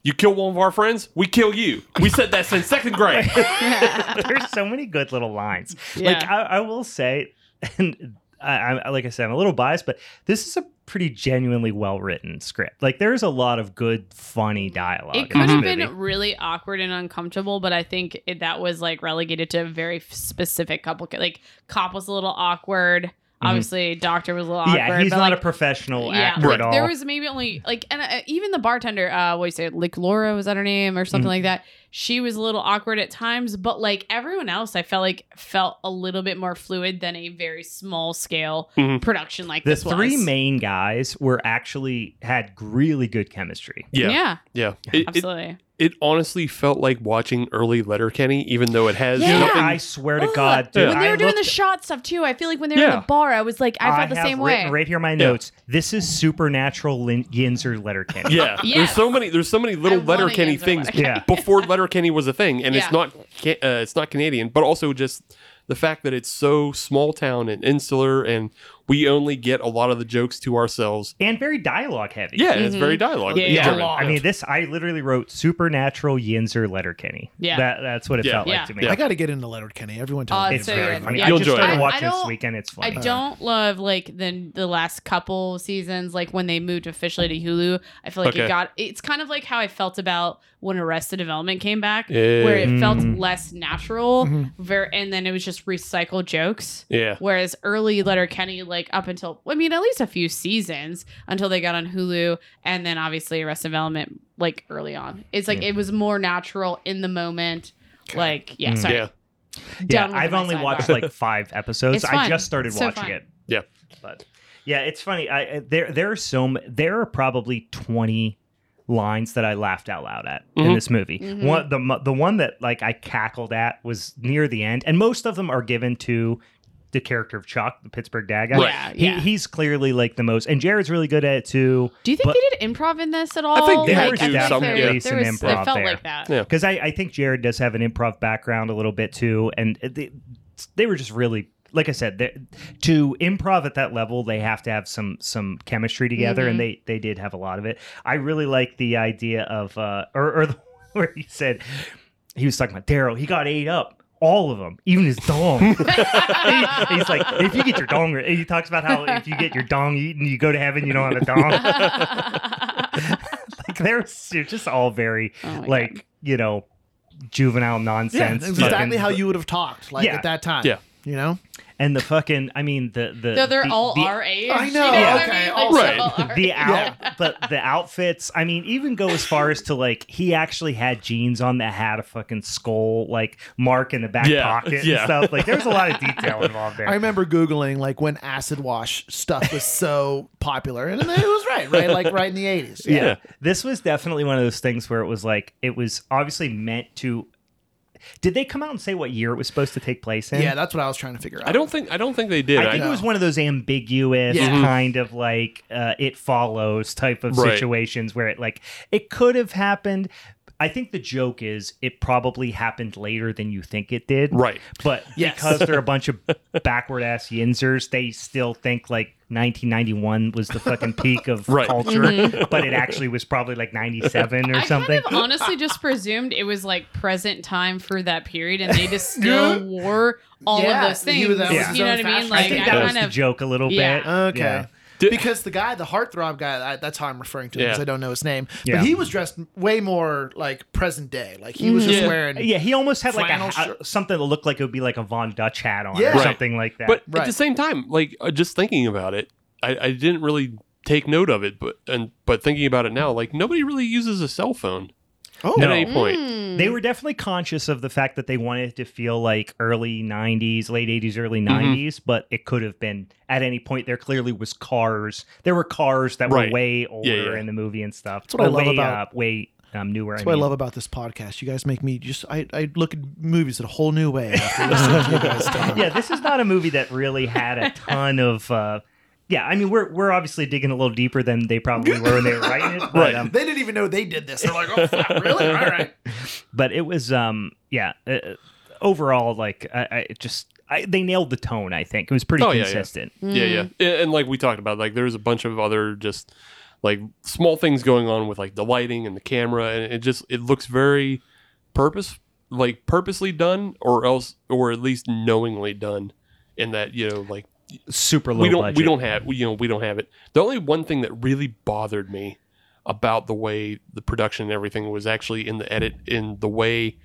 Speaker 4: "You kill one of our friends, we kill you." We said that since second grade.
Speaker 2: There's so many good little lines. Like
Speaker 3: Yeah.
Speaker 2: I, I will say, and I, I like I said, I'm a little biased, but this is a pretty genuinely well written script. Like there's a lot of good, funny dialogue.
Speaker 3: It
Speaker 2: in
Speaker 3: could
Speaker 2: this
Speaker 3: have
Speaker 2: movie.
Speaker 3: been really awkward and uncomfortable, but I think it, that was like relegated to a very f- specific couple. Like cop was a little awkward. Obviously, doctor was a little awkward.
Speaker 2: Mm-hmm. Yeah, he's
Speaker 3: but,
Speaker 2: not
Speaker 3: like,
Speaker 2: a professional
Speaker 3: yeah,
Speaker 2: actor
Speaker 3: like,
Speaker 2: at all.
Speaker 3: there was maybe only like, and uh, even the bartender, uh, what do you say, like Laura was that her name or
Speaker 2: Mm-hmm.
Speaker 3: something like that. She was a little awkward at times, but like everyone else, I felt like felt a little bit more fluid than a very small scale
Speaker 4: Mhm.
Speaker 3: production like
Speaker 2: Mm-hmm. the
Speaker 3: this.
Speaker 2: three
Speaker 3: was.
Speaker 2: main guys were actually had really good chemistry.
Speaker 3: yeah,
Speaker 4: yeah, yeah. It, it,
Speaker 3: absolutely.
Speaker 4: it honestly felt like watching early Letterkenny, even though it has
Speaker 3: Yeah.
Speaker 4: nothing.
Speaker 2: I swear to
Speaker 3: Ugh.
Speaker 2: God, dude,
Speaker 3: when they
Speaker 2: I
Speaker 3: were doing the
Speaker 2: looked-
Speaker 3: shot stuff too, I feel like when they were
Speaker 4: Yeah.
Speaker 3: in the bar, I was like, I felt the
Speaker 2: have
Speaker 3: same way.
Speaker 2: written Right here, in my notes. This is supernatural Lin- Yinzer Letterkenny.
Speaker 4: yeah, there's
Speaker 3: Yes.
Speaker 4: so many. There's so many little
Speaker 3: I wanna
Speaker 4: Letterkenny
Speaker 3: answer
Speaker 4: things
Speaker 3: Letterkenny.
Speaker 2: Yeah.
Speaker 4: before Letterkenny was a thing, and it's
Speaker 3: Yeah.
Speaker 4: not ca- uh, it's not Canadian, but also just the fact that it's so small town and insular, and we only get a lot of the jokes to ourselves.
Speaker 2: and very dialogue heavy.
Speaker 4: Yeah, it's very dialogue.
Speaker 3: Mm-hmm. Yeah, yeah.
Speaker 4: driven.
Speaker 2: I mean, this I literally wrote Supernatural Yinzer Letterkenny.
Speaker 3: Yeah.
Speaker 2: that, that's what it
Speaker 4: Yeah.
Speaker 2: felt
Speaker 3: Yeah.
Speaker 2: like to me.
Speaker 4: Yeah.
Speaker 5: I got to get into Leonard Kenny. Everyone
Speaker 6: Oh,
Speaker 5: tells me
Speaker 6: it's so
Speaker 5: it's very
Speaker 6: good.
Speaker 2: I
Speaker 5: funny.
Speaker 2: mean,
Speaker 4: Yeah.
Speaker 2: I
Speaker 4: You'll
Speaker 2: just
Speaker 4: enjoy
Speaker 2: started
Speaker 3: it. I
Speaker 2: watching this
Speaker 3: don't-
Speaker 2: weekend. It's
Speaker 3: I
Speaker 2: funny.
Speaker 3: don't love like the the last couple seasons, like when they moved officially to Hulu. I feel like
Speaker 4: Okay.
Speaker 3: it got. It's kind of like how I felt about when Arrested Development came back,
Speaker 4: Yeah.
Speaker 3: where it felt
Speaker 2: Mm.
Speaker 3: less natural, ver- and then it was just recycled jokes.
Speaker 4: Yeah.
Speaker 3: Whereas early Letter Kenny, like up until I mean, at least a few seasons until they got on Hulu, and then obviously Arrested Development, like early on, it's like it was more natural in the moment. Like yeah,
Speaker 2: Mm.
Speaker 3: sorry.
Speaker 4: Yeah.
Speaker 2: Yeah,
Speaker 3: Done with
Speaker 2: I've
Speaker 3: my
Speaker 2: only
Speaker 3: sidebar.
Speaker 2: watched like five episodes.
Speaker 3: It's
Speaker 2: I
Speaker 3: fun.
Speaker 2: just started
Speaker 3: It's so
Speaker 2: watching
Speaker 3: fun.
Speaker 2: it.
Speaker 4: Yeah.
Speaker 2: but yeah, it's funny. I I- there there are so m- there are probably twenty lines that I laughed out loud at in
Speaker 4: Mhm.
Speaker 2: this movie.
Speaker 3: Mhm.
Speaker 2: One the mo- the one that like I cackled at was near the end, and most of them are given to the character of Chuck, the Pittsburgh Dad guy.
Speaker 4: Right.
Speaker 3: Yeah,
Speaker 2: He,
Speaker 3: yeah.
Speaker 2: he's clearly like the most, and Jared's really good at it too.
Speaker 3: Do you think
Speaker 2: But-
Speaker 3: they did improv in this at all?
Speaker 4: think they
Speaker 3: like,
Speaker 4: were
Speaker 3: I feel like
Speaker 4: definitely
Speaker 3: there-
Speaker 2: some
Speaker 3: there was-
Speaker 2: improv
Speaker 3: It felt
Speaker 2: there.
Speaker 3: like that.
Speaker 4: Yeah.
Speaker 2: Because I, I think Jared does have an improv background a little bit too, and they, they were just really, like I said, they- to improv at that level, they have to have some some chemistry together, and they they did have a lot of it. I really like the idea of, uh, or, or the, where he said he was talking about Daryl, he got ate up. All of them, even his dong. He- he's like, if you get your dong, he talks about how if you get your dong eaten, you go to heaven. You don't have a dong. like they're, they're just all very
Speaker 3: Oh my
Speaker 2: like you know juvenile
Speaker 5: Yeah,
Speaker 2: nonsense
Speaker 5: that's
Speaker 2: fucking-
Speaker 5: exactly how you would have talked like
Speaker 2: Yeah.
Speaker 5: at that time.
Speaker 4: Yeah.
Speaker 5: You know?
Speaker 2: and the fucking i mean the the
Speaker 3: God. Though they're
Speaker 2: the-
Speaker 3: all
Speaker 2: the,
Speaker 3: our age.
Speaker 5: I
Speaker 3: you
Speaker 5: know,
Speaker 3: what I
Speaker 5: okay,
Speaker 3: mean?
Speaker 5: all
Speaker 3: Like, they're
Speaker 4: right.
Speaker 3: all our
Speaker 2: the
Speaker 3: age.
Speaker 2: out but the outfits i mean even go as far as to like he actually had jeans on that had a fucking skull like mark in the back
Speaker 4: Yeah,
Speaker 2: pocket
Speaker 4: yeah.
Speaker 2: and stuff like there's a lot of detail involved there
Speaker 5: I remember Googling like when acid wash stuff was so popular. And it was right, right? Like right in the 80s.
Speaker 2: yeah.
Speaker 4: Yeah.
Speaker 2: This was definitely one of those things where it was like it was obviously meant to Did they come out and say what year it was supposed to take place in?
Speaker 5: Yeah, that's what I was trying to figure out.
Speaker 4: I don't think I don't think they did.
Speaker 2: I think
Speaker 4: I- Mm-hmm.
Speaker 2: it was one of those ambiguous
Speaker 5: Yeah.
Speaker 2: kind of like uh, it follows type of
Speaker 4: Right.
Speaker 2: situations where it like it could have happened. I think the joke is it probably happened later than you think it did.
Speaker 4: Right.
Speaker 2: But
Speaker 5: Yes.
Speaker 2: because they're a bunch of backward ass yinzers, they still think like 1991 was the fucking peak of
Speaker 4: Right.
Speaker 2: culture, but it actually was probably like 97 or
Speaker 3: Mm-hmm. I
Speaker 2: something.
Speaker 3: kind of honestly just presumed it was like present time for that period, and they just still wore all
Speaker 5: Yeah,
Speaker 3: of those
Speaker 5: he
Speaker 3: things.
Speaker 5: was- that was his
Speaker 3: You know
Speaker 5: own
Speaker 3: what I mean?
Speaker 5: fashion.
Speaker 3: Like
Speaker 2: I think that
Speaker 3: I
Speaker 2: was
Speaker 3: kind
Speaker 2: the
Speaker 3: of
Speaker 2: joke a little
Speaker 3: Yeah.
Speaker 2: bit.
Speaker 5: Okay.
Speaker 2: Yeah.
Speaker 4: Di-
Speaker 5: because the guy, the heartthrob guy, I, that's how I'm referring to him because
Speaker 4: Yeah.
Speaker 5: I don't know his name.
Speaker 2: Yeah.
Speaker 5: But he was dressed way more like present day. Like he was just
Speaker 4: Yeah.
Speaker 5: wearing.
Speaker 2: Uh, Yeah, he almost had like a,
Speaker 5: Flannel
Speaker 2: ha-
Speaker 5: shirt.
Speaker 2: something that looked like it would be like a Von Dutch hat on or
Speaker 5: Yeah. Right.
Speaker 2: something like that.
Speaker 4: But at the
Speaker 5: Right.
Speaker 4: same time, like uh, just thinking about it, I, I didn't really take note of it, but and but thinking about it now, like nobody really uses a cell phone
Speaker 5: Oh,
Speaker 4: at
Speaker 2: No.
Speaker 4: any point.
Speaker 3: Hmm.
Speaker 2: they were definitely conscious of the fact that they wanted it to feel like early 90s, late 80s, early
Speaker 4: Mm-hmm.
Speaker 2: 90s, but it could have been at any point. There clearly was cars. There were cars that
Speaker 4: Right.
Speaker 2: were way older
Speaker 4: yeah.
Speaker 2: in the movie and stuff. That's
Speaker 5: what I love
Speaker 2: way,
Speaker 5: about-
Speaker 2: uh, way um, newer.
Speaker 5: That's
Speaker 2: I
Speaker 5: what I
Speaker 2: mean.
Speaker 5: love about this podcast. You guys make me just. I, I look at movies in a whole new way after listening to you guys talk.
Speaker 2: yeah, this is not a movie that really had a ton of. Uh, yeah, I mean, we're we're obviously digging a little deeper than they probably were when they were writing it. But,
Speaker 4: Right.
Speaker 2: um,
Speaker 5: They didn't even know they did this. They're like, oh, fuck, really? All right.
Speaker 2: but it was um yeah uh, overall like I, I it just I, they nailed the tone I think it was pretty
Speaker 4: Oh, yeah, yeah.
Speaker 2: consistent
Speaker 3: Mm.
Speaker 4: Yeah, yeah. And, and like we talked about, like there's a bunch of other just like small things going on with like the lighting and the camera, and it just it looks very purpose like purposely done, or else, or at least knowingly done, in that you know like
Speaker 2: super low
Speaker 4: we don't
Speaker 2: budget
Speaker 4: we don't have we, you know we don't have it. The only one thing that really bothered me about the way the production and everything was actually in the edit in the way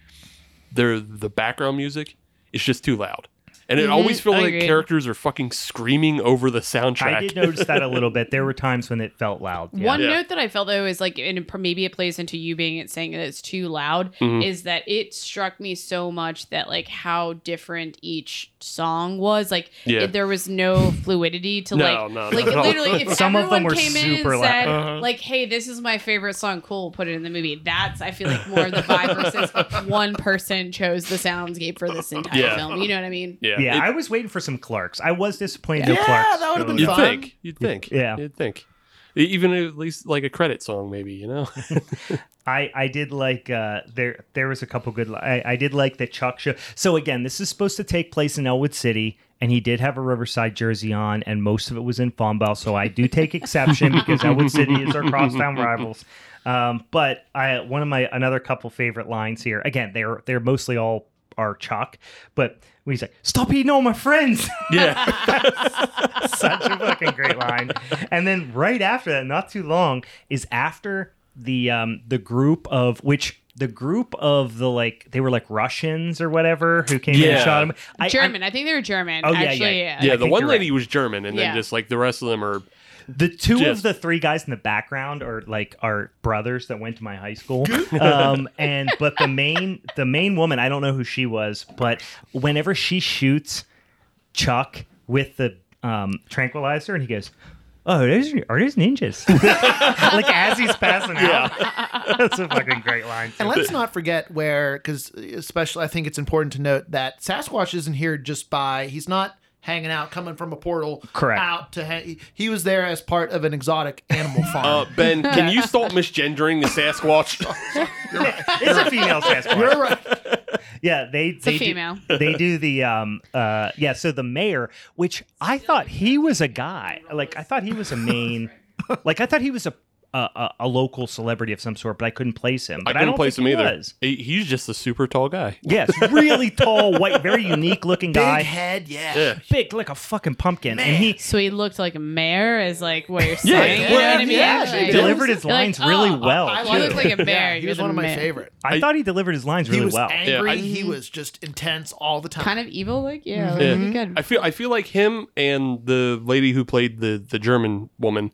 Speaker 4: their the background music is just too loud. And it always feels
Speaker 3: Mm-hmm. I
Speaker 4: like
Speaker 3: agree.
Speaker 4: characters are fucking screaming over the soundtrack.
Speaker 2: I did notice that a little bit there were times when it felt loud yeah.
Speaker 3: One
Speaker 4: Yeah.
Speaker 3: note that I felt though is like, and it- maybe it plays into you being it saying that it's too loud,
Speaker 4: Mm-hmm.
Speaker 3: is that it struck me so much that like how different each song was. Like
Speaker 4: Yeah.
Speaker 3: it- there was no fluidity to
Speaker 4: No,
Speaker 3: like,
Speaker 4: no, Uh-huh.
Speaker 3: like
Speaker 4: not at all.
Speaker 3: literally if
Speaker 2: Some of them
Speaker 3: everyone
Speaker 2: were
Speaker 3: came in and
Speaker 2: super loud.
Speaker 3: said like, "Hey, this is my favorite song," cool, put it in the movie. That's I feel like more of the vibe versus one person chose the soundscape for this entire
Speaker 4: Yeah.
Speaker 3: film. You know what I mean?
Speaker 4: yeah,
Speaker 2: yeah
Speaker 4: it-
Speaker 2: I was waiting for some Clarks I was disappointed no
Speaker 5: Yeah,
Speaker 2: Clarks
Speaker 5: that would've been
Speaker 2: earlier.
Speaker 4: you'd
Speaker 5: fun.
Speaker 4: think, you'd think,
Speaker 2: Yeah.
Speaker 4: you'd think. even at least like a credit song, maybe you know.
Speaker 2: I, I did like uh, there there was a couple good li- I, I did like that Chuck show so again this is supposed to take place in Elwood City and he did have a Riverside jersey on and most of it was in Fombau so I do take exception because Elwood City is our crosstown rivals um, but I one of my another couple favorite lines here again they're they're mostly all are Chuck but when he's like stop eating all my friends
Speaker 4: yeah,
Speaker 2: such a fucking great line. And then right after that, not too long, is after the um the group of which the group of the like they were like Russians or whatever who came in and
Speaker 4: Yeah.
Speaker 2: shot him. I,
Speaker 3: German. I, think they were German.
Speaker 2: Oh, yeah, yeah.
Speaker 3: actually, yeah.
Speaker 4: yeah.
Speaker 2: I
Speaker 4: The
Speaker 2: think
Speaker 4: one
Speaker 2: you're
Speaker 4: lady was German, and
Speaker 3: Yeah.
Speaker 4: then just like the rest of them are.
Speaker 2: I- the two of
Speaker 4: Just-
Speaker 2: the three guys in the background are like are brothers that went to my high school. Um, and but the main the main woman, I don't know who she was, but whenever she shoots Chuck with the um, tranquilizer, and he goes, "Oh, those are, are those ninjas?" like as he's passing out. That's a fucking great line. too.
Speaker 5: And let's not forget where, because especially I think it's important to note that Sasquatch isn't here just by he's not hanging out coming from a portal
Speaker 2: Correct.
Speaker 5: out to hang, he- he was there as part of an exotic animal farm.
Speaker 4: Uh, ben, can you stop misgendering the Sasquatch?
Speaker 2: it's a female Sasquatch.
Speaker 5: You're right.
Speaker 2: Yeah, they
Speaker 3: a
Speaker 2: they do-
Speaker 3: female.
Speaker 2: they do the um uh yeah. So the mayor, which I thought he was a guy, like I thought he was a main, like I thought he was a a, a, a local celebrity of some sort, but I couldn't place him.
Speaker 4: I
Speaker 2: But
Speaker 4: couldn't
Speaker 2: don't
Speaker 4: place him
Speaker 2: think he
Speaker 4: either.
Speaker 2: was.
Speaker 4: He- He's just a super tall guy.
Speaker 2: Yes, really tall, white, very unique looking
Speaker 5: Big
Speaker 2: guy,
Speaker 5: head, yeah.
Speaker 4: Yeah.
Speaker 2: big like a fucking pumpkin, and he
Speaker 3: So he looked like a mayor, is like what you're saying. you know
Speaker 4: well,
Speaker 3: what I mean?
Speaker 5: yeah,
Speaker 3: Like,
Speaker 5: he
Speaker 2: delivered his
Speaker 3: You're like,
Speaker 2: lines really
Speaker 3: oh,
Speaker 2: well. too.
Speaker 5: I
Speaker 3: He
Speaker 5: like
Speaker 3: looked like a bear.
Speaker 5: Yeah, he
Speaker 3: He
Speaker 5: was
Speaker 3: was a
Speaker 5: one of my
Speaker 3: man.
Speaker 5: favorite.
Speaker 2: I thought he delivered his lines
Speaker 5: he
Speaker 2: really
Speaker 5: was
Speaker 2: well.
Speaker 5: angry.
Speaker 4: Yeah.
Speaker 5: He was just intense all the time.
Speaker 3: kind of evil, like yeah, like,
Speaker 4: Yeah.
Speaker 3: Mm-hmm. he could-
Speaker 4: I feel I feel like him and the lady who played the the German woman,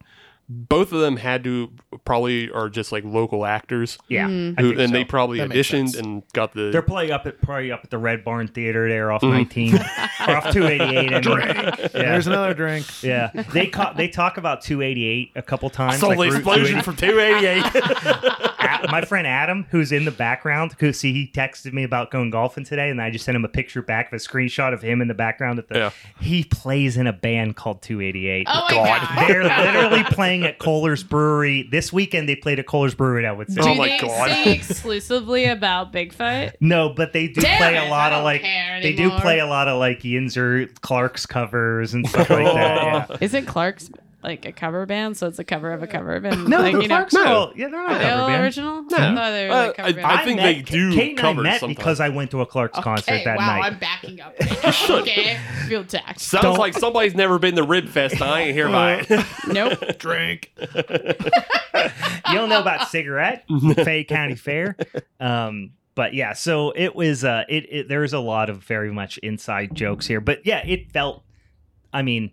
Speaker 4: both of them had to probably are just like local actors.
Speaker 2: yeah, I
Speaker 4: Who,
Speaker 2: think
Speaker 4: and
Speaker 2: so.
Speaker 4: they probably
Speaker 5: That makes sense.
Speaker 4: auditioned and got the.
Speaker 2: They're playing up at probably up at the Red Barn Theater there off
Speaker 4: Mm-hmm.
Speaker 2: 19 or off 288. I mean. Yeah.
Speaker 5: There's another drink.
Speaker 2: Yeah, they ca- they talk about 288 a couple times.
Speaker 4: saw
Speaker 2: like
Speaker 4: the
Speaker 2: Route
Speaker 4: explosion
Speaker 2: 288.
Speaker 4: from 288.
Speaker 2: A- my friend Adam, who's in the background, who see he texted me about going golfing today, and I just sent him a picture back of a screenshot of him in the background at the.
Speaker 4: Yeah.
Speaker 2: He plays in a band called 288.
Speaker 3: Oh my god!
Speaker 2: They're literally playing at Kohler's Brewery this weekend. They played at Kohler's Brewery. I would say
Speaker 3: Do
Speaker 4: Oh my
Speaker 3: they
Speaker 4: God.
Speaker 3: sing exclusively about Bigfoot?
Speaker 2: no, but they do
Speaker 3: Damn
Speaker 2: play
Speaker 3: it,
Speaker 2: a lot
Speaker 3: I
Speaker 2: of
Speaker 3: don't
Speaker 2: like
Speaker 3: care
Speaker 2: they do
Speaker 3: anymore.
Speaker 2: play a lot of like Yinzer Clark's covers and stuff like that. Yeah.
Speaker 3: Isn't Clark's like a cover band? So it's a cover of a cover band.
Speaker 2: No,
Speaker 3: like,
Speaker 2: the
Speaker 3: you know,
Speaker 2: Clark's no. yeah, they're not a
Speaker 3: are they
Speaker 2: cover
Speaker 3: all
Speaker 2: band.
Speaker 3: original? No, I thought they were like
Speaker 4: Uh,
Speaker 3: cover
Speaker 4: I
Speaker 3: bands.
Speaker 4: think they do
Speaker 2: Kate and I
Speaker 4: covers
Speaker 2: met
Speaker 4: sometimes.
Speaker 2: because I went to a Clark's concert
Speaker 3: okay,
Speaker 2: that
Speaker 3: wow,
Speaker 2: night.
Speaker 3: I'm backing up. okay, feel taxed.
Speaker 4: Sounds
Speaker 2: Don't-
Speaker 4: like somebody's never been to Rib Fest. and I ain't here by it.
Speaker 3: Nope.
Speaker 5: Drink.
Speaker 2: you don't know about cigarette Fay County Fair, um, but yeah. So it was. Uh, it, it there was a lot of very much inside jokes here, but yeah, it felt. I mean,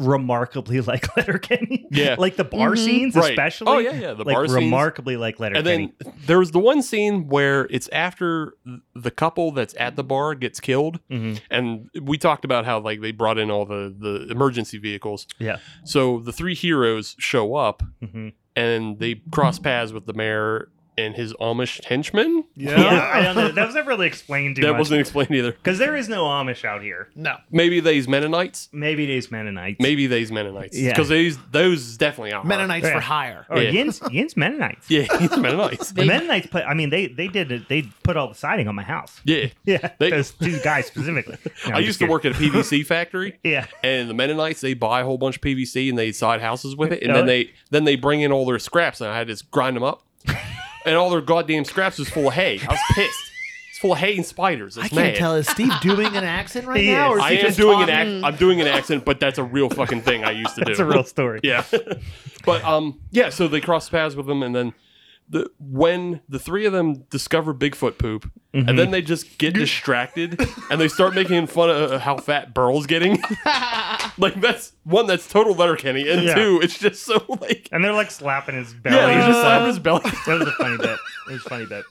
Speaker 2: remarkably like Letterkenny.
Speaker 4: Yeah.
Speaker 2: like the bar
Speaker 3: Mm-hmm.
Speaker 2: scenes,
Speaker 4: Right.
Speaker 2: especially.
Speaker 4: Oh, yeah, yeah, the
Speaker 2: like
Speaker 4: bar scenes.
Speaker 2: remarkably like
Speaker 4: And
Speaker 2: Letterkenny.
Speaker 4: then there was the one scene where it's after the couple that's at the bar gets killed,
Speaker 2: Mhm.
Speaker 4: and we talked about how like they brought in all the the emergency vehicles.
Speaker 2: yeah.
Speaker 4: So the three heroes show up
Speaker 2: Mhm.
Speaker 4: and they cross paths with the mayor and his Amish henchmen.
Speaker 2: yeah, I don't know. That was never really explained too
Speaker 4: that
Speaker 2: much
Speaker 4: wasn't explained either.
Speaker 2: because there is no Amish out here.
Speaker 5: No.
Speaker 4: Maybe they's Mennonites.
Speaker 2: Maybe it is Mennonites.
Speaker 4: Maybe they's Mennonites.
Speaker 2: Yeah.
Speaker 4: Because those those definitely are
Speaker 5: Mennonites
Speaker 2: Yeah.
Speaker 5: for hire.
Speaker 2: or
Speaker 4: Yeah.
Speaker 2: Yin's Yin's Mennonites.
Speaker 4: Yeah, he's Mennonites.
Speaker 2: The Mennonites put. I mean, they they did. it- They put all the siding on my house.
Speaker 4: Yeah.
Speaker 2: Yeah,
Speaker 4: They-
Speaker 2: those two guys specifically. No,
Speaker 4: I
Speaker 2: I'm
Speaker 4: used
Speaker 2: just
Speaker 4: to
Speaker 2: kidding.
Speaker 4: work at a PVC factory.
Speaker 2: Yeah.
Speaker 4: And the Mennonites, they buy a whole bunch of PVC and they side houses with it, and
Speaker 2: Oh.
Speaker 4: then they then they bring in all their scraps, and I had to just grind them up. and all their goddamn scraps is full of hay. I was pissed. It's full of hay and spiders. It's
Speaker 5: I
Speaker 4: mad.
Speaker 5: can't tell. Is Steve doing an accent right
Speaker 2: He
Speaker 5: now?
Speaker 2: is.
Speaker 5: Or is
Speaker 4: I
Speaker 5: he
Speaker 4: am
Speaker 5: just
Speaker 4: doing an act.
Speaker 5: talking?
Speaker 4: I'm doing an accent, but that's a real fucking thing I used to do.
Speaker 2: It's a real story.
Speaker 4: yeah. but um, yeah. So they cross paths with them, and then the when the three of them discover Bigfoot poop, and then they just get distracted, and they start making fun of uh, how fat Burl's getting. like that's one, that's total Letterkenny, and
Speaker 2: Yeah.
Speaker 4: two, it's just so like
Speaker 2: And they're like slapping his belly.
Speaker 4: yeah, he's just slapping his belly.
Speaker 2: that was a funny bit. It was a funny bit.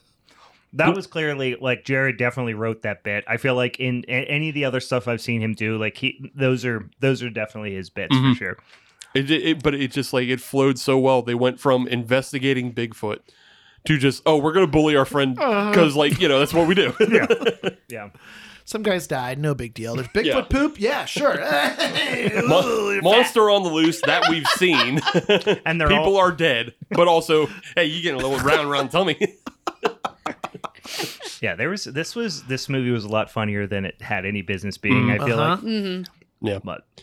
Speaker 2: That was clearly like Jared definitely wrote that bit. I feel like in, a- any of the other stuff I've seen him do, like he those are those are definitely his bits for sure.
Speaker 4: It, it, it- but it just like it flowed so well. They went from investigating Bigfoot Uh-huh. to just oh, we're gonna bully our friend because like you know that's what we do.
Speaker 2: Yeah,
Speaker 5: Some guys died. No big deal. There's Bigfoot poop. Yeah, sure.
Speaker 4: Mon- monster on the loose that we've seen.
Speaker 2: And they're
Speaker 4: People
Speaker 2: all,
Speaker 4: are dead, but also, hey, you getting a little round round tummy?
Speaker 2: yeah. There was this was this movie was a lot funnier than it had any business being. I feel
Speaker 5: uh-huh.
Speaker 2: like,
Speaker 4: yeah,
Speaker 2: but
Speaker 3: Mm-hmm.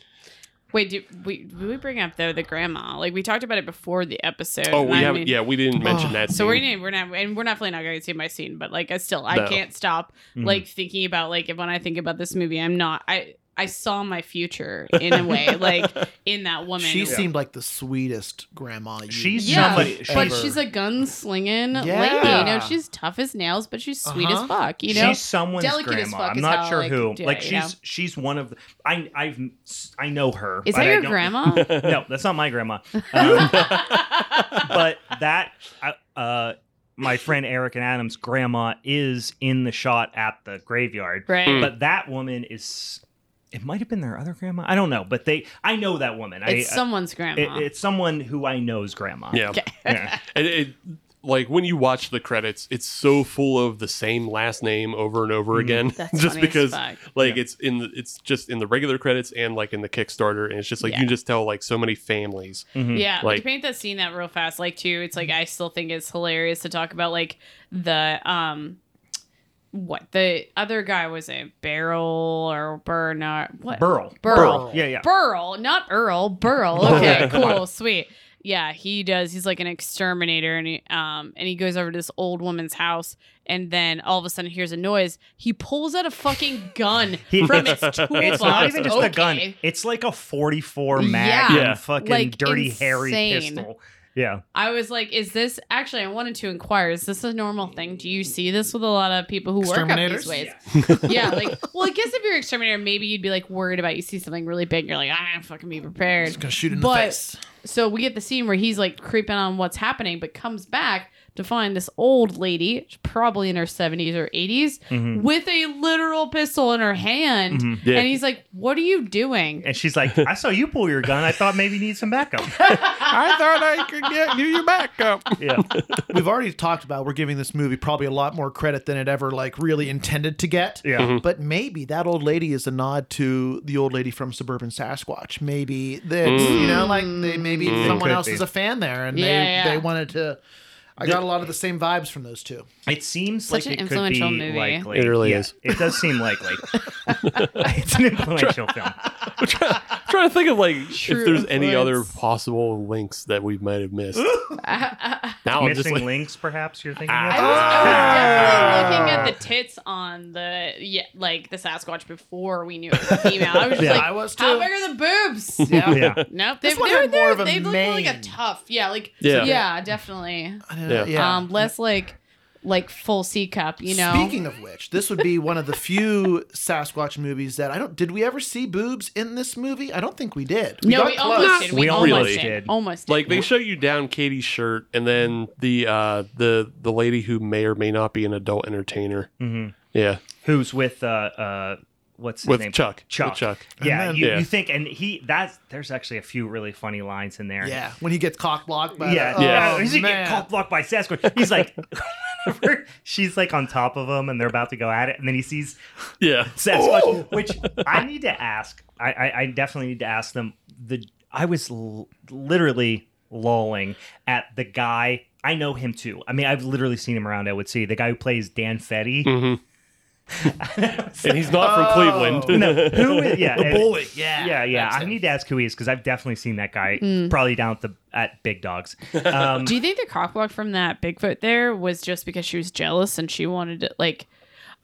Speaker 3: Wait, do we, do we bring up though the grandma? Like we talked about it before the episode.
Speaker 4: Oh,
Speaker 3: and
Speaker 4: we
Speaker 3: I
Speaker 4: haven't.
Speaker 3: mean-
Speaker 4: yeah, we didn't mention
Speaker 5: Oh.
Speaker 4: that.
Speaker 3: So we're
Speaker 4: scene.
Speaker 3: gonna, we're not and we're not really not going to see my scene, but like I still I
Speaker 4: No.
Speaker 3: can't stop
Speaker 2: Mm-hmm.
Speaker 3: like thinking about like if when I think about this movie, I'm not I I saw my future in a way like in that woman.
Speaker 5: she seemed like the sweetest grandma. You
Speaker 2: She's
Speaker 3: Yeah,
Speaker 2: somebody.
Speaker 3: but
Speaker 5: ever.
Speaker 3: she's a gun slinging lady. You
Speaker 5: Yeah.
Speaker 3: know, she's tough as nails, but she's sweet
Speaker 5: Uh-huh.
Speaker 3: as fuck. You know,
Speaker 2: mm-hmm. she's someone's
Speaker 3: Delicate as
Speaker 2: grandma.
Speaker 3: fuck
Speaker 2: I'm
Speaker 3: is
Speaker 2: not
Speaker 3: how,
Speaker 2: sure
Speaker 3: like,
Speaker 2: who.
Speaker 3: do
Speaker 2: like
Speaker 3: it, you
Speaker 2: she's
Speaker 3: know?
Speaker 2: she's one of. The, I I've I know her.
Speaker 3: is
Speaker 2: but
Speaker 3: that
Speaker 2: I
Speaker 3: your
Speaker 2: don't-
Speaker 3: grandma?
Speaker 2: No, that's not my grandma. Um, but that uh, uh, my friend Eric and Adam's grandma is in the shot at the graveyard.
Speaker 3: right.
Speaker 2: But that woman is. It might have been their other grandma. I don't know, but they. I know that woman.
Speaker 3: it's
Speaker 2: I, I-
Speaker 3: someone's
Speaker 2: it-
Speaker 3: grandma.
Speaker 2: it's someone who I know's grandma.
Speaker 4: yeah.
Speaker 2: Yeah.
Speaker 4: And it, like when you watch the credits, it's so full of the same last name over and over again.
Speaker 3: Mm-hmm. That's
Speaker 4: just
Speaker 3: funny as
Speaker 4: because
Speaker 3: fuck.
Speaker 4: like it's in the, it's just in the regular credits and like in the Kickstarter, and it's just like you
Speaker 3: Yeah.
Speaker 4: can just tell like so many families.
Speaker 2: Hmm, Mm-hmm.
Speaker 3: Yeah,
Speaker 4: Like-
Speaker 3: to paint that scene that real fast, like too, it's like I still think it's hilarious to talk about like the um what the other guy was a Beryl or Bernard what
Speaker 2: Burl.
Speaker 3: Burl.
Speaker 2: Yeah, yeah.
Speaker 3: Burl, not Earl, Burl. Okay, cool, sweet. Yeah, he does. He's like an exterminator, and he um and he goes over to this old woman's house, and then all of a sudden hears a noise. He pulls out a fucking gun
Speaker 2: He-
Speaker 3: from his tool
Speaker 2: It's not
Speaker 3: box.
Speaker 2: even just
Speaker 3: okay.
Speaker 2: a gun. It's like a 44 mag
Speaker 3: Yeah.
Speaker 4: Yeah.
Speaker 2: and fucking
Speaker 3: Like,
Speaker 2: dirty hairy
Speaker 3: insane.
Speaker 2: pistol. Yeah.
Speaker 3: I was like, is this actually? I wanted to inquire, is this a normal thing? Do you see this with a lot of people who work out
Speaker 5: Exterminators?
Speaker 3: these ways? Yeah. like, well, I guess if you're an exterminator, maybe you'd be like worried about you see something really big, you're like, ah, fucking be prepared.
Speaker 5: Just gonna shoot in
Speaker 3: But-
Speaker 5: the face.
Speaker 3: So we get the scene where he's like creeping on what's happening, but comes back to find this old lady, probably in her 70s or 80s, with a literal pistol in her hand.
Speaker 4: Yeah.
Speaker 3: And he's like, what are you doing?
Speaker 2: And she's like, I saw you pull your gun. I thought maybe you need some backup.
Speaker 4: I thought I could get you your backup.
Speaker 2: Yeah.
Speaker 5: We've already talked about we're giving this movie probably a lot more credit than it ever like really intended to get.
Speaker 2: Yeah.
Speaker 4: Mm-hmm.
Speaker 5: But maybe that old lady is a nod to the old lady from Suburban Sasquatch. Maybe that you know, like they maybe someone
Speaker 2: Could
Speaker 5: else
Speaker 2: be.
Speaker 5: is a fan there, and
Speaker 3: Yeah,
Speaker 5: they
Speaker 3: yeah.
Speaker 5: they wanted to. I got a lot of the same vibes from those two.
Speaker 2: It seems like
Speaker 3: Such an
Speaker 2: it could be
Speaker 3: influential movie.
Speaker 2: likely.
Speaker 4: It really
Speaker 2: Yeah,
Speaker 4: is.
Speaker 2: It does seem likely. it's an influential film.
Speaker 4: I'm trying, I'm trying to think of like if there's any other
Speaker 3: influence.
Speaker 4: possible links that we might have missed. now I'm Oh, just
Speaker 2: Missing
Speaker 4: like, Ah.
Speaker 2: links, perhaps you're thinking
Speaker 3: I was,
Speaker 2: of.
Speaker 3: I was definitely looking at the tits on the yeah, like the Sasquatch before we knew it was a female. I was just
Speaker 2: Yeah.
Speaker 3: like,
Speaker 5: I was
Speaker 3: how
Speaker 5: too.
Speaker 3: big are the boobs?
Speaker 5: Yeah.
Speaker 2: Yeah.
Speaker 3: Nope,
Speaker 5: This
Speaker 3: they've
Speaker 5: one
Speaker 3: they were
Speaker 5: had more
Speaker 3: there.
Speaker 5: of a
Speaker 3: They looked more like a
Speaker 5: mane.
Speaker 3: tough, yeah, like
Speaker 4: Yeah.
Speaker 3: yeah, definitely.
Speaker 5: I don't
Speaker 4: Yeah.
Speaker 5: know, yeah.
Speaker 3: Um, less like like full C cup, you know.
Speaker 5: Speaking of which, this would be one of the few Sasquatch movies that I don't. Did we ever see boobs in this movie? I don't think we did.
Speaker 3: no,
Speaker 5: got
Speaker 3: we
Speaker 5: close.
Speaker 3: almost did. We,
Speaker 4: We
Speaker 3: almost
Speaker 4: really
Speaker 3: did.
Speaker 2: did.
Speaker 3: Almost did.
Speaker 4: like they show you down Katie's shirt, and then the uh, the the lady who may or may not be an adult entertainer. Mm-hmm. Yeah,
Speaker 2: Who's with uh uh what's his
Speaker 4: With
Speaker 2: name?
Speaker 4: Chuck. With
Speaker 2: Chuck.
Speaker 4: Chuck.
Speaker 2: Yeah,
Speaker 5: then-
Speaker 2: you,
Speaker 4: Yeah.
Speaker 2: you think and he that's there's actually a few really funny lines in there.
Speaker 5: Yeah, when he gets cock blocked by
Speaker 2: Yeah,
Speaker 5: the,
Speaker 4: Yeah.
Speaker 5: oh,
Speaker 2: he's gonna
Speaker 5: man.
Speaker 2: get cock blocked by Sasquatch. He's like, whenever she's like on top of him, and they're about to go at it, and then he sees
Speaker 4: yeah.
Speaker 2: Sasquatch, which I need to ask. I, I, I definitely need to ask them. The I was l- literally lolling at the guy. I know him too. I mean, I've literally seen him around. I would see the guy who plays Dan
Speaker 4: Mm.
Speaker 2: Fetty.
Speaker 4: Mm-hmm. And he's not from Cleveland.
Speaker 2: Oh. No, who is yeah? The
Speaker 5: bully. Yeah,
Speaker 2: Yeah, yeah. I need to ask who he is because I've definitely seen that guy
Speaker 3: Hmm.
Speaker 2: probably down at the at Big Dogs. Um,
Speaker 3: Do you think the cockblock from that Bigfoot there was just because she was jealous and she wanted to like?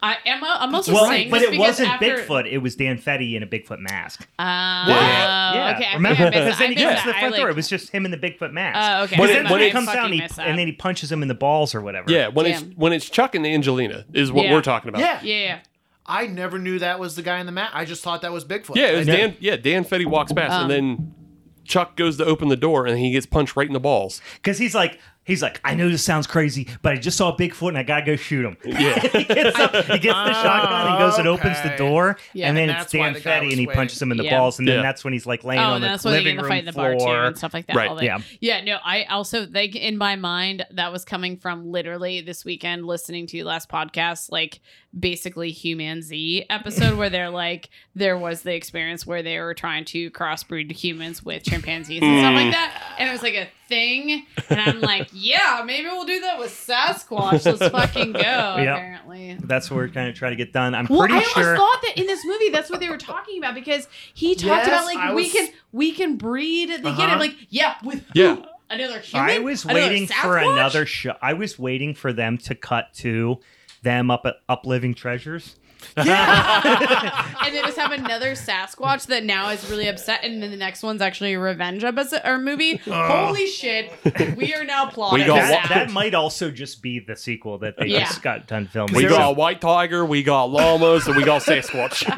Speaker 3: I am. I'm also
Speaker 2: well,
Speaker 3: saying
Speaker 2: but
Speaker 3: this
Speaker 2: it
Speaker 3: because
Speaker 2: wasn't
Speaker 3: after,
Speaker 2: Bigfoot. It was Dan Fetty in a Bigfoot mask.
Speaker 3: Uh,
Speaker 2: yeah.
Speaker 3: Okay. I
Speaker 2: Remember?
Speaker 3: think I
Speaker 2: Because
Speaker 3: missed,
Speaker 2: then
Speaker 3: I
Speaker 2: he
Speaker 3: missed
Speaker 2: goes
Speaker 3: that.
Speaker 2: to the
Speaker 3: I,
Speaker 2: front
Speaker 3: like,
Speaker 2: door. It was just him in the Bigfoot mask.
Speaker 3: Oh, okay.
Speaker 4: When
Speaker 3: I
Speaker 4: it-
Speaker 2: And then
Speaker 4: when
Speaker 2: when
Speaker 3: remember.
Speaker 2: he
Speaker 3: I
Speaker 2: comes
Speaker 3: fucking
Speaker 2: out and he,
Speaker 3: messed
Speaker 2: and
Speaker 3: up.
Speaker 2: then he punches him in the balls or whatever.
Speaker 4: Yeah, when it's
Speaker 3: Damn.
Speaker 4: when it's Chuck and Angelina is what
Speaker 3: Yeah.
Speaker 4: we're talking about.
Speaker 5: Yeah.
Speaker 3: yeah, yeah.
Speaker 5: I never knew that was the guy in the mat. I just thought that was Bigfoot.
Speaker 4: Yeah, it was
Speaker 5: I-
Speaker 4: Dan. Yeah, Dan Fetty walks past, and then Chuck goes to open the door, and he gets punched right in the balls.
Speaker 2: Because he's like, He's like, I know this sounds crazy, but I just saw Bigfoot and I gotta go shoot him.
Speaker 4: Yeah.
Speaker 2: he gets up, he gets the shotgun, he goes and opens the
Speaker 5: Oh, okay.
Speaker 2: door,
Speaker 3: Yeah,
Speaker 2: and then
Speaker 5: and
Speaker 2: it's
Speaker 5: that's why
Speaker 2: Dan
Speaker 5: the guy
Speaker 2: Fetty
Speaker 5: was
Speaker 2: and he punches him in the
Speaker 3: waiting.
Speaker 2: balls, and then
Speaker 4: Yeah.
Speaker 2: that's when he's like laying
Speaker 3: Oh,
Speaker 2: on
Speaker 3: and
Speaker 2: the
Speaker 3: that's why they
Speaker 2: living
Speaker 3: get in the
Speaker 2: room
Speaker 3: fight in the
Speaker 2: floor.
Speaker 3: bar too and stuff like that.
Speaker 4: Right,
Speaker 3: all that.
Speaker 2: yeah.
Speaker 3: Yeah. No, I also like in my mind that was coming from literally this weekend listening to last podcast, like basically Human Z episode where they're like there was the experience where they were trying to crossbreed humans with chimpanzees and stuff like that, and it was like a thing. And I'm like, yeah, maybe we'll do that with Sasquatch. Let's fucking go. Apparently,
Speaker 2: That's what we're kind of trying to get done. I'm
Speaker 3: well,
Speaker 2: pretty
Speaker 3: I
Speaker 2: sure.
Speaker 3: almost thought that in this movie, that's what they were talking about because he talked
Speaker 5: Yes,
Speaker 3: about like
Speaker 5: I
Speaker 3: we
Speaker 5: was-
Speaker 3: can we can breed the kid.
Speaker 5: Uh-huh.
Speaker 3: I'm like, yeah, with
Speaker 4: Yeah.
Speaker 3: who? another human.
Speaker 2: I was
Speaker 3: Another
Speaker 2: waiting for
Speaker 3: Sasquatch?
Speaker 2: another show. I was waiting for them to cut to them up at Up Living Treasures.
Speaker 3: and they just have another Sasquatch that now is really upset, and then the next one's actually a revenge episode or movie. Holy shit, we are now plotting.
Speaker 4: We got
Speaker 3: this
Speaker 2: That,
Speaker 3: out.
Speaker 2: Uh. that might also just be the sequel that they
Speaker 3: Yeah.
Speaker 2: just got done filming.
Speaker 4: We
Speaker 2: So,
Speaker 4: got a white tiger, we got llamas, and we got Sasquatch.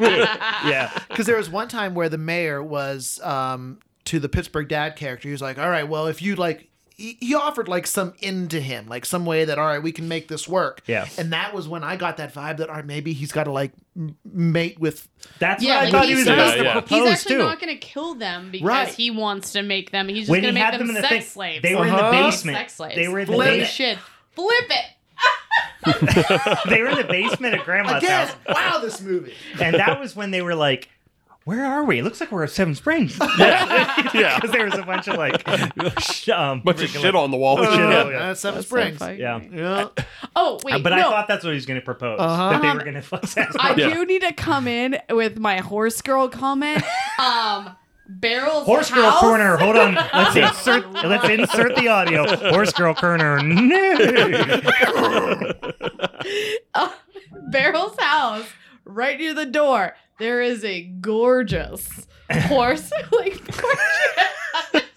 Speaker 2: yeah.
Speaker 5: Because there was one time where the mayor was um, to the Pittsburgh dad character. He was like, "All right, well, if you like." He he offered like some end to him, like some way that all right, we can make this work.
Speaker 2: Yeah.
Speaker 5: and that was when I got that vibe that all right, maybe he's got to like m- mate with.
Speaker 2: That's
Speaker 3: Yeah,
Speaker 2: what I
Speaker 3: like,
Speaker 2: thought he
Speaker 3: he's
Speaker 2: was
Speaker 4: not-
Speaker 2: supposed to
Speaker 4: yeah.
Speaker 2: propose
Speaker 3: He's actually
Speaker 2: too.
Speaker 3: not going to kill them because
Speaker 5: Right.
Speaker 3: he wants to make them. He's just
Speaker 2: when
Speaker 3: going to
Speaker 2: he
Speaker 3: make
Speaker 2: had
Speaker 3: them,
Speaker 2: them in the
Speaker 3: sex
Speaker 2: thing,
Speaker 3: slaves.
Speaker 2: they were in the
Speaker 5: Uh-huh.
Speaker 2: basement.
Speaker 3: sex slaves.
Speaker 2: They were in the
Speaker 5: Flip
Speaker 3: Holy
Speaker 5: it.
Speaker 2: basement.
Speaker 3: shit, flip it.
Speaker 2: They were in the basement at Grandma's
Speaker 5: Again,
Speaker 2: house,
Speaker 5: wow, this movie.
Speaker 2: and that was when they were like. Where are we? It looks like we're at Seven Springs.
Speaker 4: yeah. yeah.
Speaker 2: Because there was a bunch of like, sh- um,
Speaker 4: Bunch of
Speaker 2: freaking,
Speaker 4: shit
Speaker 2: like-
Speaker 4: on the wall.
Speaker 5: Oh,
Speaker 2: yeah.
Speaker 5: that's Seven
Speaker 6: That's so
Speaker 5: Springs.
Speaker 6: funny.
Speaker 2: Yeah.
Speaker 5: yeah.
Speaker 3: Oh wait,
Speaker 2: Uh, but
Speaker 3: no.
Speaker 2: I thought that's what he was going to propose.
Speaker 5: Uh-huh.
Speaker 2: That they
Speaker 3: Um,
Speaker 2: were going to fuck Sasquatch.
Speaker 3: I
Speaker 4: Yeah.
Speaker 3: do need to come in with my horse girl comment. Um, barrels.
Speaker 2: Horse girl
Speaker 3: house.
Speaker 2: corner. Hold on. Let's insert. let's insert the audio. Horse girl corner. No.
Speaker 3: Barrel's house, right near the door. There is a gorgeous horse, like gorgeous.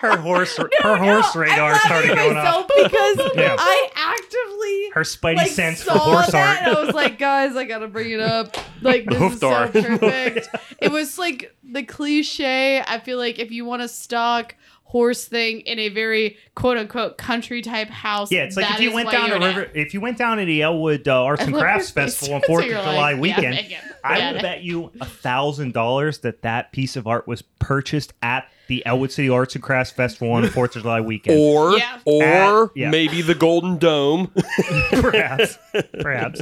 Speaker 2: Her horse. her horse radar started going off.
Speaker 6: myself because
Speaker 2: Yeah.
Speaker 6: I actively
Speaker 2: Her spidey
Speaker 6: like,
Speaker 2: sense for
Speaker 6: saw
Speaker 2: horse
Speaker 6: that
Speaker 2: art.
Speaker 6: and I was like, guys, I gotta bring it up. Like this
Speaker 4: Hoof
Speaker 6: is
Speaker 4: dar.
Speaker 6: so perfect. it was like the cliche. I feel like if you want to stock horse thing in a very quote unquote country type house,
Speaker 2: Yeah, it's like
Speaker 3: That
Speaker 2: if you
Speaker 3: is
Speaker 2: went
Speaker 3: why
Speaker 2: down
Speaker 3: you're
Speaker 2: to
Speaker 3: an
Speaker 2: river, if you went down to the Elwood uh, Arts and
Speaker 6: love
Speaker 2: Crafts
Speaker 6: your face.
Speaker 2: Festival on
Speaker 6: So
Speaker 2: Fourth of
Speaker 3: you're like,
Speaker 2: July
Speaker 3: yeah,
Speaker 2: weekend,
Speaker 3: make it.
Speaker 2: I
Speaker 3: Yeah.
Speaker 2: will bet you a thousand dollars that that piece of art was purchased at the Elwood City Arts and Crafts Festival on Fourth of July weekend.
Speaker 4: Or
Speaker 3: Yeah.
Speaker 4: or
Speaker 2: Uh, yeah.
Speaker 4: maybe the Golden Dome.
Speaker 2: perhaps, perhaps.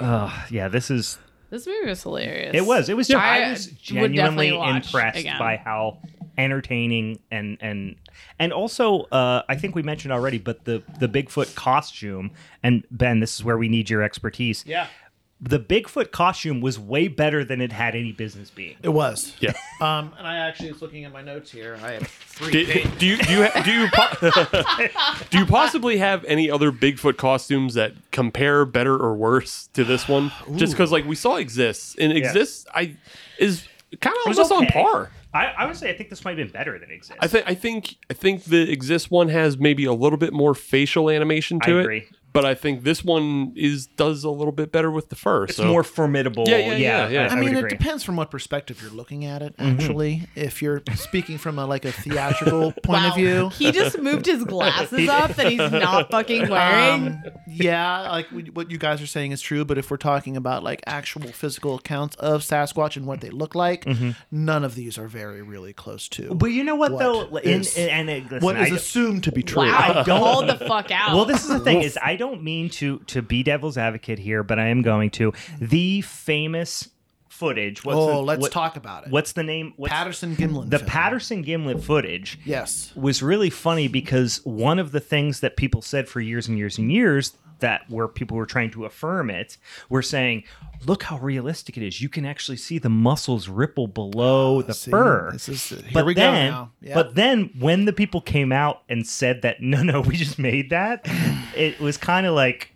Speaker 2: Uh, yeah, this is
Speaker 3: This movie was hilarious.
Speaker 2: It was. It was. I,
Speaker 3: I
Speaker 2: was
Speaker 3: would
Speaker 2: genuinely
Speaker 3: definitely watch
Speaker 2: impressed
Speaker 3: again.
Speaker 2: by how entertaining and and and also uh, I think we mentioned already, but the the Bigfoot costume and Ben, this is where we need your expertise.
Speaker 5: Yeah.
Speaker 2: The Bigfoot costume was way better than it had any business being.
Speaker 5: It was.
Speaker 4: Yeah.
Speaker 5: Um, and I actually was looking at my notes here. I have three.
Speaker 4: Do,
Speaker 5: pages.
Speaker 4: do you do you ha- do you po- do you possibly have any other Bigfoot costumes that compare better or worse to this one? Just because like we saw exists and exists, I is kind of
Speaker 2: was
Speaker 4: almost on
Speaker 2: okay.
Speaker 4: par.
Speaker 2: I, I would say I think this might have been better than exists.
Speaker 4: I think I think I think the exist one has maybe a little bit more facial animation to
Speaker 2: I
Speaker 4: it.
Speaker 2: agree.
Speaker 4: But I think this one is does a little bit better with the fur.
Speaker 2: it's
Speaker 4: so
Speaker 2: more formidable.
Speaker 4: Yeah, yeah, yeah, yeah.
Speaker 2: I,
Speaker 5: I,
Speaker 2: I
Speaker 5: mean,
Speaker 2: would
Speaker 5: it
Speaker 2: agree. Mm-hmm.
Speaker 5: depends from what perspective you're looking at it. Actually, if you're speaking from a, like a theatrical point of view,
Speaker 6: He just moved his glasses up that he's not fucking wearing.
Speaker 5: um, yeah, like we, what you guys are saying is true. But if we're talking about like actual physical accounts of Sasquatch and what they look like, none of these are very really close to
Speaker 2: Mm-hmm. But you know what,
Speaker 5: What
Speaker 2: though, In-
Speaker 5: is-
Speaker 2: and, and it- listen,
Speaker 5: what
Speaker 2: I
Speaker 5: is
Speaker 2: don't-
Speaker 5: assumed to be true.
Speaker 3: Wow,
Speaker 2: I don't-
Speaker 3: called the fuck out.
Speaker 2: Well, this is the thing is I don't mean to to be devil's advocate here, but I am going to the famous footage. What's
Speaker 5: oh,
Speaker 2: the,
Speaker 5: let's
Speaker 2: what-
Speaker 5: talk about it.
Speaker 2: What's the name? What's,
Speaker 5: Patterson Gimlin?
Speaker 2: The
Speaker 5: film.
Speaker 2: Patterson Gimlet footage
Speaker 5: Yes.
Speaker 2: was really funny because one of the things that people said for years and years and years that where people were trying to affirm it were saying look how realistic it is you can actually see the muscles ripple below the
Speaker 5: Ah, See,
Speaker 2: fur
Speaker 5: This is here
Speaker 2: but
Speaker 5: we
Speaker 2: then,
Speaker 5: go now. Yeah.
Speaker 2: but then when the people came out and said that no, no, we just made that, it was kind of like,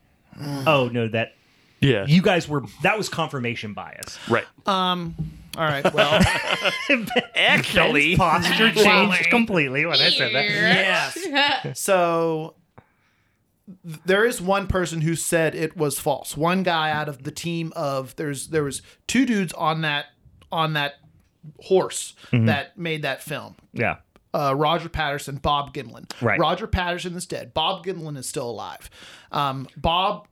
Speaker 2: oh no, that
Speaker 4: yeah
Speaker 2: you guys were that was confirmation bias.
Speaker 4: right.
Speaker 5: um. All right. Well.
Speaker 2: Actually, posture changed completely when I said that.
Speaker 3: yes.
Speaker 5: So th- there is one person who said it was false. One guy out of the team of there's there was
Speaker 2: Mm-hmm.
Speaker 5: two dudes on that on that horse that made that film.
Speaker 2: Yeah,
Speaker 5: uh, Roger Patterson, Bob Gimlin.
Speaker 2: Right.
Speaker 5: Roger Patterson is dead. Bob Gimlin is still alive. Um, Bob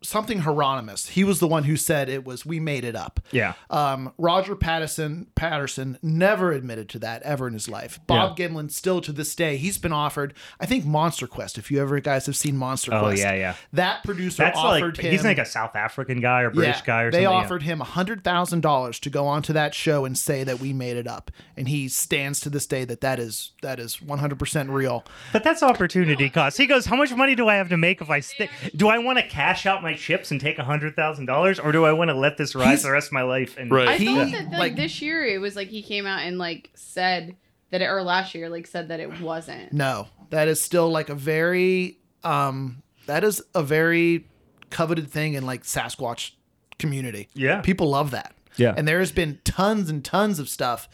Speaker 5: something Hieronymus. He was the one who said it was we made it up.
Speaker 2: Yeah.
Speaker 5: Um, Roger Patterson Patterson never admitted to that ever in his life. Bob Gimlin still to this day he's been offered I think Monster Quest. If you ever guys have seen Monster
Speaker 2: Oh,
Speaker 5: Quest,
Speaker 2: yeah, yeah.
Speaker 5: that producer
Speaker 2: That's
Speaker 5: offered
Speaker 2: like
Speaker 5: him.
Speaker 2: he's like a South African guy or British
Speaker 5: yeah,
Speaker 2: guy or
Speaker 5: they
Speaker 2: something. yeah.
Speaker 5: offered him hundred thousand dollars to go onto that show and say that we made it up, and he stands to this day that that is that is one hundred percent real.
Speaker 2: But that's opportunity cost. He goes, "How much money do I have to make if I stay? Do I want to cash out my chips and take a hundred thousand dollars, or do I want to let this rise
Speaker 5: He's-
Speaker 2: the rest of my life?" And
Speaker 4: Right.
Speaker 3: I
Speaker 5: He-
Speaker 3: thought that like,
Speaker 5: like-
Speaker 3: this year it was like he came out and like said that it, or last year like said that it wasn't.
Speaker 5: No, that is still like a very um that is a very coveted thing in like Sasquatch community.
Speaker 2: Yeah.
Speaker 5: People love that.
Speaker 2: Yeah.
Speaker 5: And there has been tons and tons of stuff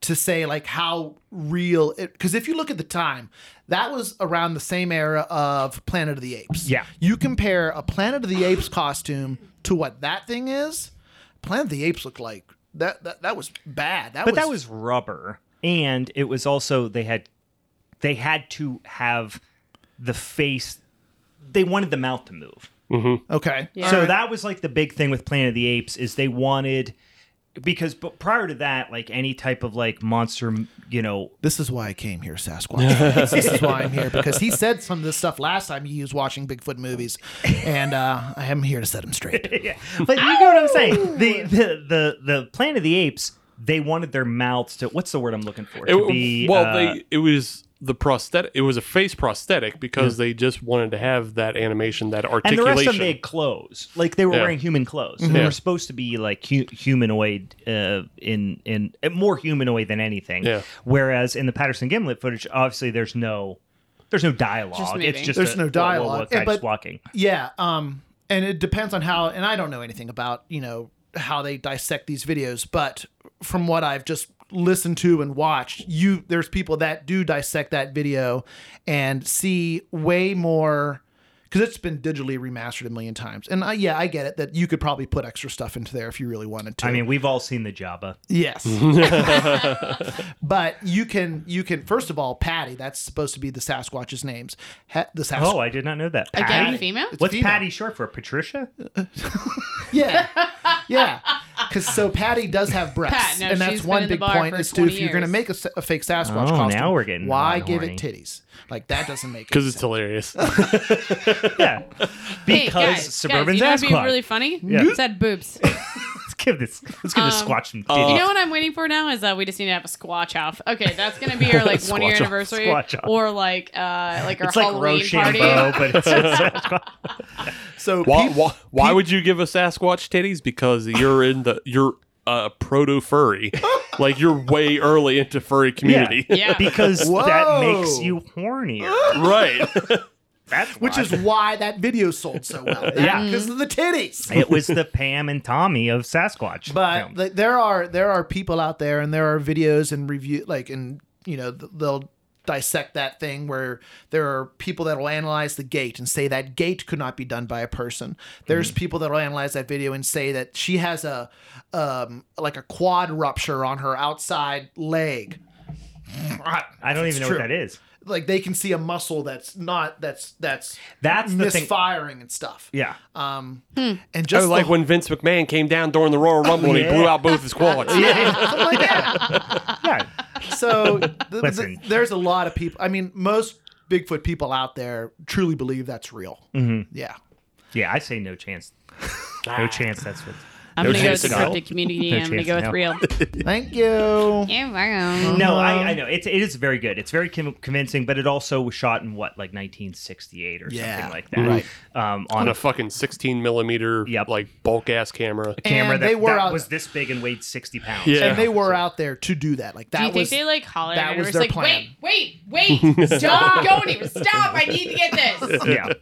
Speaker 5: to say like how real it cuz if you look at the time that was around the same era of Planet of the Apes.
Speaker 2: Yeah.
Speaker 5: You compare a Planet of the Apes costume to what that thing is, Planet of the Apes looked like that that, that was bad. That
Speaker 2: but
Speaker 5: was,
Speaker 2: that was rubber, and it was also they had they had to have the face. They wanted the mouth to move.
Speaker 5: okay.
Speaker 2: So that was like the big thing with Planet of the Apes is they wanted because b- prior to that, like any type of like monster, you know,
Speaker 5: This is why I came here, Sasquatch. this is why I'm here because he said some of this stuff last time he was watching Bigfoot movies, and uh, I am here to set him straight.
Speaker 2: but you know what I'm saying. The, the the the Planet of the Apes, they wanted their mouths to. What's the word I'm looking for? to
Speaker 4: It,
Speaker 2: be
Speaker 4: well,
Speaker 2: uh,
Speaker 4: they it was the prosthetic. It was a face prosthetic because they just wanted to have that animation, that
Speaker 2: and the
Speaker 4: articulation.
Speaker 2: rest of them they had clothes, like they were
Speaker 4: Yeah. Mm-hmm.
Speaker 2: wearing human clothes. They
Speaker 4: Yeah.
Speaker 2: were supposed to be like hu- humanoid, uh, in in uh, more humanoid than anything.
Speaker 4: Yeah.
Speaker 2: Whereas in the Patterson Gimlet footage, obviously there's no. There's no dialogue. it's
Speaker 3: moving.
Speaker 2: just
Speaker 5: There's
Speaker 2: a-
Speaker 5: no
Speaker 2: whoa, whoa, whoa,
Speaker 5: dialogue.
Speaker 2: guy
Speaker 5: Yeah,
Speaker 2: just
Speaker 5: but-
Speaker 2: walking.
Speaker 5: yeah, um, and it depends on how. And I don't know anything about you know how they dissect these videos, but from what I've just listened to and watched, you there's people that do dissect that video and see way more. Because it's been digitally remastered a million times, and I, yeah, I get it that you could probably put extra stuff into there if you really wanted to.
Speaker 2: I mean, we've all seen the Jabba.
Speaker 5: Yes. but you can you can first of all Patty that's supposed to be the Sasquatch's names. Ha- the Sasquatch.
Speaker 2: Oh, I did not know that.
Speaker 3: Again,
Speaker 2: Patty?
Speaker 3: female?
Speaker 2: What's
Speaker 5: female.
Speaker 2: Patty short for? Patricia?
Speaker 5: yeah. Yeah. Cuz so Patty does have breasts
Speaker 3: Pat, no,
Speaker 5: and
Speaker 3: she's
Speaker 5: that's
Speaker 3: been
Speaker 5: one
Speaker 3: in the
Speaker 5: big
Speaker 3: bar
Speaker 5: point
Speaker 3: for
Speaker 5: is to if
Speaker 3: 20
Speaker 5: you're going to
Speaker 3: years.
Speaker 5: make a, sa- a fake Sasquatch
Speaker 2: Oh, now
Speaker 5: costume
Speaker 2: we're getting
Speaker 5: why
Speaker 2: all
Speaker 5: give it
Speaker 2: horny.
Speaker 5: titties? Like that doesn't make
Speaker 4: because
Speaker 5: any
Speaker 4: it's
Speaker 5: sense.
Speaker 4: hilarious.
Speaker 2: Yeah. Because suburban
Speaker 3: guys, you know
Speaker 2: Sasquatch.
Speaker 3: what'd be really funny?
Speaker 2: Yeah.
Speaker 3: It Said boobs.
Speaker 2: let's give this. Let's give this
Speaker 3: Um,
Speaker 2: squatch
Speaker 4: uh,
Speaker 2: some
Speaker 3: You
Speaker 2: titties.
Speaker 3: know what I'm waiting for now is that we just need to have a squatch off. Okay, that's gonna be our like one year
Speaker 4: Squatch off,
Speaker 3: anniversary,
Speaker 2: squatch off.
Speaker 3: or like uh like our
Speaker 2: it's like
Speaker 3: Halloween party.
Speaker 2: Rochambeau, but it's
Speaker 5: So
Speaker 4: why,
Speaker 5: peop-
Speaker 4: why, why would you give a Sasquatch titties? Because you're in the you're uh, proto furry, like you're way early into furry community,
Speaker 3: Yeah.
Speaker 2: because
Speaker 5: Whoa.
Speaker 2: that makes you hornier.
Speaker 4: right?
Speaker 2: That's
Speaker 5: which
Speaker 2: why.
Speaker 5: is why that video sold so well.
Speaker 2: Yeah.
Speaker 5: Cuz of the titties.
Speaker 2: it was the Pam and Tommy of Sasquatch.
Speaker 5: But
Speaker 2: film.
Speaker 5: like, there are there are people out there, and there are videos and review like and you know th- they'll dissect that thing where there are people that will analyze the gait and say that gait could not be done by a person. There's
Speaker 2: Mm-hmm.
Speaker 5: people that will analyze that video and say that she has a um like a quad rupture on her outside leg.
Speaker 2: I don't even know
Speaker 5: true.
Speaker 2: what that is.
Speaker 5: Like they can see a muscle that's not that's that's
Speaker 2: That's the thing.
Speaker 5: misfiring and stuff.
Speaker 2: Yeah. Oh,
Speaker 5: Um and
Speaker 4: I
Speaker 5: just
Speaker 4: like
Speaker 5: the-
Speaker 4: when Vince McMahon came down during the Royal Rumble and
Speaker 2: Yeah.
Speaker 4: he blew out both his quads.
Speaker 5: Something like that.
Speaker 2: Yeah.
Speaker 5: So th- th-
Speaker 2: Listen.
Speaker 5: there's a lot of people. I mean, most Bigfoot people out there truly believe that's real.
Speaker 2: Mm-hmm.
Speaker 5: Yeah.
Speaker 2: Yeah. I say no chance.
Speaker 5: Ah.
Speaker 2: No chance. That's what.
Speaker 3: I'm
Speaker 4: No
Speaker 3: gonna go
Speaker 4: chance
Speaker 3: with the
Speaker 4: at all.
Speaker 3: cryptic community.
Speaker 2: No
Speaker 3: and I'm gonna
Speaker 2: chance
Speaker 3: go with
Speaker 2: now.
Speaker 3: real.
Speaker 5: Thank you.
Speaker 3: Yeah, wow.
Speaker 2: No,
Speaker 5: Uh-huh.
Speaker 2: I, I know it's it is very good. It's very com- convincing, but it also was shot in what like 1968 or
Speaker 5: Yeah,
Speaker 2: something like that.
Speaker 5: right.
Speaker 2: Um, on
Speaker 4: On
Speaker 2: a
Speaker 4: a fucking 16 millimeter,
Speaker 2: Yep.
Speaker 4: like bulk ass camera.
Speaker 2: camera
Speaker 5: And
Speaker 2: that,
Speaker 5: they were
Speaker 2: that
Speaker 5: out-
Speaker 2: was this big and weighed 60 pounds.
Speaker 4: Yeah.
Speaker 5: And they were out there to do that. Like
Speaker 3: Do you
Speaker 5: that
Speaker 3: think
Speaker 5: was
Speaker 3: they like hollered
Speaker 5: that
Speaker 3: at her?
Speaker 5: was
Speaker 3: It's
Speaker 5: their
Speaker 3: like,
Speaker 5: plan.
Speaker 3: wait, wait, wait, stop, go anywhere, stop, I need to get this.
Speaker 2: yeah.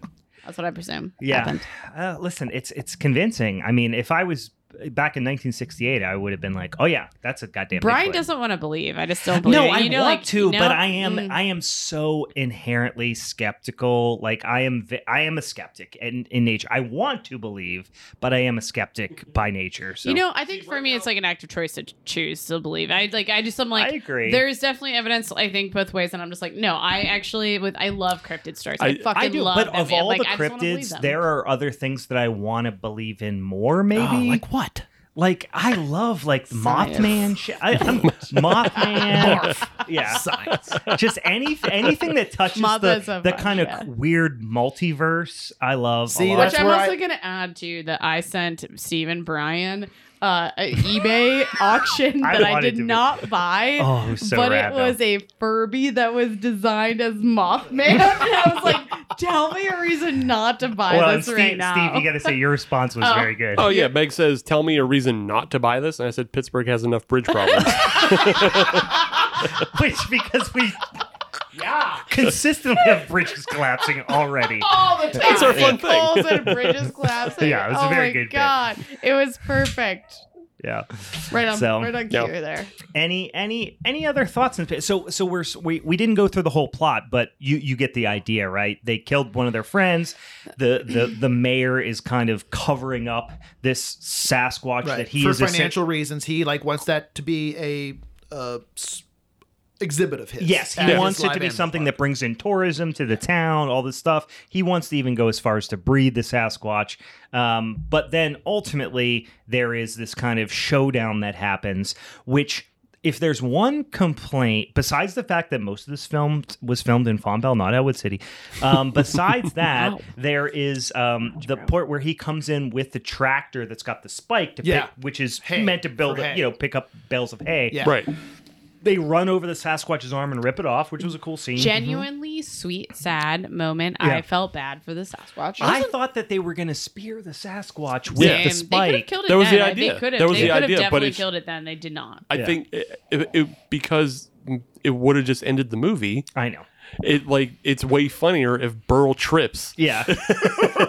Speaker 3: That's what I presume.
Speaker 2: Yeah.
Speaker 3: happened.
Speaker 2: Uh, listen, it's it's convincing. I mean, if I was back in 1968, I would have been like, oh yeah, that's a goddamn.
Speaker 3: Brian
Speaker 2: Bigfoot.
Speaker 3: doesn't want to believe. I just don't believe.
Speaker 2: No,
Speaker 3: it.
Speaker 2: I
Speaker 3: You know,
Speaker 2: want
Speaker 3: like,
Speaker 2: to,
Speaker 3: no,
Speaker 2: but I am
Speaker 3: mm.
Speaker 2: I am so inherently skeptical. Like I am vi- I am a skeptic in, in nature. I want to believe, but I am a skeptic by nature. So
Speaker 3: Mm-hmm. You know, I think for me, it's like an active choice to choose to believe. I like, I just, I'm like,
Speaker 2: I agree.
Speaker 3: There's definitely evidence, I think, both ways, and I'm just like, no, I actually, with I love cryptid stories. I,
Speaker 4: I-
Speaker 3: fucking
Speaker 2: I do,
Speaker 3: love
Speaker 2: but
Speaker 3: them.
Speaker 2: of
Speaker 3: man.
Speaker 2: all
Speaker 3: like,
Speaker 2: the
Speaker 3: I just wanna believe
Speaker 2: cryptids,
Speaker 3: them.
Speaker 2: there are other things that I want to believe in more. Maybe
Speaker 5: Oh, like what?
Speaker 2: Like I love like
Speaker 3: Science.
Speaker 2: Mothman shit. I, I'm Mothman. Yeah,
Speaker 5: Science.
Speaker 2: just any anything that touches
Speaker 3: Mothers
Speaker 2: the,
Speaker 3: of
Speaker 2: the
Speaker 3: fun,
Speaker 2: kind of
Speaker 3: yeah.
Speaker 2: weird multiverse. I love.
Speaker 5: See,
Speaker 2: a lot.
Speaker 3: Which
Speaker 5: That's
Speaker 3: I'm
Speaker 5: where
Speaker 3: also
Speaker 5: I-
Speaker 3: gonna add to that. I sent Steve and Brian uh, a eBay auction
Speaker 2: I
Speaker 3: that I,
Speaker 2: wanted
Speaker 3: did
Speaker 2: to be-
Speaker 3: not buy.
Speaker 2: Oh, it was so
Speaker 3: but
Speaker 2: rad,
Speaker 3: it
Speaker 2: though.
Speaker 3: was a Furby that was designed as Mothman, and I was like, "Tell me a reason not to buy
Speaker 2: well, and
Speaker 3: this
Speaker 2: Steve,
Speaker 3: right now."
Speaker 2: Steve, you got to say your response was very good.
Speaker 4: Oh yeah, Meg says, "Tell me a reason not to buy this," and I said, "Pittsburgh has enough bridge problems."
Speaker 2: Which because we yeah consistently have bridges collapsing already.
Speaker 3: all the time.
Speaker 4: It's our fun thing.
Speaker 3: Poles and bridges collapsing.
Speaker 2: Yeah, it was a
Speaker 3: oh
Speaker 2: very
Speaker 3: my
Speaker 2: good bit.
Speaker 3: god, it was perfect.
Speaker 2: Yeah.
Speaker 3: Right on,
Speaker 2: So, Mm-hmm.
Speaker 3: right on
Speaker 4: yeah.
Speaker 3: cue there.
Speaker 2: Any any any other thoughts? And so so we're we, we didn't go through the whole plot, but you you get the idea, right? They killed one of their friends. The the the mayor is kind of covering up this Sasquatch
Speaker 5: Right.
Speaker 2: that he
Speaker 5: For
Speaker 2: is essen-
Speaker 5: financial reasons, he like wants that to be a uh, s- exhibit of his.
Speaker 2: Yes, he
Speaker 5: at his
Speaker 2: wants it
Speaker 5: live
Speaker 2: to be
Speaker 5: animal
Speaker 2: something
Speaker 5: farm.
Speaker 2: that brings in tourism to the town, all this stuff. He wants to even go as far as to breed the Sasquatch. Um, but then ultimately, there is this kind of showdown that happens, which. If there's one complaint, besides the fact that most of this film was filmed in Fonbell, not Elwood City, um, besides that, there is um, the part where he comes in with the tractor that's got the spike to
Speaker 5: Yeah.
Speaker 2: pick, which is
Speaker 5: Hay,
Speaker 2: meant to build,
Speaker 5: for hay.
Speaker 2: you know, pick up bales of hay
Speaker 5: Yeah.
Speaker 4: right.
Speaker 2: they run over the Sasquatch's arm and rip it off, which was a cool scene.
Speaker 3: Genuinely sweet, sad moment.
Speaker 2: Yeah.
Speaker 3: I felt bad for the Sasquatch.
Speaker 2: I thought that they were going to spear the Sasquatch with
Speaker 4: Yeah.
Speaker 2: the
Speaker 3: Same. They could have
Speaker 2: spike.
Speaker 3: killed it.
Speaker 4: That was
Speaker 3: then. I-
Speaker 4: the
Speaker 3: They
Speaker 4: idea.
Speaker 3: could have.
Speaker 4: That was
Speaker 3: they
Speaker 4: the
Speaker 3: could
Speaker 4: idea,
Speaker 3: have
Speaker 4: but
Speaker 3: definitely
Speaker 4: it's-
Speaker 3: killed it. Then they did not.
Speaker 4: I
Speaker 2: Yeah.
Speaker 4: think it, it, it- because it would have just ended the movie.
Speaker 2: I know.
Speaker 4: It like it's way funnier if Burl trips.
Speaker 2: Yeah.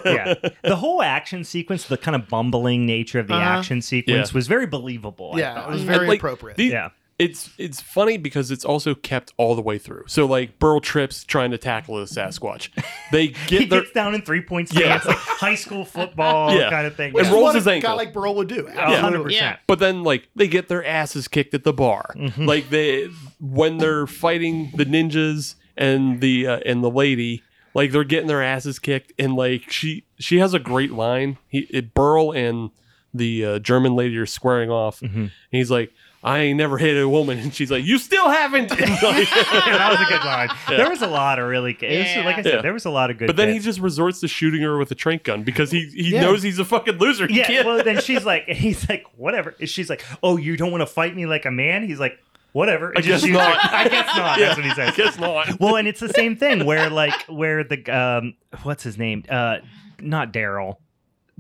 Speaker 2: yeah. The whole action sequence, the kind of bumbling nature of the
Speaker 5: Uh-huh.
Speaker 2: action sequence
Speaker 4: Yeah.
Speaker 2: was very believable. I
Speaker 5: Yeah,
Speaker 2: thought.
Speaker 5: it was
Speaker 4: And,
Speaker 5: very
Speaker 4: like,
Speaker 5: appropriate.
Speaker 4: the-
Speaker 2: Yeah.
Speaker 4: It's it's funny because it's also kept all the way through. So like Burl trips trying to tackle the Sasquatch. They
Speaker 2: He
Speaker 4: get their
Speaker 2: gets down in three points.
Speaker 4: Yeah.
Speaker 2: Yeah. It's like high school football
Speaker 4: Yeah.
Speaker 2: kind of thing.
Speaker 4: And
Speaker 2: Yeah.
Speaker 4: rolls
Speaker 5: what
Speaker 4: his
Speaker 5: a
Speaker 4: ankle.
Speaker 5: guy like Burl would do.
Speaker 2: A hundred
Speaker 5: Absolutely.
Speaker 3: Yeah.
Speaker 2: percent.
Speaker 4: but then like they get their asses kicked at the bar.
Speaker 2: Mm-hmm.
Speaker 4: Like they when they're fighting the ninjas and the uh, and the lady, like they're getting their asses kicked and like she she has a great line. He it, Burl and the uh, German lady are squaring off.
Speaker 2: Mm-hmm.
Speaker 4: And he's like, "I ain't never hit a woman," and she's like, "You still haven't." And, like-
Speaker 2: that was a good line. There was a lot of really good.
Speaker 3: Yeah.
Speaker 2: Like I said,
Speaker 4: Yeah.
Speaker 2: there was a lot of good.
Speaker 4: but then he
Speaker 2: bits.
Speaker 4: just resorts to shooting her with a trank gun because he he
Speaker 5: Yeah.
Speaker 4: knows he's a fucking loser. He
Speaker 2: Yeah,
Speaker 4: can't-
Speaker 2: well, then she's like, he's like, whatever. And She's like, oh, you don't want to fight me like a man? He's like, whatever. And
Speaker 4: I guess
Speaker 2: she's
Speaker 4: not.
Speaker 2: like, I guess not.
Speaker 4: Yeah.
Speaker 2: That's what he says.
Speaker 4: I guess not.
Speaker 2: Well, and it's the same thing where, like, where the, um, what's his name? Uh, not Daryl,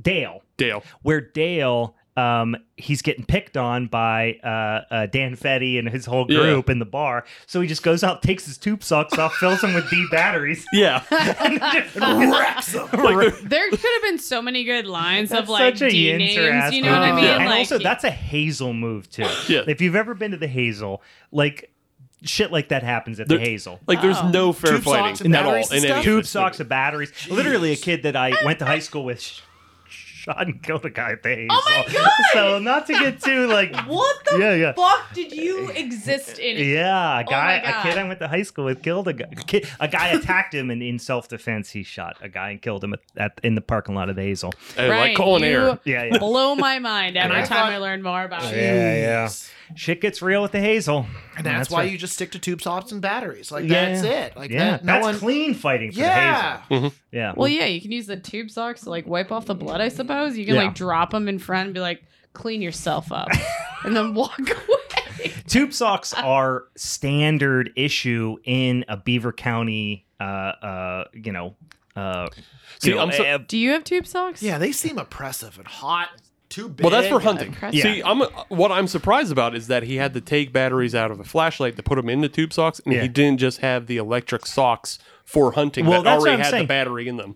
Speaker 2: Dale,
Speaker 4: Dale.
Speaker 2: where Dale, um, he's getting picked on by uh, uh, Dan Fetty and his whole
Speaker 4: Yeah.
Speaker 2: group in the bar. So he just goes out, takes his tube socks off, fills them with D batteries,
Speaker 4: Yeah.
Speaker 2: and just wrecks them. Like,
Speaker 3: There could have been so many good lines of
Speaker 2: That's
Speaker 3: like
Speaker 2: such a
Speaker 3: D
Speaker 2: yinzer ass
Speaker 3: names. You know what I
Speaker 2: move.
Speaker 3: mean?
Speaker 2: And
Speaker 3: Like,
Speaker 2: also, that's a Hazel move too.
Speaker 4: Yeah.
Speaker 2: If you've ever been to the Hazel, like shit like that happens at the
Speaker 4: There-
Speaker 2: Hazel.
Speaker 4: Like there's
Speaker 3: Oh.
Speaker 4: no fair
Speaker 5: Tube socks
Speaker 4: fighting
Speaker 5: and
Speaker 4: at all.
Speaker 5: batteries and
Speaker 4: in any
Speaker 5: stuff?
Speaker 4: of
Speaker 2: Tube
Speaker 4: this
Speaker 2: socks
Speaker 4: movie.
Speaker 2: of batteries. Literally, a kid that I went to high school with sh- shot and killed a guy at the Hazel.
Speaker 3: Oh my God!
Speaker 2: So not to get too like.
Speaker 3: what the
Speaker 2: Yeah, yeah.
Speaker 3: fuck did you exist in?
Speaker 2: Yeah, a guy,
Speaker 3: my
Speaker 2: a kid
Speaker 3: God.
Speaker 2: I went to high school with killed a guy. A, kid, a guy attacked him, and in self-defense, he shot a guy and killed him at, at in the parking lot of the Hazel.
Speaker 4: Hey, Uh, like
Speaker 3: Brian,
Speaker 4: calling
Speaker 3: you
Speaker 4: air.
Speaker 2: Yeah, yeah.
Speaker 3: Blow my mind every
Speaker 5: I
Speaker 3: time
Speaker 5: thought-
Speaker 3: I learn more about it.
Speaker 2: Yeah, yeah. Shit gets real with the Hazel,
Speaker 5: And that's, why
Speaker 2: right.
Speaker 5: you just stick to tube socks and batteries. Like
Speaker 2: Yeah.
Speaker 5: that's it. Like
Speaker 2: yeah,
Speaker 5: that. No
Speaker 2: that's
Speaker 5: one.
Speaker 2: clean fighting for the
Speaker 5: yeah.
Speaker 2: Hazel. Yeah.
Speaker 3: Well, yeah, you can use the tube socks to like wipe off the blood, I suppose. You can
Speaker 2: Yeah.
Speaker 3: like drop them in front and be like, clean yourself up and then walk away.
Speaker 2: tube socks are standard issue in a Beaver County, uh, uh, you know, uh, you
Speaker 4: See,
Speaker 2: know,
Speaker 4: I'm so-
Speaker 2: eh,
Speaker 3: Do you have tube socks?
Speaker 5: Yeah, they seem oppressive and hot. and Too big.
Speaker 4: Well, that's for hunting.
Speaker 3: Impressive.
Speaker 4: See, I'm what I'm surprised about is that he had to take batteries out of a flashlight to put them in the tube socks, and
Speaker 2: Yeah.
Speaker 4: he didn't just have the electric socks for hunting
Speaker 2: Well,
Speaker 4: that
Speaker 2: that's what
Speaker 4: already
Speaker 2: I'm
Speaker 4: had
Speaker 5: Mm.
Speaker 2: saying.
Speaker 4: the battery in them.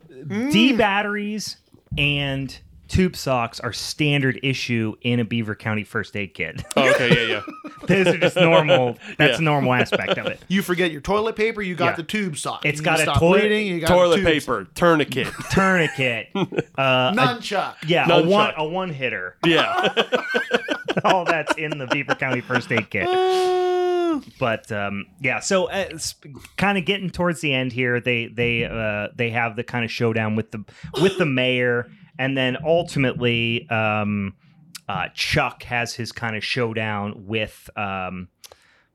Speaker 2: D batteries and tube socks are standard issue in a Beaver County first aid kit.
Speaker 4: Oh, okay, yeah, yeah.
Speaker 2: Those are just normal. That's
Speaker 4: Yeah.
Speaker 2: a normal aspect of it.
Speaker 5: You forget your toilet paper. You got
Speaker 2: Yeah.
Speaker 5: the tube sock.
Speaker 2: It's
Speaker 5: You
Speaker 2: got a
Speaker 5: stop
Speaker 2: toilet-
Speaker 5: bleeding, you got a
Speaker 4: Toilet
Speaker 5: tube
Speaker 4: paper, tourniquet.
Speaker 2: Tourniquet.
Speaker 5: sock. Nunchuck.
Speaker 2: Yeah, a
Speaker 4: Nunchuck.
Speaker 2: one a one hitter.
Speaker 4: Yeah.
Speaker 2: all that's in the Beaver County first aid kit. But um, yeah, so uh, kind of getting towards the end here, they they uh, they have the kind of showdown with the with the mayor, and then ultimately um, uh, Chuck has his kind of showdown with um,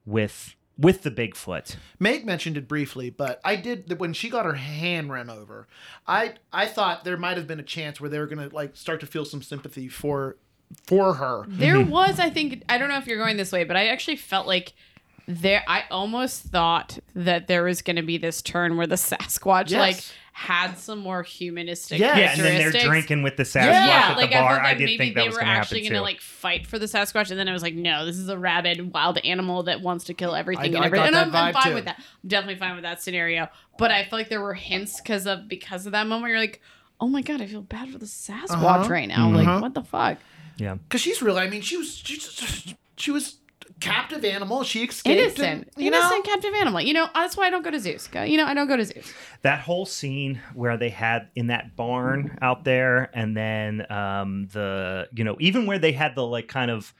Speaker 2: with with the Bigfoot.
Speaker 5: Meg mentioned it briefly, but I did that when she got her hand run over. I I thought there might have been a chance where they were gonna like start to feel some sympathy for for her.
Speaker 3: There
Speaker 2: Mm-hmm.
Speaker 3: was, I think, I don't know if you're going this way, but I actually felt like there. I almost thought that there was going to be this turn where the Sasquatch
Speaker 5: Yes.
Speaker 3: like had some more humanistic
Speaker 5: Yes.
Speaker 2: Yeah, and then they're
Speaker 3: characteristics.
Speaker 2: drinking with the Sasquatch
Speaker 3: Yeah,
Speaker 2: at the
Speaker 3: like I
Speaker 2: bar.
Speaker 3: thought
Speaker 2: I,
Speaker 3: that
Speaker 2: did
Speaker 3: maybe
Speaker 2: think that
Speaker 3: they
Speaker 2: was
Speaker 3: were
Speaker 2: going to happen
Speaker 3: actually
Speaker 2: too.
Speaker 3: going to like fight for the Sasquatch, and then I was like, no, this is a rabid wild animal that wants to kill everything
Speaker 5: I
Speaker 3: and everything.
Speaker 5: got
Speaker 3: And
Speaker 5: that
Speaker 3: I'm, I'm
Speaker 5: vibe,
Speaker 3: fine
Speaker 5: too.
Speaker 3: with that. I'm definitely fine with that scenario. But I feel like there were hints because of because of that moment. You're like, oh my god, I feel bad for the Sasquatch
Speaker 5: Uh-huh.
Speaker 3: right now.
Speaker 5: Uh-huh.
Speaker 3: Like, what the fuck?
Speaker 2: yeah,
Speaker 5: Because she's really, I mean, she was she, just- she was a captive animal. She escaped.
Speaker 3: innocent,
Speaker 5: and, you know?
Speaker 3: innocent captive animal. You know, that's why I don't go to zoos. Go- You know, I don't go to zoos.
Speaker 2: that whole scene where they had in that barn out there and then um the you know even where they had the like kind of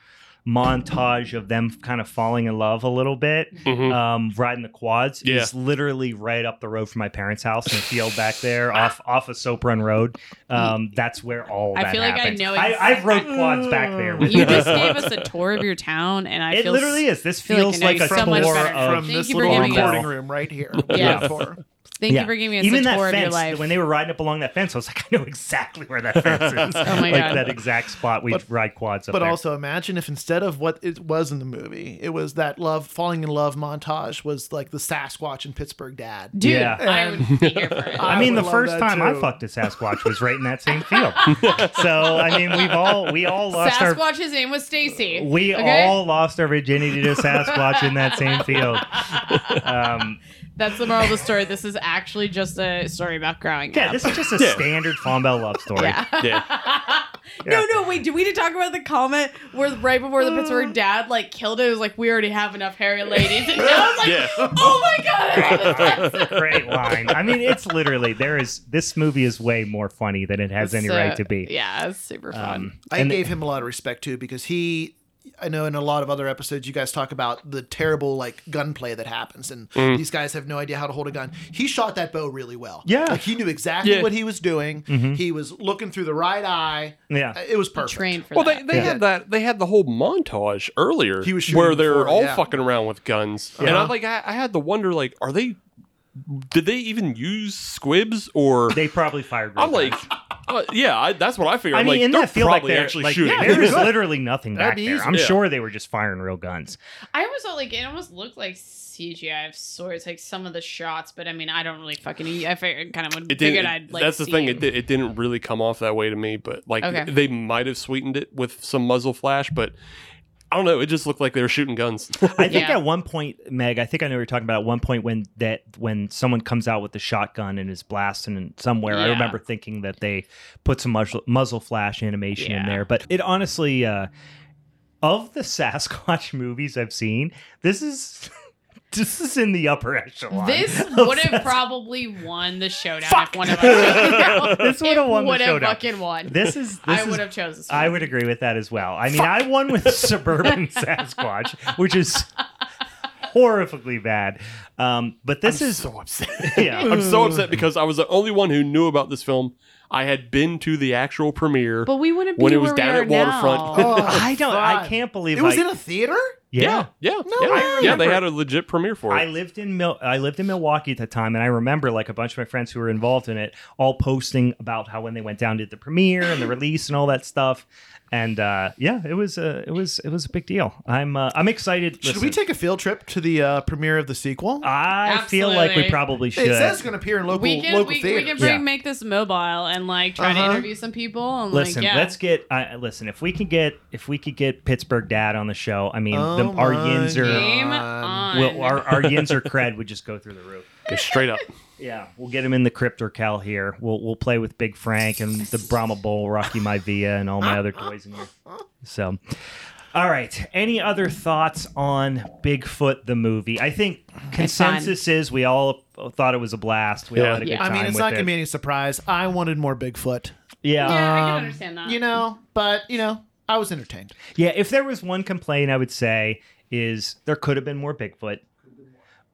Speaker 2: montage of them kind of falling in love a little bit
Speaker 4: Mhm.
Speaker 2: um riding the quads
Speaker 4: Yeah.
Speaker 2: is literally right up the road from my parents house in the field back there off off of soap run road um that's where all
Speaker 3: I
Speaker 2: that
Speaker 3: feel like I
Speaker 2: happens.
Speaker 3: know Mm.
Speaker 2: I, have rode quads back there with
Speaker 3: You
Speaker 2: them.
Speaker 3: just gave us a tour of your town, and I
Speaker 2: it
Speaker 3: feel
Speaker 2: literally is this
Speaker 3: feel
Speaker 2: feels
Speaker 3: like I know
Speaker 2: like,
Speaker 3: you
Speaker 2: a
Speaker 3: so much
Speaker 2: tour
Speaker 3: better.
Speaker 2: of
Speaker 5: From
Speaker 3: Thank
Speaker 5: this
Speaker 3: you for
Speaker 5: little
Speaker 3: giving us-
Speaker 5: recording room right here.
Speaker 3: Yeah.
Speaker 5: Yeah. For.
Speaker 3: Thank
Speaker 2: Yeah.
Speaker 3: you for giving us
Speaker 2: Even
Speaker 3: a
Speaker 2: that
Speaker 3: tour of your
Speaker 2: fence,
Speaker 3: life.
Speaker 2: when they were riding up along that fence, I was like, I know exactly where that fence is.
Speaker 3: Oh my
Speaker 2: like
Speaker 3: God.
Speaker 2: that exact spot we
Speaker 5: But-
Speaker 2: ride quads up
Speaker 5: But
Speaker 2: there.
Speaker 5: also imagine if instead of what it was in the movie, it was that love falling in love montage was like the Sasquatch and Pittsburgh Dad.
Speaker 3: Dude,
Speaker 2: Yeah.
Speaker 3: I would be here for it.
Speaker 2: I mean,
Speaker 5: would
Speaker 2: the
Speaker 5: love
Speaker 2: first
Speaker 5: that
Speaker 2: time I
Speaker 5: too.
Speaker 2: fucked a Sasquatch was right in that same field. so I mean, we've all we all lost our
Speaker 3: Sasquatch's name was Stacy.
Speaker 2: we
Speaker 3: okay?
Speaker 2: all lost our virginity to Sasquatch in that same field. Um,
Speaker 3: That's the moral of the story. This is actually just a story about growing
Speaker 2: yeah,
Speaker 3: up.
Speaker 2: this is just a
Speaker 4: Yeah.
Speaker 2: standard Fonbell love story.
Speaker 4: Yeah.
Speaker 2: Yeah.
Speaker 3: No, no, wait. Did we need to talk about the comment where right before the
Speaker 2: Uh.
Speaker 3: Pittsburgh dad like killed it? It was like we already have enough hairy ladies. And I was like,
Speaker 4: Yeah.
Speaker 3: oh my god, I love this
Speaker 2: Great line. I mean, it's literally there is this movie is way more funny than it has any
Speaker 3: So,
Speaker 2: right to be.
Speaker 3: uh, Yeah, it's super fun.
Speaker 2: Um,
Speaker 5: I
Speaker 2: and-
Speaker 5: gave him a lot of respect too because he I know in a lot of other episodes you guys talk about the terrible like gunplay that happens and
Speaker 2: Mm.
Speaker 5: these guys have no idea how to hold a gun. He shot that bow really well.
Speaker 2: Yeah. Mm-hmm.
Speaker 5: Like he knew exactly
Speaker 4: Yeah.
Speaker 5: what he was doing. He was looking through the right eye.
Speaker 2: Yeah.
Speaker 5: Uh, It was perfect.
Speaker 3: Trained for
Speaker 4: Well, they,
Speaker 3: that.
Speaker 4: they had that. They had the whole montage earlier
Speaker 5: He was shooting
Speaker 4: where they're
Speaker 5: before,
Speaker 4: all
Speaker 5: yeah.
Speaker 4: fucking around with guns, and I like I, I had to wonder like, are they? Did they even use squibs or?
Speaker 2: they probably fired.
Speaker 4: I'm
Speaker 2: real
Speaker 4: like, uh, yeah, I, that's what I figured.
Speaker 2: I
Speaker 4: I'm
Speaker 2: mean,
Speaker 4: like,
Speaker 2: in
Speaker 4: they're
Speaker 2: that field, like
Speaker 4: probably
Speaker 2: they're
Speaker 4: actually
Speaker 2: like,
Speaker 4: shooting.
Speaker 2: there was literally nothing
Speaker 5: That'd
Speaker 2: back
Speaker 5: be
Speaker 2: there.
Speaker 5: easy.
Speaker 2: I'm
Speaker 4: Yeah.
Speaker 2: sure they were just firing real gunes.
Speaker 3: I was all like, it almost looked like CGI of sorts, like some of the shots. But I mean, I don't really fucking. I figured, kind of would
Speaker 4: It
Speaker 3: figured
Speaker 4: didn't.
Speaker 3: I'd like.
Speaker 4: that's the
Speaker 3: see
Speaker 4: thing. It, di- it didn't really come off that way to me, but like
Speaker 3: Okay.
Speaker 4: they might have sweetened it with some muzzle flash, but I don't know. It just looked like they were shooting guns.
Speaker 2: I think
Speaker 3: Yeah.
Speaker 2: at one point, Meg, I think I know what you're talking about. At one point, when that when someone comes out with a shotgun and is blasting in somewhere, I
Speaker 3: Yeah.
Speaker 2: remember thinking that they put some muzzle, muzzle flash animation in
Speaker 3: Yeah.
Speaker 2: there. But it honestly, uh, of the Sasquatch movies I've seen, this is this is in the upper echelon.
Speaker 3: This
Speaker 2: of
Speaker 3: would
Speaker 2: Sas-
Speaker 3: have probably won the showdown if one of us.
Speaker 2: This would've won the
Speaker 3: Would have
Speaker 2: showdown.
Speaker 3: fucking won.
Speaker 2: This is this
Speaker 3: I
Speaker 2: is
Speaker 3: would have chosen. this
Speaker 2: I
Speaker 3: one.
Speaker 2: would agree with that as well. I mean, I won with Suburban Sasquatch, which is horrifically bad. Um, but this is
Speaker 4: so upset.
Speaker 2: yeah.
Speaker 4: I'm so upset because I was the only one who knew about this film. I had been to the actual premiere.
Speaker 3: But we wouldn't be
Speaker 4: When it was
Speaker 3: where
Speaker 4: down
Speaker 3: we are
Speaker 4: at Waterfront.
Speaker 3: Now.
Speaker 5: Oh,
Speaker 2: I don't. I
Speaker 5: fun.
Speaker 2: can't believe
Speaker 5: It was
Speaker 2: I-
Speaker 5: in a theater?
Speaker 4: yeah, yeah, yeah.
Speaker 5: way.
Speaker 4: Yeah, They had a legit premiere for
Speaker 2: I
Speaker 4: it.
Speaker 2: lived in Mil- I lived in Milwaukee at the time, and I remember like a bunch of my friends who were involved in it all posting about how when they went down did the premiere and the release and all that stuff. And uh, yeah, it was a it was it was a big deal. I'm uh, I'm excited.
Speaker 5: Should we
Speaker 2: Listen,
Speaker 5: take a field trip to the uh, premiere of the sequel?
Speaker 2: I feel like we
Speaker 3: Absolutely.
Speaker 2: probably should.
Speaker 5: it says it's going to appear in local
Speaker 3: We can
Speaker 5: local
Speaker 3: we,
Speaker 5: theaters.
Speaker 3: we can bring
Speaker 2: Yeah.
Speaker 3: make this mobile and like try to
Speaker 5: Uh-huh.
Speaker 3: interview some people and
Speaker 2: Listen,
Speaker 3: like yeah.
Speaker 2: let's get. I listen, if we can get, if we could get Pittsburgh Dad on the show, I mean,
Speaker 5: Oh
Speaker 2: the, our
Speaker 5: my
Speaker 2: yins are,
Speaker 3: game
Speaker 5: God.
Speaker 3: on.
Speaker 2: will, our, our yins are cred would just go through the roof.
Speaker 4: Go straight up.
Speaker 2: Yeah, we'll get him in the crypt or Cal here. We'll we'll play with Big Frank and the Brahma Bull, Rocky Maivia, and all my other toys in here. So, all right. Any other thoughts on Bigfoot the movie? I think consensus is we all thought it was a blast. We all
Speaker 4: Yeah.
Speaker 2: had a
Speaker 3: Yeah.
Speaker 2: good
Speaker 5: I
Speaker 2: time.
Speaker 5: mean, it's
Speaker 2: with
Speaker 5: not
Speaker 2: it.
Speaker 5: gonna be any surprise. I wanted more Bigfoot.
Speaker 2: Yeah.
Speaker 3: Yeah, I can
Speaker 5: Um,
Speaker 3: understand that.
Speaker 5: You know, but you know, I was entertained.
Speaker 2: Yeah, if there was one complaint I would say is there could have been more Bigfoot.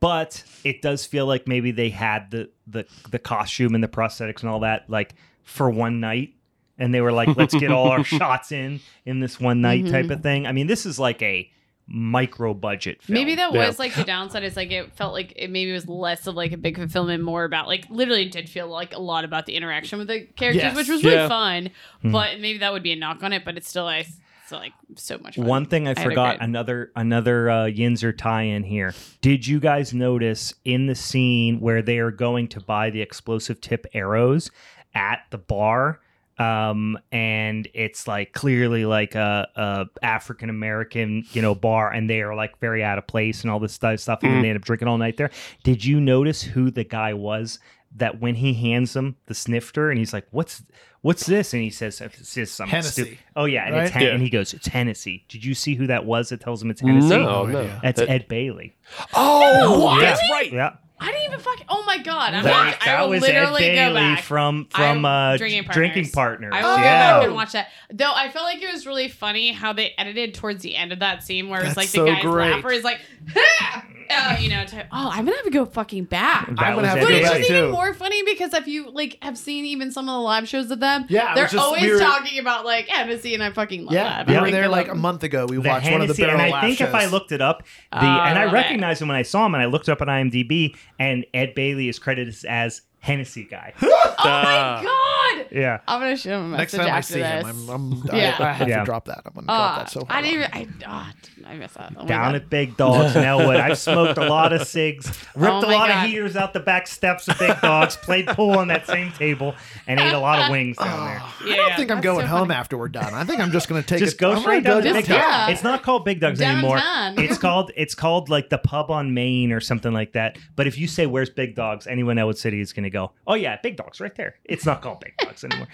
Speaker 2: But it does feel like maybe they had the the the costume and the prosthetics and all that like for one night and they were like let's get all our shots in in this one night type of thing. I mean, this is like a micro budget film.
Speaker 3: Maybe that
Speaker 4: Yeah.
Speaker 3: was like the downside. Is like it felt like it maybe was less of like a big fulfillment, more about like literally it did feel like a lot about the interaction with the characters,
Speaker 5: Yes.
Speaker 3: which was really
Speaker 4: Yeah.
Speaker 3: fun.
Speaker 2: Hmm.
Speaker 3: But maybe that would be a knock on it. But it's still like it's like so much fun.
Speaker 2: One thing I
Speaker 3: had a
Speaker 2: forgot,
Speaker 3: great-
Speaker 2: another another uh, Yinzer tie-in here. Did you guys notice in the scene where they are going to buy the explosive tip arrows at the bar? Um, and it's like clearly like a, a African American, you know, bar, and they are like very out of place and all this stu- stuff, and
Speaker 3: Mm.
Speaker 2: then they end up drinking all night there. Did you notice who the guy was that when he hands him the snifter and he's like, "What's what's this?" and he says, "It's just some
Speaker 5: Hennessy.
Speaker 2: stupid." Oh yeah, and, it's
Speaker 5: Right?
Speaker 2: Hen-
Speaker 4: Yeah.
Speaker 2: and he goes, "It's Hennessy." Did you see who that was that tells him it's Hennessy?
Speaker 4: No, no.
Speaker 5: idea.
Speaker 2: that's
Speaker 4: That-
Speaker 2: Ed Bailey.
Speaker 4: Oh, that's
Speaker 2: Yeah.
Speaker 4: right.
Speaker 2: Yeah,
Speaker 3: I didn't even fucking. Oh my god! I'm
Speaker 2: that,
Speaker 3: I
Speaker 2: that
Speaker 3: will
Speaker 2: was Ed
Speaker 3: literally go
Speaker 2: Bailey
Speaker 3: back
Speaker 2: from from
Speaker 3: I'm
Speaker 2: uh,
Speaker 3: Drinking
Speaker 2: drinking
Speaker 3: Partners.
Speaker 2: partners.
Speaker 3: I will go
Speaker 2: yeah.
Speaker 3: back and watch that. Though I felt like it was really funny how they edited towards the end of that scene where it's
Speaker 5: That's
Speaker 3: like the
Speaker 5: so
Speaker 3: guy's
Speaker 5: great.
Speaker 3: laugh where he's like, "Ah!" Uh, you know, type, oh, I'm gonna have to go fucking back.
Speaker 2: That
Speaker 5: I'm gonna
Speaker 2: was
Speaker 5: have
Speaker 2: Ed
Speaker 5: to
Speaker 3: But
Speaker 5: go
Speaker 3: it's
Speaker 5: back
Speaker 2: Bailey.
Speaker 3: just even
Speaker 5: too.
Speaker 3: more funny because if you like have seen even some of the live shows of them,
Speaker 5: Yeah, it
Speaker 3: they're
Speaker 5: was just-
Speaker 3: always
Speaker 5: we were-
Speaker 3: talking about like Hennessy, and I fucking love
Speaker 5: Yeah,
Speaker 3: that. oh
Speaker 5: we
Speaker 2: Yeah.
Speaker 5: were
Speaker 3: I
Speaker 5: there
Speaker 3: love
Speaker 5: like
Speaker 3: it.
Speaker 5: a month ago. We
Speaker 2: the
Speaker 5: watched one of the
Speaker 2: Hennessy,
Speaker 5: barrel
Speaker 2: and I
Speaker 5: laugh
Speaker 2: think if I
Speaker 5: shows.
Speaker 2: looked it up, the
Speaker 3: Ah,
Speaker 2: and I
Speaker 3: love it.
Speaker 2: recognized him when I saw him, and I looked up on IMDb, and Ed Bailey is credited as Hennessy guy.
Speaker 3: Oh
Speaker 4: Uh,
Speaker 3: my god!
Speaker 2: yeah,
Speaker 3: I'm gonna show him a
Speaker 5: next
Speaker 3: message
Speaker 5: time I
Speaker 3: after
Speaker 5: see
Speaker 3: this.
Speaker 5: him, I'm, I'm I-
Speaker 3: Yeah.
Speaker 5: I, have
Speaker 2: Yeah.
Speaker 5: to drop that. I'm gonna drop
Speaker 3: Uh,
Speaker 5: that so hard.
Speaker 3: I didn't. even- I, ah, I missed that. Oh my
Speaker 2: down
Speaker 3: God.
Speaker 2: at Big Dogs in Elwood. I've smoked a lot of cigs, ripped
Speaker 3: Oh
Speaker 2: a
Speaker 3: my
Speaker 2: lot
Speaker 3: God.
Speaker 2: of heaters out the back steps of Big Dogs, played pool on that same table, and ate a lot of wings down there.
Speaker 3: Yeah,
Speaker 5: I don't think I'm
Speaker 3: that's
Speaker 5: going
Speaker 3: so
Speaker 5: home after we're done. I think I'm just gonna take
Speaker 2: Just
Speaker 5: it-
Speaker 2: go
Speaker 5: I'm
Speaker 2: straight down
Speaker 5: gonna go
Speaker 2: to
Speaker 3: just
Speaker 2: Big
Speaker 3: down.
Speaker 2: Dogs. It's not called Big Dogs
Speaker 3: Downtown.
Speaker 2: anymore. It's called it's called like the pub on Main or something like that. But if you say where's Big Dogs, anyone in Elwood City is going to go, oh yeah, Big Dogs right there. It's not called Big Dogs anymore.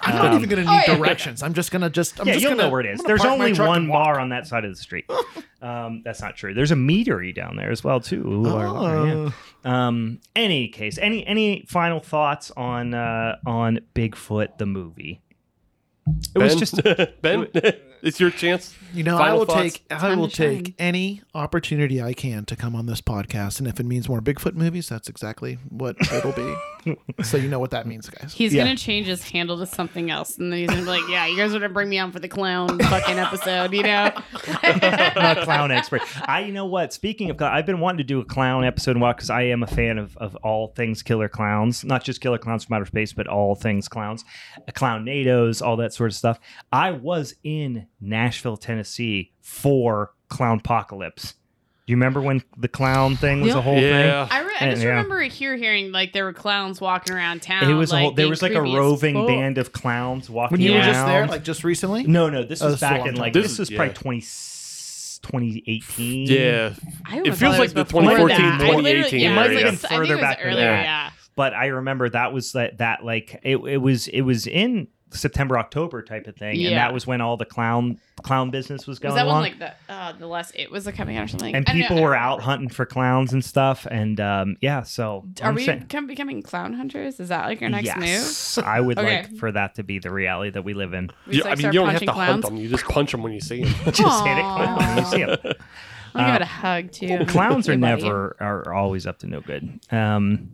Speaker 5: I'm not
Speaker 2: Um,
Speaker 5: even gonna
Speaker 3: Oh,
Speaker 5: need
Speaker 3: yeah.
Speaker 5: directions. I'm just gonna just. I'm
Speaker 2: yeah,
Speaker 5: just
Speaker 2: you'll
Speaker 5: gonna,
Speaker 2: know where it is.
Speaker 5: I'm gonna
Speaker 2: There's
Speaker 5: park my
Speaker 2: only
Speaker 5: truck
Speaker 2: one
Speaker 5: and walk.
Speaker 2: bar on that side of the street. um, that's not true. There's a meadery down there as well too. Ooh, our-
Speaker 5: Oh.
Speaker 2: our- yeah. Um, any case, any any final thoughts on uh, on Bigfoot the movie? It was
Speaker 4: Ben?
Speaker 2: just
Speaker 4: ben, it's your chance.
Speaker 5: You know, I
Speaker 4: Final
Speaker 5: will
Speaker 4: thoughts?
Speaker 5: take I
Speaker 3: Time
Speaker 5: will
Speaker 3: to shine.
Speaker 5: take any opportunity I can to come on this podcast, and if it means more Bigfoot movies, that's exactly what it'll be. so you know what that means, guys.
Speaker 3: He's
Speaker 2: Yeah.
Speaker 3: gonna change his handle to something else, and then he's gonna be like, "Yeah, you guys are gonna bring me on for the clown fucking episode, you know?"
Speaker 2: I'm a clown expert. I, you know what? Speaking of, clown, I've been wanting to do a clown episode in a while because I am a fan of, of all things killer clowns, not just killer clowns from outer space, but all things clowns, clown nados, all that sort of stuff. I was in Nashville, Tennessee for clown apocalypse. Do you remember when the clown thing was a whole thing?
Speaker 4: Yeah.
Speaker 3: I, re- I
Speaker 2: And,
Speaker 3: just
Speaker 2: yeah.
Speaker 3: remember here hearing like there were clowns walking around town.
Speaker 2: It was a whole, there
Speaker 3: being
Speaker 2: was like a
Speaker 3: creepy as
Speaker 2: roving
Speaker 3: fuck.
Speaker 2: band of clowns walking
Speaker 5: When you
Speaker 2: around.
Speaker 5: were just there, like just recently.
Speaker 2: no, no, this
Speaker 5: Oh,
Speaker 2: was
Speaker 5: this is a
Speaker 2: back
Speaker 5: long
Speaker 2: in
Speaker 5: time
Speaker 2: like
Speaker 4: ago.
Speaker 2: this,
Speaker 4: This
Speaker 2: was
Speaker 4: is- yeah.
Speaker 2: probably 20, 2018.
Speaker 4: Yeah.
Speaker 3: I don't know if
Speaker 4: feels
Speaker 3: that
Speaker 4: like
Speaker 3: was
Speaker 4: the
Speaker 3: before
Speaker 4: 2014,
Speaker 3: that. I literally-
Speaker 4: 2018
Speaker 3: Yeah,
Speaker 2: might have
Speaker 3: it was like,
Speaker 2: been
Speaker 3: s- I think
Speaker 2: further
Speaker 3: it was
Speaker 2: back than
Speaker 3: earlier,
Speaker 2: that.
Speaker 3: Yeah.
Speaker 2: but I remember that was that that like it, it was it was in September October type of thing, and
Speaker 3: Yeah.
Speaker 2: that was when all the clown clown business was going
Speaker 3: Was that
Speaker 2: along.
Speaker 3: one like the uh, the last it was coming out or something?
Speaker 2: and
Speaker 3: I don't
Speaker 2: people
Speaker 3: know.
Speaker 2: were out hunting for clowns and stuff, and um, yeah. So
Speaker 3: Are
Speaker 2: I'm
Speaker 3: we
Speaker 2: saying-
Speaker 3: come, becoming clown hunters? Is that like our next
Speaker 2: yes, I would
Speaker 3: Okay.
Speaker 2: like for that to be the reality that we live in.
Speaker 3: move? We just,
Speaker 4: Yeah, I
Speaker 3: like,
Speaker 4: mean, you
Speaker 3: start
Speaker 4: don't have
Speaker 3: punching
Speaker 4: to hunt
Speaker 3: clowns?
Speaker 4: them. You just punch them when you see them.
Speaker 2: Just hit it, clown,
Speaker 3: Aw.
Speaker 2: and you see 'em.
Speaker 3: I'll give it a hug too.
Speaker 2: Uh, clowns are
Speaker 3: Hey, buddy.
Speaker 2: never are always up to no good um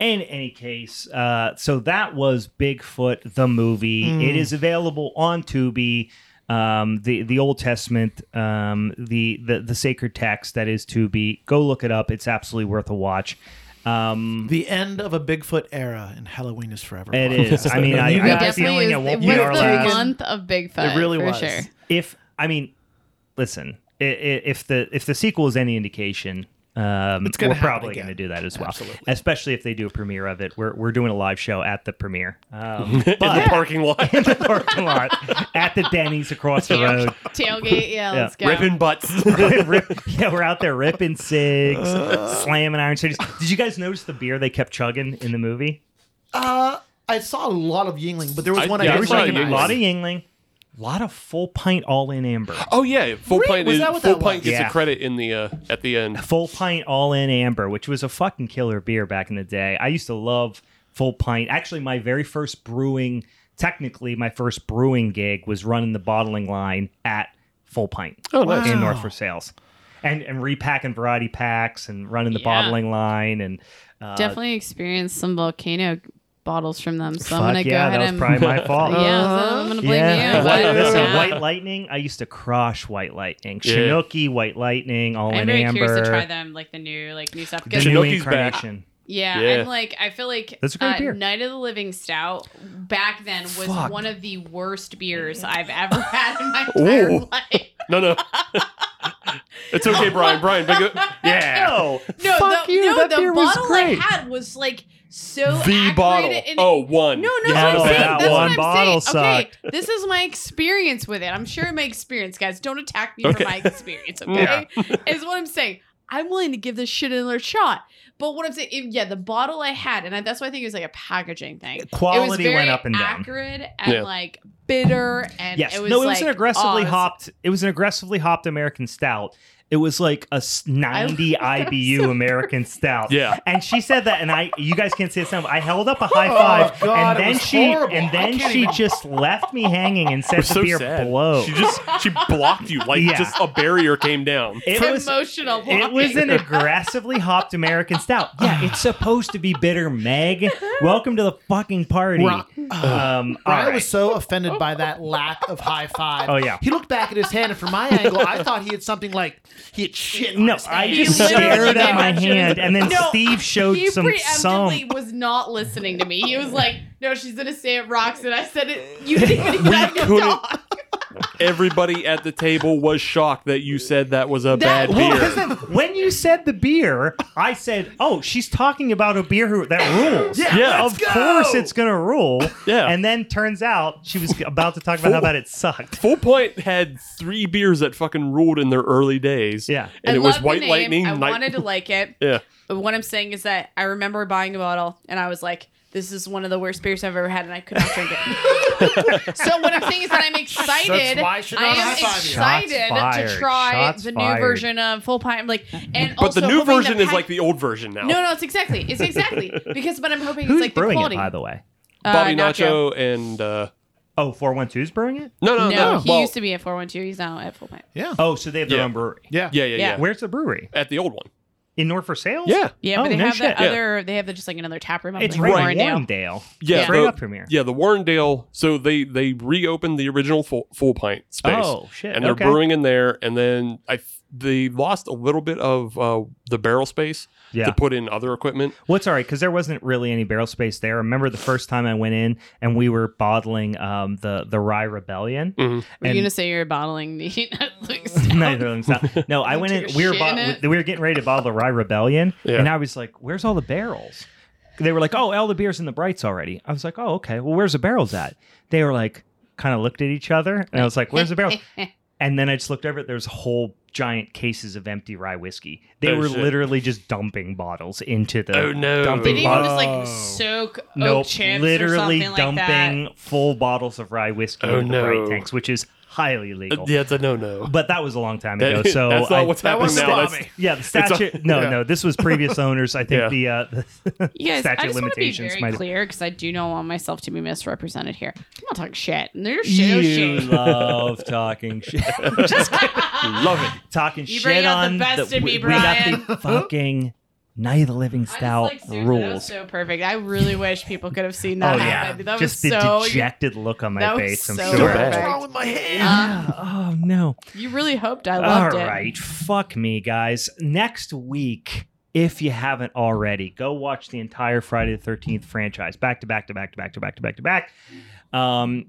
Speaker 2: in any case uh so that was bigfoot the movie it is available on tubi um the the old testament um the the, the sacred text that is tubi go look it up it's absolutely worth a watch um
Speaker 5: The end of a Bigfoot era, and Halloween is forever.
Speaker 2: it
Speaker 5: gone.
Speaker 2: is i mean
Speaker 5: You
Speaker 2: i, I
Speaker 5: guys-
Speaker 2: have a
Speaker 3: Definitely
Speaker 2: feeling it
Speaker 3: is-
Speaker 2: won't
Speaker 3: it
Speaker 2: be
Speaker 3: was
Speaker 2: our
Speaker 3: the
Speaker 2: last
Speaker 3: month of Bigfoot.
Speaker 5: It really
Speaker 3: for
Speaker 5: was.
Speaker 3: Sure.
Speaker 2: if i mean listen i- i- if the if the sequel is any indication Um,
Speaker 5: It's gonna
Speaker 2: we're
Speaker 5: happen
Speaker 2: probably
Speaker 5: again.
Speaker 2: going to do that as well,
Speaker 5: Absolutely.
Speaker 2: especially if they do a premiere of it. We're, we're doing a live show at the premiere, um,
Speaker 4: in the parking lot,
Speaker 2: the parking lot at the Denny's across the
Speaker 3: Tail-
Speaker 2: road.
Speaker 3: Tailgate, yeah, let's go.
Speaker 4: ripping butts.
Speaker 2: Rip- yeah, we're out there ripping cigs,
Speaker 5: Uh.
Speaker 2: slamming Iron Cities. Did you guys notice the beer they kept chugging in the movie?
Speaker 5: Uh, I saw a lot of Yingling, but there was
Speaker 4: I-
Speaker 5: one
Speaker 4: yeah, I
Speaker 5: I
Speaker 2: They were
Speaker 5: didn't
Speaker 4: saw
Speaker 2: drinking a
Speaker 4: Yingling.
Speaker 5: recognize.
Speaker 2: lot of Yingling, a lot of full pint all in amber.
Speaker 4: Oh yeah, full pint
Speaker 5: Was
Speaker 4: is
Speaker 5: that what
Speaker 4: full
Speaker 5: that
Speaker 4: pint
Speaker 5: was?
Speaker 4: gets
Speaker 2: Yeah.
Speaker 4: a credit in the uh, at the end.
Speaker 2: Full pint all in amber, which was a fucking killer beer back in the day. I used to love full pint. Actually, my very first brewing, technically my first brewing gig was running the bottling line at Full Pint
Speaker 4: Oh nice.
Speaker 2: in North for Sales. And and repacking variety packs and running the
Speaker 3: Yeah.
Speaker 2: bottling line and uh,
Speaker 6: Definitely experienced some volcano bottles from them. So I'm
Speaker 2: fuck
Speaker 6: gonna go
Speaker 2: yeah,
Speaker 6: ahead
Speaker 2: that
Speaker 6: and
Speaker 2: was probably my fault.
Speaker 6: yeah, so
Speaker 3: Uh-huh.
Speaker 6: I'm gonna blame
Speaker 2: yeah,
Speaker 6: you.
Speaker 2: White,
Speaker 6: I-
Speaker 2: listen,
Speaker 6: yeah.
Speaker 2: White Lightning. I used to crush White Lightning,
Speaker 4: Yeah.
Speaker 2: Chinooki, White Lightning, all
Speaker 3: I'm
Speaker 2: in
Speaker 3: very
Speaker 2: amber.
Speaker 3: curious to try them, like the new, like new stuff.
Speaker 2: The
Speaker 3: 'cause-
Speaker 2: new
Speaker 4: Chinooki's back.
Speaker 2: incarnation.
Speaker 3: yeah,
Speaker 4: Yeah.
Speaker 3: and like I feel like
Speaker 2: That's a great
Speaker 3: uh,
Speaker 2: beer.
Speaker 3: Night of the Living Stout back then was
Speaker 2: Fuck.
Speaker 3: one of the worst beers I've ever had in my entire
Speaker 4: Ooh.
Speaker 3: life.
Speaker 4: No no, it's okay, Brian. Brian, big yeah.
Speaker 2: No,
Speaker 3: No,
Speaker 2: fuck
Speaker 3: the,
Speaker 2: you.
Speaker 3: no,
Speaker 2: that
Speaker 3: the
Speaker 2: beer
Speaker 3: bottle
Speaker 2: was great.
Speaker 3: I had was like so
Speaker 4: The
Speaker 3: accurate
Speaker 4: bottle.
Speaker 3: and-
Speaker 4: Oh, one.
Speaker 3: No, no,
Speaker 2: Yeah,
Speaker 3: that's what I'm saying.
Speaker 2: that
Speaker 3: That's
Speaker 2: one
Speaker 3: what I'm
Speaker 2: bottle
Speaker 3: saying. Okay, this is my experience with it. I'm sharing my experience, guys. Don't attack me for my experience, okay? Is what I'm saying. I'm willing to give this shit another shot. But what I'm saying, it- yeah, the bottle I had, and I, that's why I think it was like a packaging thing. it was
Speaker 2: Quality
Speaker 3: very
Speaker 2: went up and down.
Speaker 3: acrid and
Speaker 4: Yeah.
Speaker 3: like bitter, and
Speaker 2: Yes,
Speaker 3: it was
Speaker 2: no, it was
Speaker 3: like,
Speaker 2: an aggressively
Speaker 3: oh, it was-
Speaker 2: hopped. It was an aggressively hopped American stout. It was like a s- 90 IBU American stout.
Speaker 4: Yeah.
Speaker 2: And she said that, and I, you guys can't see it. Some, I held up a high five,
Speaker 5: Oh, God,
Speaker 2: and
Speaker 5: it
Speaker 2: then
Speaker 5: was
Speaker 2: she,
Speaker 5: horrible.
Speaker 2: and
Speaker 5: I
Speaker 2: then
Speaker 5: can't
Speaker 2: she
Speaker 5: even-
Speaker 2: just left me hanging and said
Speaker 4: We're
Speaker 2: the
Speaker 4: so
Speaker 2: beer
Speaker 4: sad.
Speaker 2: blow.
Speaker 4: She just she blocked you like
Speaker 2: Yeah.
Speaker 4: just a barrier came down.
Speaker 2: it
Speaker 3: It's
Speaker 2: was
Speaker 3: emotional.
Speaker 2: It was an aggressively hopped American stout. Yeah, it's supposed to be bitter, Meg. Welcome to the fucking party.
Speaker 5: Ron-
Speaker 2: Um, all
Speaker 5: Brian
Speaker 2: right.
Speaker 5: was so offended by that lack of high five.
Speaker 2: Oh, yeah.
Speaker 5: He looked back at his hand, and from my angle, I thought he had something like he had shit. on
Speaker 2: no,
Speaker 5: his
Speaker 2: I
Speaker 5: hand.
Speaker 2: just
Speaker 3: He literally
Speaker 2: stared at my
Speaker 3: did.
Speaker 2: hand, and then
Speaker 3: No,
Speaker 2: Steve showed
Speaker 3: he
Speaker 2: some
Speaker 3: preemptively
Speaker 2: some.
Speaker 3: was not listening to me. He was like, "No, she's gonna say it rocks," and I said, "It." You didn't even have to
Speaker 4: couldn't-
Speaker 3: talk.
Speaker 4: Everybody at the table was shocked that you said that was a
Speaker 3: That-
Speaker 4: bad
Speaker 2: Well, 'cause
Speaker 4: beer.
Speaker 2: then when you said the beer, I said, "Oh, she's talking about a beer who, that rules."
Speaker 5: Yeah,
Speaker 4: Yeah,
Speaker 5: let's
Speaker 2: of
Speaker 5: go!
Speaker 2: course it's gonna rule.
Speaker 4: Yeah.
Speaker 2: and then turns out she was about to talk about how bad it sucked.
Speaker 4: Full Point had three beers that fucking ruled in their early days.
Speaker 2: Yeah.
Speaker 4: and
Speaker 3: I
Speaker 4: it was
Speaker 3: love the
Speaker 4: White
Speaker 3: name.
Speaker 4: Lightning.
Speaker 3: I
Speaker 4: Night-
Speaker 3: wanted to like it.
Speaker 4: yeah,
Speaker 3: But what I'm saying is that I remember buying a bottle and I was like, "This is one of the worst beers I've ever had," and I could not drink it. so what I'm saying is that I'm excited.
Speaker 5: That's why I should
Speaker 3: I
Speaker 5: not
Speaker 3: am
Speaker 5: high five you.
Speaker 3: excited
Speaker 2: Shots fired.
Speaker 3: to try
Speaker 2: Shots
Speaker 3: the new
Speaker 2: fired.
Speaker 3: version of Full Pint. Like, and
Speaker 4: but
Speaker 3: also
Speaker 4: the new
Speaker 3: hoping
Speaker 4: version is
Speaker 3: pack-
Speaker 4: like the old version now.
Speaker 3: No, no, it's exactly. It's exactly because. But I'm hoping
Speaker 2: Who's
Speaker 3: it's like the
Speaker 2: brewing
Speaker 3: quality.
Speaker 2: it, by the way?
Speaker 4: Bobby
Speaker 3: Uh, Nacho.
Speaker 4: Nacho. and uh,
Speaker 2: Oh, 412's brewing it.
Speaker 4: no, no,
Speaker 3: No,
Speaker 4: no.
Speaker 3: he
Speaker 4: well,
Speaker 3: used to be at 412. He's now at Full Pint.
Speaker 5: Yeah.
Speaker 2: Oh, so they have their
Speaker 4: Yeah.
Speaker 2: own brewery.
Speaker 5: Yeah.
Speaker 4: yeah, yeah, yeah,
Speaker 2: Where's the brewery?
Speaker 4: At the old one.
Speaker 2: In North for Sales?
Speaker 4: Yeah.
Speaker 3: Yeah,
Speaker 2: Oh,
Speaker 3: but they
Speaker 2: no
Speaker 3: have that
Speaker 2: shit.
Speaker 4: Yeah.
Speaker 3: other. They have the, just like another tap room.
Speaker 2: It's
Speaker 3: like
Speaker 2: right in
Speaker 3: Warrendale.
Speaker 2: Warrendale.
Speaker 4: Yeah,
Speaker 2: Straight
Speaker 4: the-
Speaker 2: up from here.
Speaker 4: Yeah, the Warrendale. So they they reopened the original full, full pint space.
Speaker 2: Oh, shit,
Speaker 4: And they're
Speaker 2: okay.
Speaker 4: brewing in there, and then I th- they lost a little bit of uh, the barrel space
Speaker 2: Yeah.
Speaker 4: to put in other equipment.
Speaker 2: Well, it's all right because there wasn't really any barrel space there. I remember the first time I went in and we were bottling um, the the Rye Rebellion.
Speaker 4: Mm-hmm.
Speaker 3: Were you
Speaker 2: And-
Speaker 3: gonna say you're bottling the Netflix?
Speaker 2: Neither of them stopped. No, I went
Speaker 3: took
Speaker 2: in.
Speaker 3: a
Speaker 2: We were
Speaker 3: shit
Speaker 2: bot-
Speaker 3: in it?
Speaker 2: we were getting ready to bottle the Rye Rebellion,
Speaker 4: Yeah.
Speaker 2: and I was like, "Where's all the barrels?" They were like, "Oh, all the beers in the brights already." I was like, "Oh, okay. Well, where's the barrels at?" They were like, kind of looked at each other, and I was like, "Where's the barrels?" and then I just looked over. There's whole giant cases of empty rye whiskey. They
Speaker 4: Oh,
Speaker 2: were
Speaker 4: shit.
Speaker 2: literally just dumping bottles into the
Speaker 4: Oh, no.
Speaker 3: Did
Speaker 2: dumping
Speaker 4: They
Speaker 3: anyone
Speaker 2: bottles.
Speaker 3: just like soak oak
Speaker 2: Nope,
Speaker 3: chips or
Speaker 2: literally
Speaker 3: something like
Speaker 2: dumping
Speaker 3: that?
Speaker 2: full bottles of rye whiskey
Speaker 4: Oh,
Speaker 2: into the
Speaker 4: no.
Speaker 2: bright tanks, which is highly illegal.
Speaker 4: it's a no no.
Speaker 2: But that was a long time ago.
Speaker 4: That,
Speaker 2: So
Speaker 4: that's
Speaker 2: I-
Speaker 4: not what's
Speaker 5: That
Speaker 4: happening
Speaker 5: was
Speaker 4: now.
Speaker 5: Bobby.
Speaker 4: That's,
Speaker 2: yeah, the statute. no,
Speaker 5: yeah.
Speaker 2: no, this was previous owners. I think the, uh, the
Speaker 3: You guys,
Speaker 2: statute
Speaker 3: I just
Speaker 2: of
Speaker 3: want to be very
Speaker 2: limitations might.
Speaker 3: clear because I do not want myself to be misrepresented here. I'm not talking shit. And there's shit. oh,
Speaker 2: you
Speaker 3: shit.
Speaker 2: love talking shit. Just
Speaker 4: love it.
Speaker 2: talking
Speaker 3: You
Speaker 2: shit
Speaker 3: bring out the
Speaker 2: on
Speaker 3: best in me,
Speaker 2: we, We got the fucking Night of the Living
Speaker 3: I just,
Speaker 2: Stout
Speaker 3: like, seriously, That was
Speaker 2: rules.
Speaker 3: so perfect. I really wish people could have seen
Speaker 2: oh
Speaker 3: that
Speaker 2: yeah,
Speaker 3: happen. That
Speaker 2: just
Speaker 3: was
Speaker 2: the
Speaker 3: so.
Speaker 2: dejected look on
Speaker 3: that
Speaker 2: my
Speaker 3: was
Speaker 2: face. I'm
Speaker 3: so
Speaker 2: sure.
Speaker 4: bad.
Speaker 5: What's
Speaker 3: perfect.
Speaker 5: wrong with my hand?
Speaker 2: Yeah. Oh no.
Speaker 3: You really hoped I
Speaker 2: All
Speaker 3: loved
Speaker 2: right,
Speaker 3: it.
Speaker 2: fuck me, guys. Next week, if you haven't already, go watch the entire Friday the Thirteenth franchise back to back to back to back to back to back to back. Um,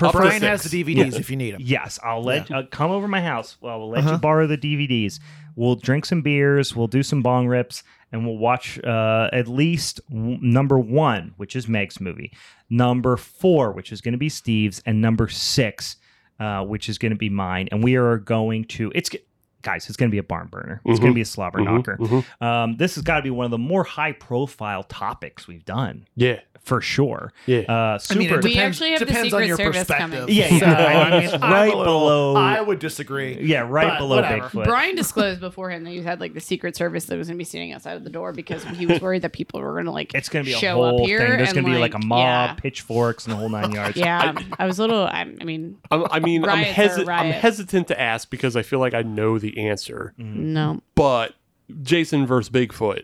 Speaker 4: Up to
Speaker 5: Brian
Speaker 4: six.
Speaker 5: has the DVDs if you need them.
Speaker 2: Yes, I'll let uh, come over my house. Well, we'll let you borrow the DVDs. We'll drink some beers. We'll do some bong rips, and we'll watch uh, at least w- number one, which is Meg's movie, number four, which is going to be Steve's, and number six, uh, which is going to be mine. And we are going to it's. g- Guys, it's going to be a barn burner. It's going to be a slobber
Speaker 4: Mm-hmm,
Speaker 2: knocker. Um, this has got to be one of the more high profile topics we've done
Speaker 4: Yeah.
Speaker 2: for sure.
Speaker 4: Yeah.
Speaker 2: Uh, super. uh,
Speaker 3: We actually have the
Speaker 5: depends on
Speaker 3: Secret
Speaker 5: your
Speaker 3: Service coming.
Speaker 5: perspective.
Speaker 2: Yeah,
Speaker 5: So,
Speaker 2: yeah.
Speaker 5: I mean,
Speaker 2: It's
Speaker 5: I'm
Speaker 2: right
Speaker 5: a little-
Speaker 2: below-
Speaker 5: I would disagree.
Speaker 2: yeah, right
Speaker 5: But
Speaker 2: below
Speaker 5: whatever.
Speaker 2: Bigfoot.
Speaker 3: Brian disclosed beforehand that you had like the Secret Service that was going to be standing outside of the door because he was worried that people were going to like
Speaker 2: It's going to be a
Speaker 3: show
Speaker 2: whole
Speaker 3: up here.
Speaker 2: thing. There's
Speaker 3: and,
Speaker 2: going to be like a mob,
Speaker 3: Yeah.
Speaker 2: pitchforks, and the whole nine yards.
Speaker 3: Yeah, I, was a little. I, I mean,
Speaker 4: I'm, I mean, I'm,
Speaker 3: Riots are
Speaker 4: hesi- I'm
Speaker 3: riot.
Speaker 4: hesitant to ask because I feel like I know the answer.
Speaker 3: no.
Speaker 4: But Jason versus Bigfoot,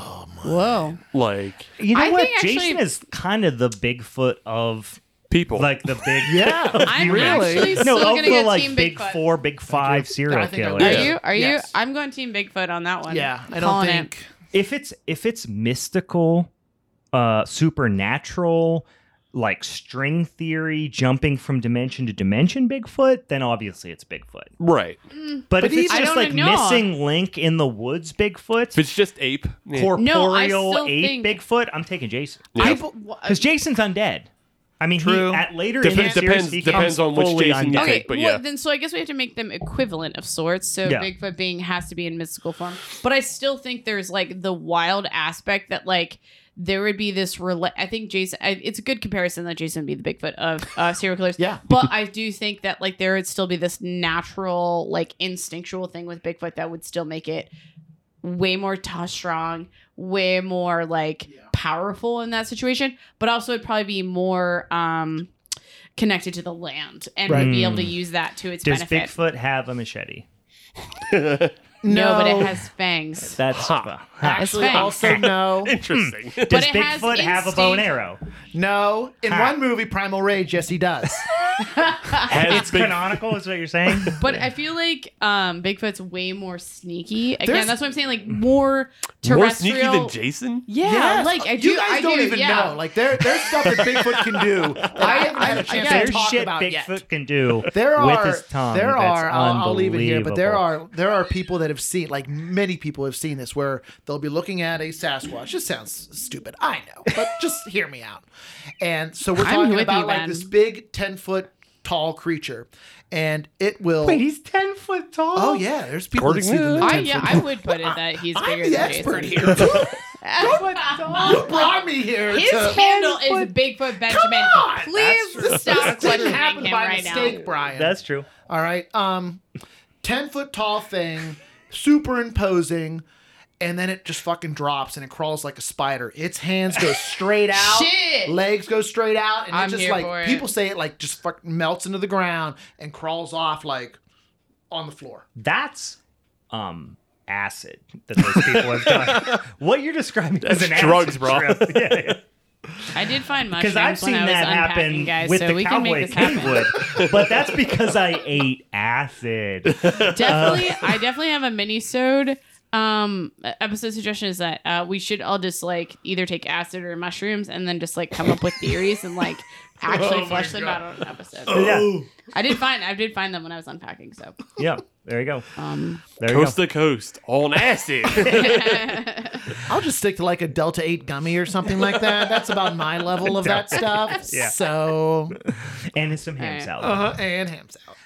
Speaker 3: Whoa.
Speaker 4: like
Speaker 2: You know
Speaker 3: I
Speaker 2: what?
Speaker 3: think actually-
Speaker 2: Jason is kind of the Bigfoot of
Speaker 4: people,
Speaker 2: like the big.
Speaker 5: Yeah.
Speaker 3: I'm
Speaker 5: Really?
Speaker 3: actually still
Speaker 2: No, of
Speaker 3: going to
Speaker 2: the
Speaker 3: go
Speaker 2: like
Speaker 3: team
Speaker 2: big
Speaker 3: Bigfoot.
Speaker 2: four, big five serial
Speaker 5: I think I
Speaker 2: killers.
Speaker 5: would.
Speaker 3: Are
Speaker 4: Yeah.
Speaker 3: you? Are you?
Speaker 5: Yes.
Speaker 3: I'm going team Bigfoot on that one.
Speaker 5: yeah. I don't
Speaker 3: Calling
Speaker 5: think.
Speaker 2: If it's if it's mystical, uh, supernatural, like string theory, jumping from dimension to dimension, Bigfoot, then obviously it's Bigfoot.
Speaker 4: right?
Speaker 2: But, if it's
Speaker 3: even- I
Speaker 2: just
Speaker 3: don't
Speaker 2: like
Speaker 3: know.
Speaker 2: missing link in the woods,
Speaker 4: If
Speaker 2: Bigfoot,
Speaker 4: it's just ape, yeah.
Speaker 3: No, I
Speaker 2: corporeal
Speaker 3: still
Speaker 2: ape,
Speaker 3: think-
Speaker 2: Bigfoot, I'm taking Jason.
Speaker 3: it.
Speaker 4: Yeah.
Speaker 3: People- wha-
Speaker 2: Because Jason's undead. I mean, he,
Speaker 5: True.
Speaker 2: at later
Speaker 4: Depends-
Speaker 2: in his
Speaker 4: depends-
Speaker 2: series, he
Speaker 4: depends
Speaker 2: comes
Speaker 4: on which
Speaker 2: fully
Speaker 4: Jason you
Speaker 2: undead.
Speaker 3: Okay,
Speaker 4: think, but
Speaker 3: well,
Speaker 4: yeah.
Speaker 3: then so I guess we have to make them equivalent of sorts. So
Speaker 2: Yeah.
Speaker 3: Bigfoot being has to be in mystical form, but I still think there's like the wild aspect that like there would be this. Rela- I think Jason. I, it's a good comparison that Jason would be the Bigfoot of uh, serial killers.
Speaker 5: Yeah.
Speaker 3: but I do think that like there would still be this natural like instinctual thing with Bigfoot that would still make it way more t- strong, way more like powerful in that situation, but also it'd probably be more um connected to the land and would be
Speaker 4: Mm.
Speaker 3: able to use that to its
Speaker 2: Does
Speaker 3: benefit.
Speaker 2: Bigfoot have a machete?
Speaker 3: no, but it has fangs.
Speaker 2: That's
Speaker 5: Actually,
Speaker 3: That's
Speaker 5: also no,
Speaker 4: interesting.
Speaker 2: Does
Speaker 3: it has
Speaker 2: Bigfoot have a bow and
Speaker 3: instinct.
Speaker 2: arrow?
Speaker 5: no. In
Speaker 2: Ha.
Speaker 5: one movie, Primal Rage, yes, he does.
Speaker 4: Has
Speaker 2: It's
Speaker 4: Big-
Speaker 2: canonical, is what you're saying?
Speaker 3: But I feel like um Bigfoot's way more sneaky. Again,
Speaker 5: There's-
Speaker 3: that's what I'm saying. Like more
Speaker 4: more
Speaker 3: terrestrial.
Speaker 4: sneaky than Jason?
Speaker 3: Yeah,
Speaker 5: Yes.
Speaker 3: like I do.
Speaker 5: You guys
Speaker 3: I
Speaker 5: don't
Speaker 3: do,
Speaker 5: even
Speaker 3: yeah.
Speaker 5: know. Like there, there's stuff that Bigfoot can do. That I haven't had a chance
Speaker 3: guess
Speaker 5: to
Speaker 2: There's
Speaker 5: talk
Speaker 2: shit
Speaker 5: about
Speaker 2: Bigfoot
Speaker 5: yet.
Speaker 2: can do
Speaker 5: There are
Speaker 2: with his tongue.
Speaker 5: there
Speaker 2: that's
Speaker 5: are I'll, I'll leave it here, but there
Speaker 2: unbelievable.
Speaker 5: are there are people that have seen like many people have seen this where they'll be looking at a Sasquatch. This sounds stupid, I know, but just hear me out. And so we're
Speaker 3: I'm
Speaker 5: talking
Speaker 3: with
Speaker 5: about
Speaker 3: you,
Speaker 5: like
Speaker 3: Ben.
Speaker 5: this big ten foot tall creature, and it will.
Speaker 2: Wait, he's ten foot tall.
Speaker 5: oh yeah, there's people that
Speaker 4: According
Speaker 5: see
Speaker 4: to
Speaker 5: them.
Speaker 4: that.
Speaker 3: I yeah, I would put it that he's
Speaker 5: I'm
Speaker 3: bigger
Speaker 5: the
Speaker 3: than
Speaker 5: expert
Speaker 3: Jason.
Speaker 5: here. you brought me here.
Speaker 3: His
Speaker 5: to-
Speaker 3: handle is Bigfoot Benjamin.
Speaker 5: on!
Speaker 3: Please
Speaker 5: This
Speaker 3: stop
Speaker 5: didn't
Speaker 3: questioning
Speaker 5: happen
Speaker 3: him
Speaker 5: by
Speaker 3: right
Speaker 5: mistake,
Speaker 3: now.
Speaker 5: Brian.
Speaker 2: that's true.
Speaker 5: All right. Um, ten foot tall thing, super imposing, and then it just fucking drops and it crawls like a spider. Its hands go straight out,
Speaker 3: Shit.
Speaker 5: legs go straight out, and
Speaker 3: I'm
Speaker 5: it just
Speaker 3: here
Speaker 5: like
Speaker 3: for it.
Speaker 5: people say it like just fucking melts into the ground and crawls off like on the floor.
Speaker 2: That's um acid that those people have done. what you're describing
Speaker 4: That's
Speaker 2: is an
Speaker 4: drugs,
Speaker 2: acid
Speaker 4: bro.
Speaker 2: trip. Yeah, yeah.
Speaker 3: I did find mushrooms
Speaker 2: because I've seen
Speaker 3: when I was
Speaker 2: that
Speaker 3: unpacking,
Speaker 2: happen
Speaker 3: guys,
Speaker 2: with
Speaker 3: so
Speaker 2: the
Speaker 3: we can
Speaker 2: cowboy
Speaker 3: make this happen.
Speaker 2: Kingwood, but that's because I ate acid.
Speaker 3: Definitely,
Speaker 2: Uh,
Speaker 3: I definitely have a mini-sode um episode suggestion is that uh we should all just like either take acid or mushrooms and then just like come up with theories and
Speaker 2: Oh
Speaker 3: like actually flesh them out on an episode
Speaker 2: Yeah,
Speaker 3: i did find i did find them when i was unpacking so
Speaker 2: yeah. There you go.
Speaker 3: um
Speaker 2: There you
Speaker 4: Coast to coast, on acid.
Speaker 5: I'll just stick to like a Delta Eight gummy or something like that. That's about my level of that stuff.
Speaker 2: Yeah.
Speaker 5: So
Speaker 2: go. And some ham
Speaker 3: Alright.
Speaker 2: salad.
Speaker 5: uh, and ham salad.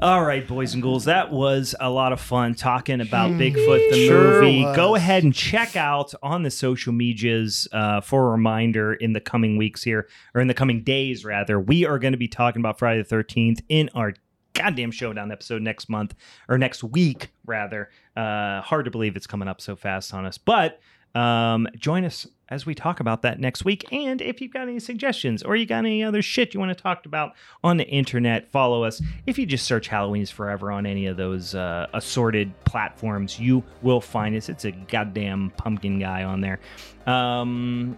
Speaker 2: All right, boys and ghouls, that was a lot of fun talking about Bigfoot the
Speaker 5: Hmm. Sure
Speaker 2: movie.
Speaker 5: was.
Speaker 2: Go ahead and check out on the social medias uh, for a reminder in the coming weeks here, or in the coming days, rather. We are going to be talking about Friday the 13th in our goddamn showdown episode next month, or next week, rather. Uh, hard to believe it's coming up so fast on us, but. Um, join us as we talk about that next week. And if you've got any suggestions or you got any other shit you want to talk about on the internet, follow us. If you just search Halloween's Forever on any of those uh, assorted platforms, you will find us. It's a goddamn pumpkin guy on there. Um,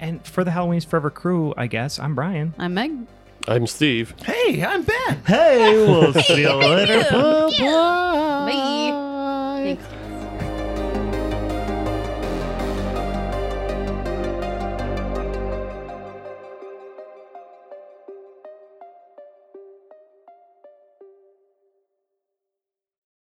Speaker 2: and for the Halloween's Forever crew, I guess, I'm Brian.
Speaker 3: i'm meg
Speaker 4: I'm Steve.
Speaker 5: Hey, I'm Ben.
Speaker 2: Hey, we'll see you later.
Speaker 3: Bye.